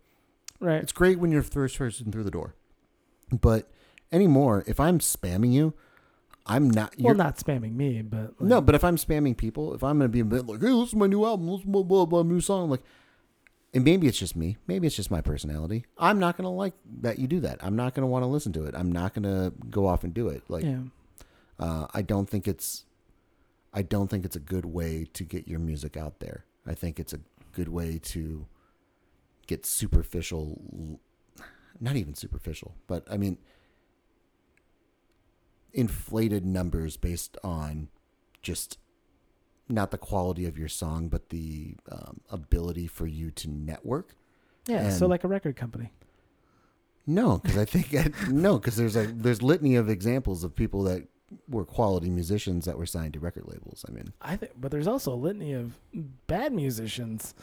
[SPEAKER 2] right
[SPEAKER 1] it's great when you're the first person through the door, but anymore, if I'm spamming you, I'm not. You're,
[SPEAKER 2] well not spamming me but like,
[SPEAKER 1] no, but if I'm spamming people, if I'm gonna be a bit like, "Hey, this is my new album, this is my blah blah new song," like, and maybe it's just me, maybe it's just my personality. I'm not gonna like that you do that. I'm not gonna want to listen to it. I'm not gonna go off and do it. Like,
[SPEAKER 2] yeah
[SPEAKER 1] uh, I don't think it's, I don't think it's a good way to get your music out there. I think it's a good way to get superficial, not even superficial, but I mean, inflated numbers based on just not the quality of your song, but the um, ability for you to network.
[SPEAKER 2] yeah so
[SPEAKER 1] and-
[SPEAKER 2] like a record company
[SPEAKER 1] No, because I think no, because there's a there's litany of examples of people that were quality musicians that were signed to record labels. I mean,
[SPEAKER 2] i think but there's also a litany of bad musicians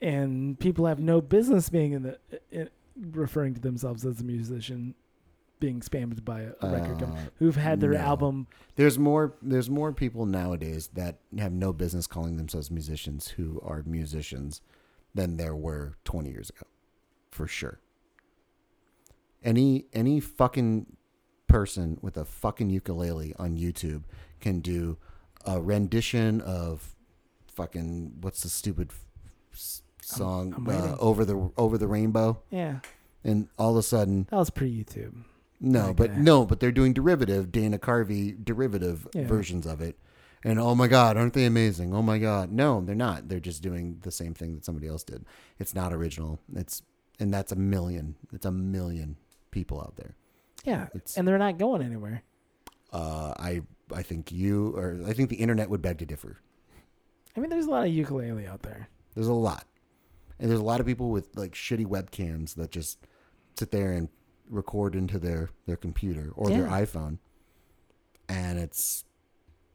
[SPEAKER 2] and people have no business being in the in, referring to themselves as a musician being spammed by a, a record company
[SPEAKER 1] uh,
[SPEAKER 2] who've had their
[SPEAKER 1] no.
[SPEAKER 2] album
[SPEAKER 1] there's more there's more people nowadays that have no business calling themselves musicians who are musicians than there were 20 years ago, for sure. Any any fucking person with a fucking ukulele on YouTube can do a rendition of fucking what's the stupid f- s- song
[SPEAKER 2] I'm
[SPEAKER 1] uh,
[SPEAKER 2] waiting.
[SPEAKER 1] over the over the rainbow
[SPEAKER 2] yeah
[SPEAKER 1] and all of a sudden
[SPEAKER 2] That was pre YouTube.
[SPEAKER 1] no but
[SPEAKER 2] Okay.
[SPEAKER 1] no but they're doing derivative Dana Carvey derivative
[SPEAKER 2] Yeah.
[SPEAKER 1] versions of it and oh my god aren't they amazing oh my god no they're not they're just doing the same thing that somebody else did it's not original it's and that's a million it's a million people out there
[SPEAKER 2] Yeah.
[SPEAKER 1] it's
[SPEAKER 2] And they're not going anywhere.
[SPEAKER 1] uh, I I think you or I think the internet would beg to differ.
[SPEAKER 2] I mean, there's a lot of ukulele out there.
[SPEAKER 1] There's a lot, and there's a lot of people with like shitty webcams that just sit there and record into their their computer or their
[SPEAKER 2] Yeah.
[SPEAKER 1] iPhone, and it's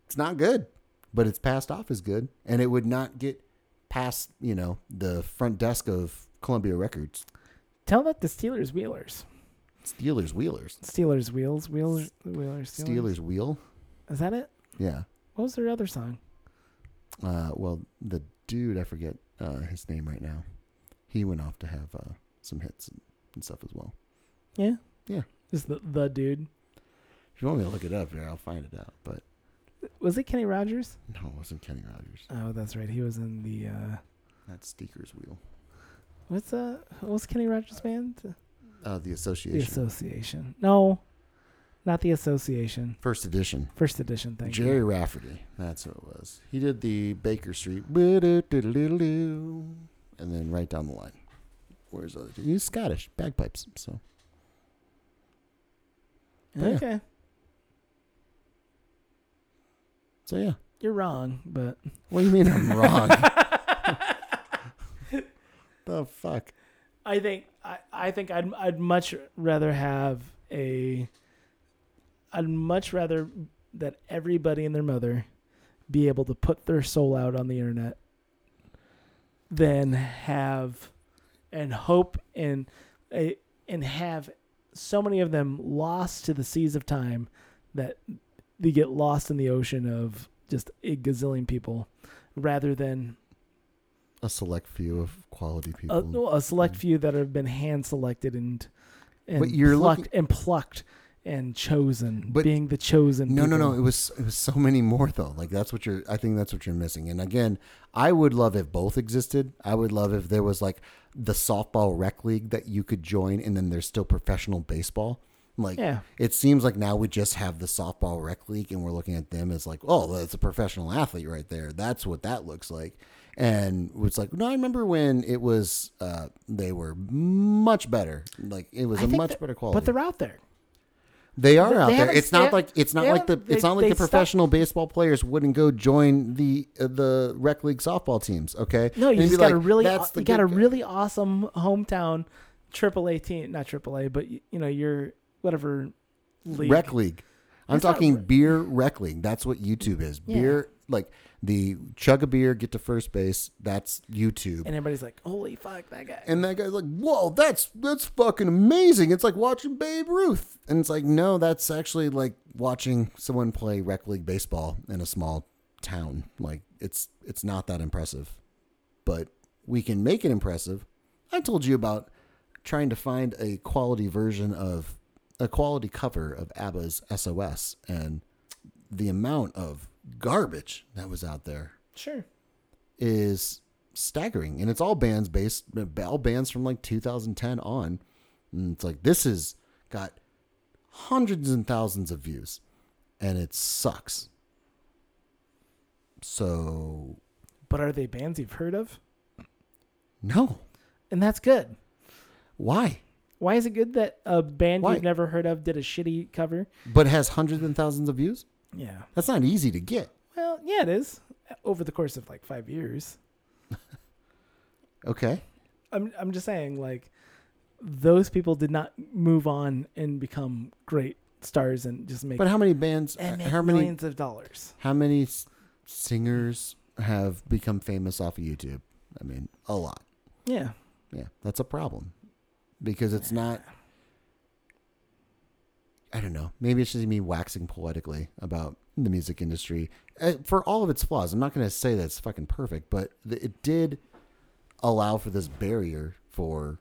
[SPEAKER 1] it's not good, but it's passed off as good, and it would not get past you know the front desk of Columbia Records.
[SPEAKER 2] Tell that to Steelers Wheelers.
[SPEAKER 1] Steelers Wheelers,
[SPEAKER 2] Steelers Wheels. Wheelers. Wheelers. Steelers.
[SPEAKER 1] Steelers Wheel,
[SPEAKER 2] Is that it?
[SPEAKER 1] yeah.
[SPEAKER 2] What was their other song?
[SPEAKER 1] uh, well, the dude, I forget uh, his name right now. He went off to have uh, some hits and, and stuff as well.
[SPEAKER 2] Yeah.
[SPEAKER 1] Yeah.
[SPEAKER 2] Just the, the dude.
[SPEAKER 1] If you want me to look it up, here I'll find it out. But
[SPEAKER 2] Was it Kenny Rogers?
[SPEAKER 1] no, it wasn't Kenny Rogers.
[SPEAKER 2] Oh, that's right. He was in the. uh
[SPEAKER 1] That's Steaker's Wheel.
[SPEAKER 2] What's uh? What's Kenny Rogers' band?
[SPEAKER 1] Uh, the
[SPEAKER 2] The
[SPEAKER 1] Association,
[SPEAKER 2] association. No, not the association.
[SPEAKER 1] first edition.
[SPEAKER 2] First edition. Thank
[SPEAKER 1] Jerry
[SPEAKER 2] you.
[SPEAKER 1] Rafferty, that's what it was. He did the Baker Street, "Boo-doo-doo-doo-doo-doo," and then right down the line. Where's the other? He's Scottish bagpipes, so But yeah.
[SPEAKER 2] Okay,
[SPEAKER 1] so yeah.
[SPEAKER 2] you're wrong, but
[SPEAKER 1] What do you mean I'm wrong? the fuck.
[SPEAKER 2] I think I, I think I'd I'd much rather have a I'd much rather that everybody and their mother be able to put their soul out on the internet than have and hope and a- and have so many of them lost to the seas of time that they get lost in the ocean of just a gazillion people rather than
[SPEAKER 1] A select few of quality
[SPEAKER 2] a,
[SPEAKER 1] people.
[SPEAKER 2] no, Uh, a select few that have been hand selected and and
[SPEAKER 1] But you're
[SPEAKER 2] plucked
[SPEAKER 1] looking-
[SPEAKER 2] and plucked and chosen,
[SPEAKER 1] But-
[SPEAKER 2] being the chosen.
[SPEAKER 1] No, no, no.
[SPEAKER 2] people.
[SPEAKER 1] It was it was so many more though. Like that's what you're. I think that's what you're missing. And again, I would love if both existed. I would love if there was like the softball rec league that you could join, and then there's still professional baseball. Like
[SPEAKER 2] Yeah.
[SPEAKER 1] it seems like now we just have the softball rec league, and we're looking at them as like, oh, that's a professional athlete right there. That's what that looks like. And it's like, no, I remember when it was uh, they were much better. Like it was
[SPEAKER 2] I
[SPEAKER 1] a
[SPEAKER 2] think
[SPEAKER 1] much
[SPEAKER 2] that-
[SPEAKER 1] better quality.
[SPEAKER 2] But they're out there.
[SPEAKER 1] They are
[SPEAKER 2] They
[SPEAKER 1] out there.
[SPEAKER 2] haven't-
[SPEAKER 1] It's not
[SPEAKER 2] they-
[SPEAKER 1] like it's not
[SPEAKER 2] they
[SPEAKER 1] like the
[SPEAKER 2] haven't-
[SPEAKER 1] it's
[SPEAKER 2] they-
[SPEAKER 1] not like
[SPEAKER 2] they
[SPEAKER 1] the
[SPEAKER 2] stopped-
[SPEAKER 1] professional baseball players wouldn't go join the uh, the rec league softball teams. Okay,
[SPEAKER 2] No,
[SPEAKER 1] And
[SPEAKER 2] you just
[SPEAKER 1] be
[SPEAKER 2] got a
[SPEAKER 1] like,
[SPEAKER 2] really
[SPEAKER 1] "That's the
[SPEAKER 2] you got
[SPEAKER 1] good
[SPEAKER 2] a
[SPEAKER 1] guy."
[SPEAKER 2] really awesome hometown AAA team, not AAA, but you, you know your whatever league.
[SPEAKER 1] rec league. I'm
[SPEAKER 2] It's not
[SPEAKER 1] talking
[SPEAKER 2] re-
[SPEAKER 1] beer rec league. That's what YouTube is.
[SPEAKER 2] Yeah.
[SPEAKER 1] Beer like the chug a beer, get to first base. That's YouTube.
[SPEAKER 2] and everybody's like, "Holy fuck, that guy!"
[SPEAKER 1] And that guy's like, "Whoa, that's that's fucking amazing! It's like watching Babe Ruth." And it's like, no, that's actually like watching someone play rec league baseball in a small town. Like, it's it's not that impressive, but we can make it impressive. I told you about trying to find a quality version of a quality cover of ABBA's SOS, and the amount of garbage that was out there
[SPEAKER 2] Sure.
[SPEAKER 1] is staggering and it's all bands based all bands from like 2010 on and it's like this has got hundreds and thousands of views and it sucks so
[SPEAKER 2] But are they bands you've heard of?
[SPEAKER 1] no
[SPEAKER 2] And that's good.
[SPEAKER 1] why
[SPEAKER 2] Why is it good that a band
[SPEAKER 1] Why?
[SPEAKER 2] you've never heard of did a shitty cover?
[SPEAKER 1] but has hundreds and thousands of views
[SPEAKER 2] Yeah.
[SPEAKER 1] that's not easy to get
[SPEAKER 2] Well, yeah, it is. Over the course of like five years.
[SPEAKER 1] okay
[SPEAKER 2] I'm I'm just saying like those people did not move on and become great stars and just make
[SPEAKER 1] but how many bands
[SPEAKER 2] and make
[SPEAKER 1] how many
[SPEAKER 2] millions of dollars.
[SPEAKER 1] how many s- singers have become famous off of youtube i mean a lot
[SPEAKER 2] Yeah.
[SPEAKER 1] Yeah, that's a problem because it's not. I don't know. Maybe it's just me waxing poetically about the music industry Uh, for all of its flaws. I'm not going to say that it's fucking perfect, but th- it did allow for this barrier for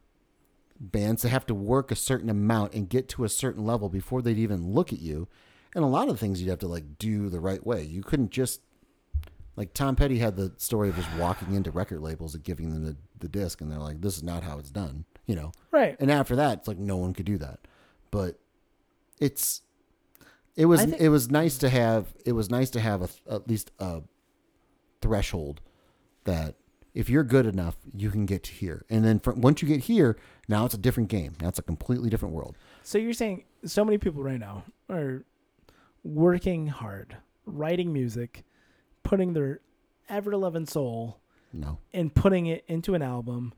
[SPEAKER 1] bands to have to work a certain amount and get to a certain level before they'd even look at you. And a lot of things you'd have to like do the right way. You couldn't just like Tom Petty had the story of just walking into record labels and giving them the, the disc, and they're like, "This is not how it's done," you know.
[SPEAKER 2] Right.
[SPEAKER 1] And after that, it's like no one could do that. But it's it was
[SPEAKER 2] I think-
[SPEAKER 1] it was nice to have it was nice to have a, at least a threshold that if you're good enough, you can get to here. And then from, once you get here, now it's a different game. Now it's a completely different world.
[SPEAKER 2] So you're saying so many people right now are working hard, writing music, putting their ever loving soul
[SPEAKER 1] No,
[SPEAKER 2] and putting it into an album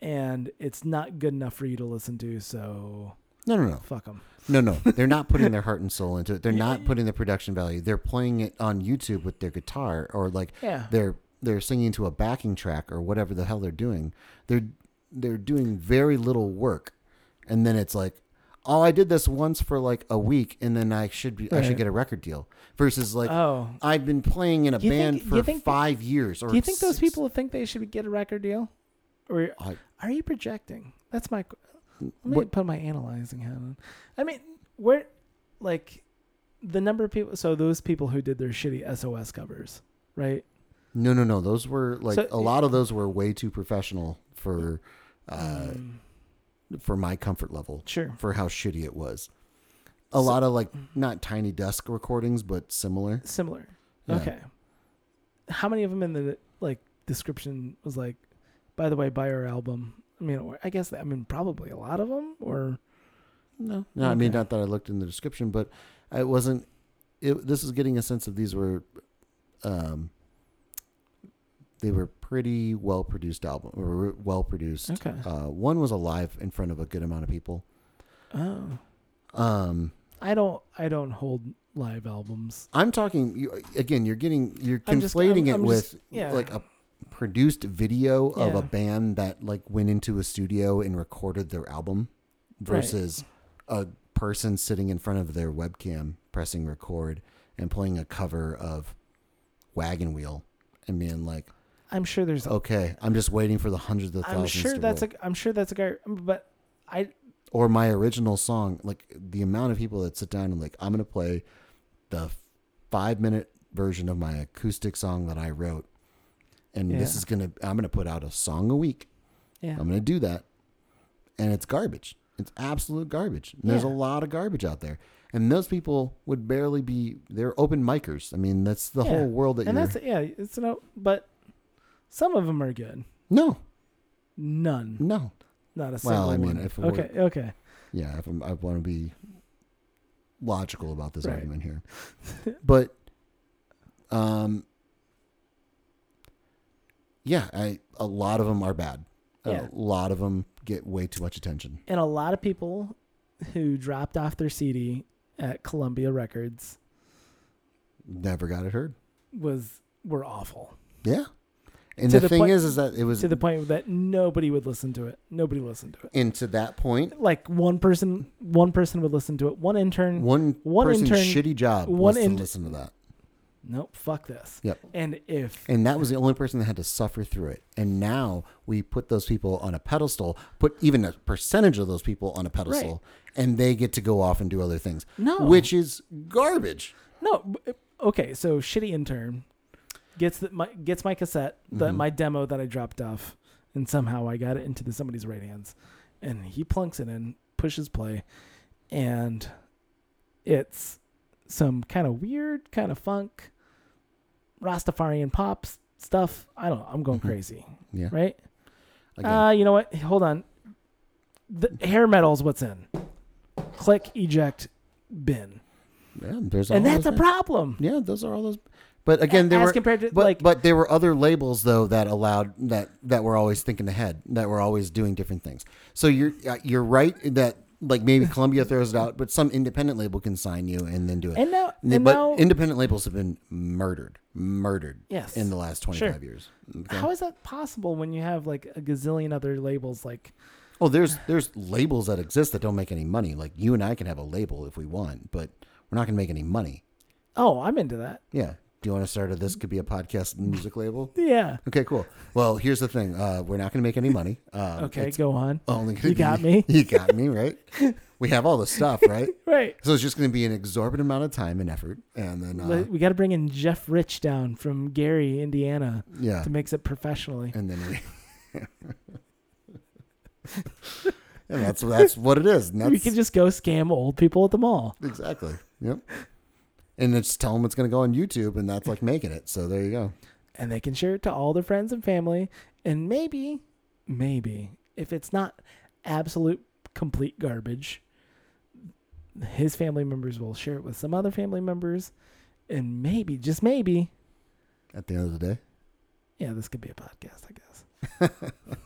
[SPEAKER 2] and it's not good enough for you to listen to, so
[SPEAKER 1] no, no, no.
[SPEAKER 2] fuck them.
[SPEAKER 1] No, no, they're not putting their heart and soul into it. They're not putting the production value. They're playing it on YouTube with their guitar, or like
[SPEAKER 2] Yeah.
[SPEAKER 1] they're they're singing to a backing track or whatever the hell they're doing. They're they're doing very little work, and then it's like, oh, I did this once for like a week, and then I should be I
[SPEAKER 2] Right.
[SPEAKER 1] should get a record deal. Versus like
[SPEAKER 2] Oh.
[SPEAKER 1] I've been playing in a
[SPEAKER 2] Do you
[SPEAKER 1] band
[SPEAKER 2] think- do
[SPEAKER 1] for
[SPEAKER 2] you think-
[SPEAKER 1] five years. Or
[SPEAKER 2] Do you think those
[SPEAKER 1] six-
[SPEAKER 2] people think they should get a record deal? Or
[SPEAKER 1] I-
[SPEAKER 2] are you projecting? That's my. qu- Let me
[SPEAKER 1] What-
[SPEAKER 2] put my analyzing hat on. I mean, where, like, the number of people. So those people who did their shitty SOS covers, right?
[SPEAKER 1] No, no, no. Those were like
[SPEAKER 2] So-
[SPEAKER 1] a lot of those were way too professional for. Uh,
[SPEAKER 2] Um,
[SPEAKER 1] for my comfort level
[SPEAKER 2] Sure.
[SPEAKER 1] for how shitty it was. A lot of like not tiny desk recordings, but similar.
[SPEAKER 2] Similar.
[SPEAKER 1] Yeah.
[SPEAKER 2] Okay. How many of them in the like description was like, by the way, buy our album? I mean, or I guess I mean probably a lot of them, or
[SPEAKER 1] No, no. I mean,
[SPEAKER 2] Okay.
[SPEAKER 1] not that I looked in the description, but it wasn't. It, this is getting a sense of these were, um, they were pretty well produced album or well produced.
[SPEAKER 2] Okay.
[SPEAKER 1] Uh, one was alive in front of a good amount of people.
[SPEAKER 2] oh,
[SPEAKER 1] Um,
[SPEAKER 2] I don't, I don't hold live albums.
[SPEAKER 1] I'm talking you, again. You're getting you're
[SPEAKER 2] I'm
[SPEAKER 1] conflating
[SPEAKER 2] just- I'm-
[SPEAKER 1] it
[SPEAKER 2] I'm
[SPEAKER 1] with
[SPEAKER 2] just- yeah.
[SPEAKER 1] like a produced video of
[SPEAKER 2] Yeah.
[SPEAKER 1] a band that like went into a studio and recorded their album
[SPEAKER 2] Right.
[SPEAKER 1] versus a person sitting in front of their webcam pressing record and playing a cover of Wagon Wheel and being like,
[SPEAKER 2] I'm sure
[SPEAKER 1] Oh,
[SPEAKER 2] there's.
[SPEAKER 1] "Okay, I'm just waiting for the hundreds of 1000s
[SPEAKER 2] I'm sure
[SPEAKER 1] to
[SPEAKER 2] that's
[SPEAKER 1] roll."
[SPEAKER 2] a. I'm sure that's a guy, but I.
[SPEAKER 1] or my original song." Like the amount of people that sit down and like, "I'm going to play the 5-minute version of my acoustic song that I wrote." And this
[SPEAKER 2] Yeah.
[SPEAKER 1] is going to I'm going to put out a song a week.
[SPEAKER 2] Yeah.
[SPEAKER 1] I'm going to do that. And it's garbage. It's absolute garbage. And There's a
[SPEAKER 2] Yeah.
[SPEAKER 1] lot of garbage out there. And those people would barely be, they're open micers. I mean, that's the
[SPEAKER 2] Yeah.
[SPEAKER 1] whole world that
[SPEAKER 2] and
[SPEAKER 1] you're.
[SPEAKER 2] that's yeah. It's no, but some of them are good.
[SPEAKER 1] no,
[SPEAKER 2] None.
[SPEAKER 1] no.
[SPEAKER 2] Not a single
[SPEAKER 1] Well, I mean,
[SPEAKER 2] one.
[SPEAKER 1] if it were-
[SPEAKER 2] okay. Okay.
[SPEAKER 1] Yeah, if I'm, I want to be logical about this
[SPEAKER 2] Right.
[SPEAKER 1] argument here. but, um, yeah, I, a lot of them are bad.
[SPEAKER 2] Yeah.
[SPEAKER 1] A lot of them get way too much attention.
[SPEAKER 2] and a lot of people who dropped off their CD at Columbia Records
[SPEAKER 1] Never got it heard.
[SPEAKER 2] was were awful
[SPEAKER 1] Yeah. And
[SPEAKER 2] To
[SPEAKER 1] the,
[SPEAKER 2] the
[SPEAKER 1] thing
[SPEAKER 2] point-
[SPEAKER 1] is, is that it was
[SPEAKER 2] to the point that nobody would listen to it. Nobody listened to it.
[SPEAKER 1] And to that point,
[SPEAKER 2] Like one person, one person would listen to it. One intern.
[SPEAKER 1] one,
[SPEAKER 2] Mm. One
[SPEAKER 1] person's
[SPEAKER 2] intern-
[SPEAKER 1] shitty job
[SPEAKER 2] one
[SPEAKER 1] was
[SPEAKER 2] in-
[SPEAKER 1] to listen to that.
[SPEAKER 2] Nope. Fuck this.
[SPEAKER 1] Yep.
[SPEAKER 2] And if
[SPEAKER 1] And that was the only person that had to suffer through it. And now we put those people on a pedestal, put even a percentage of those people on a pedestal, and they get to go off and do other things.
[SPEAKER 2] No.
[SPEAKER 1] Which is garbage.
[SPEAKER 2] No. b- Okay. So shitty intern gets the, my gets my cassette, the, my demo that I dropped off, and somehow I got it into the, somebody's right hands, and he plunks it in, pushes play, and it's some kind of weird, kind of funk, Rastafarian pop s- stuff. I don't. know. I'm going crazy.
[SPEAKER 1] Yeah.
[SPEAKER 2] Right.
[SPEAKER 1] Again,
[SPEAKER 2] Uh, you know what? Hold on. The hair metal's what's in. Click eject bin,
[SPEAKER 1] yeah, there's all
[SPEAKER 2] and that's a
[SPEAKER 1] those-
[SPEAKER 2] problem.
[SPEAKER 1] Yeah, those are all those. But again, there
[SPEAKER 2] as
[SPEAKER 1] were
[SPEAKER 2] compared to,
[SPEAKER 1] but,
[SPEAKER 2] like-
[SPEAKER 1] but there were other labels though that allowed that that were always thinking ahead, that were always doing different things. So you're uh, you're right that like maybe Columbia throws it out, but some independent label can sign you and then do it.
[SPEAKER 2] And now,
[SPEAKER 1] Yeah,
[SPEAKER 2] and
[SPEAKER 1] but
[SPEAKER 2] now
[SPEAKER 1] independent labels have been murdered, murdered.
[SPEAKER 2] Yes.
[SPEAKER 1] in the last twenty five
[SPEAKER 2] Sure.
[SPEAKER 1] years. Okay?
[SPEAKER 2] how is that possible when you have like a gazillion other labels? Like,
[SPEAKER 1] oh, there's there's labels that exist that don't make any money. Like you and I can have a label if we want, but we're not going to make any money.
[SPEAKER 2] oh, I'm into that.
[SPEAKER 1] Yeah. Do you want to start a this could be a podcast music label?
[SPEAKER 2] Yeah.
[SPEAKER 1] Okay, cool. Well, here's the thing. Uh, we're not going to make any money. Um,
[SPEAKER 2] Okay,
[SPEAKER 1] it's
[SPEAKER 2] go on.
[SPEAKER 1] Only gonna
[SPEAKER 2] you got
[SPEAKER 1] be-
[SPEAKER 2] me.
[SPEAKER 1] You got me, right? we have all the stuff, right?
[SPEAKER 2] Right.
[SPEAKER 1] So it's just going to be an exorbitant amount of time and effort, and then uh,
[SPEAKER 2] Like, we got to bring in Jeff Rich down from Gary, Indiana,
[SPEAKER 1] yeah,
[SPEAKER 2] to mix it professionally.
[SPEAKER 1] and then we. and that's that's what it is. And that's
[SPEAKER 2] we can just go scam old people at the mall.
[SPEAKER 1] exactly. Yep. And it's tell them it's going to go on YouTube, and that's like making it. So there you go.
[SPEAKER 2] and they can share it to all their friends and family. And maybe, maybe, if it's not absolute complete garbage, his family members will share it with some other family members. And maybe, just maybe,
[SPEAKER 1] At the end of the day,
[SPEAKER 2] yeah, this could be a podcast, I guess.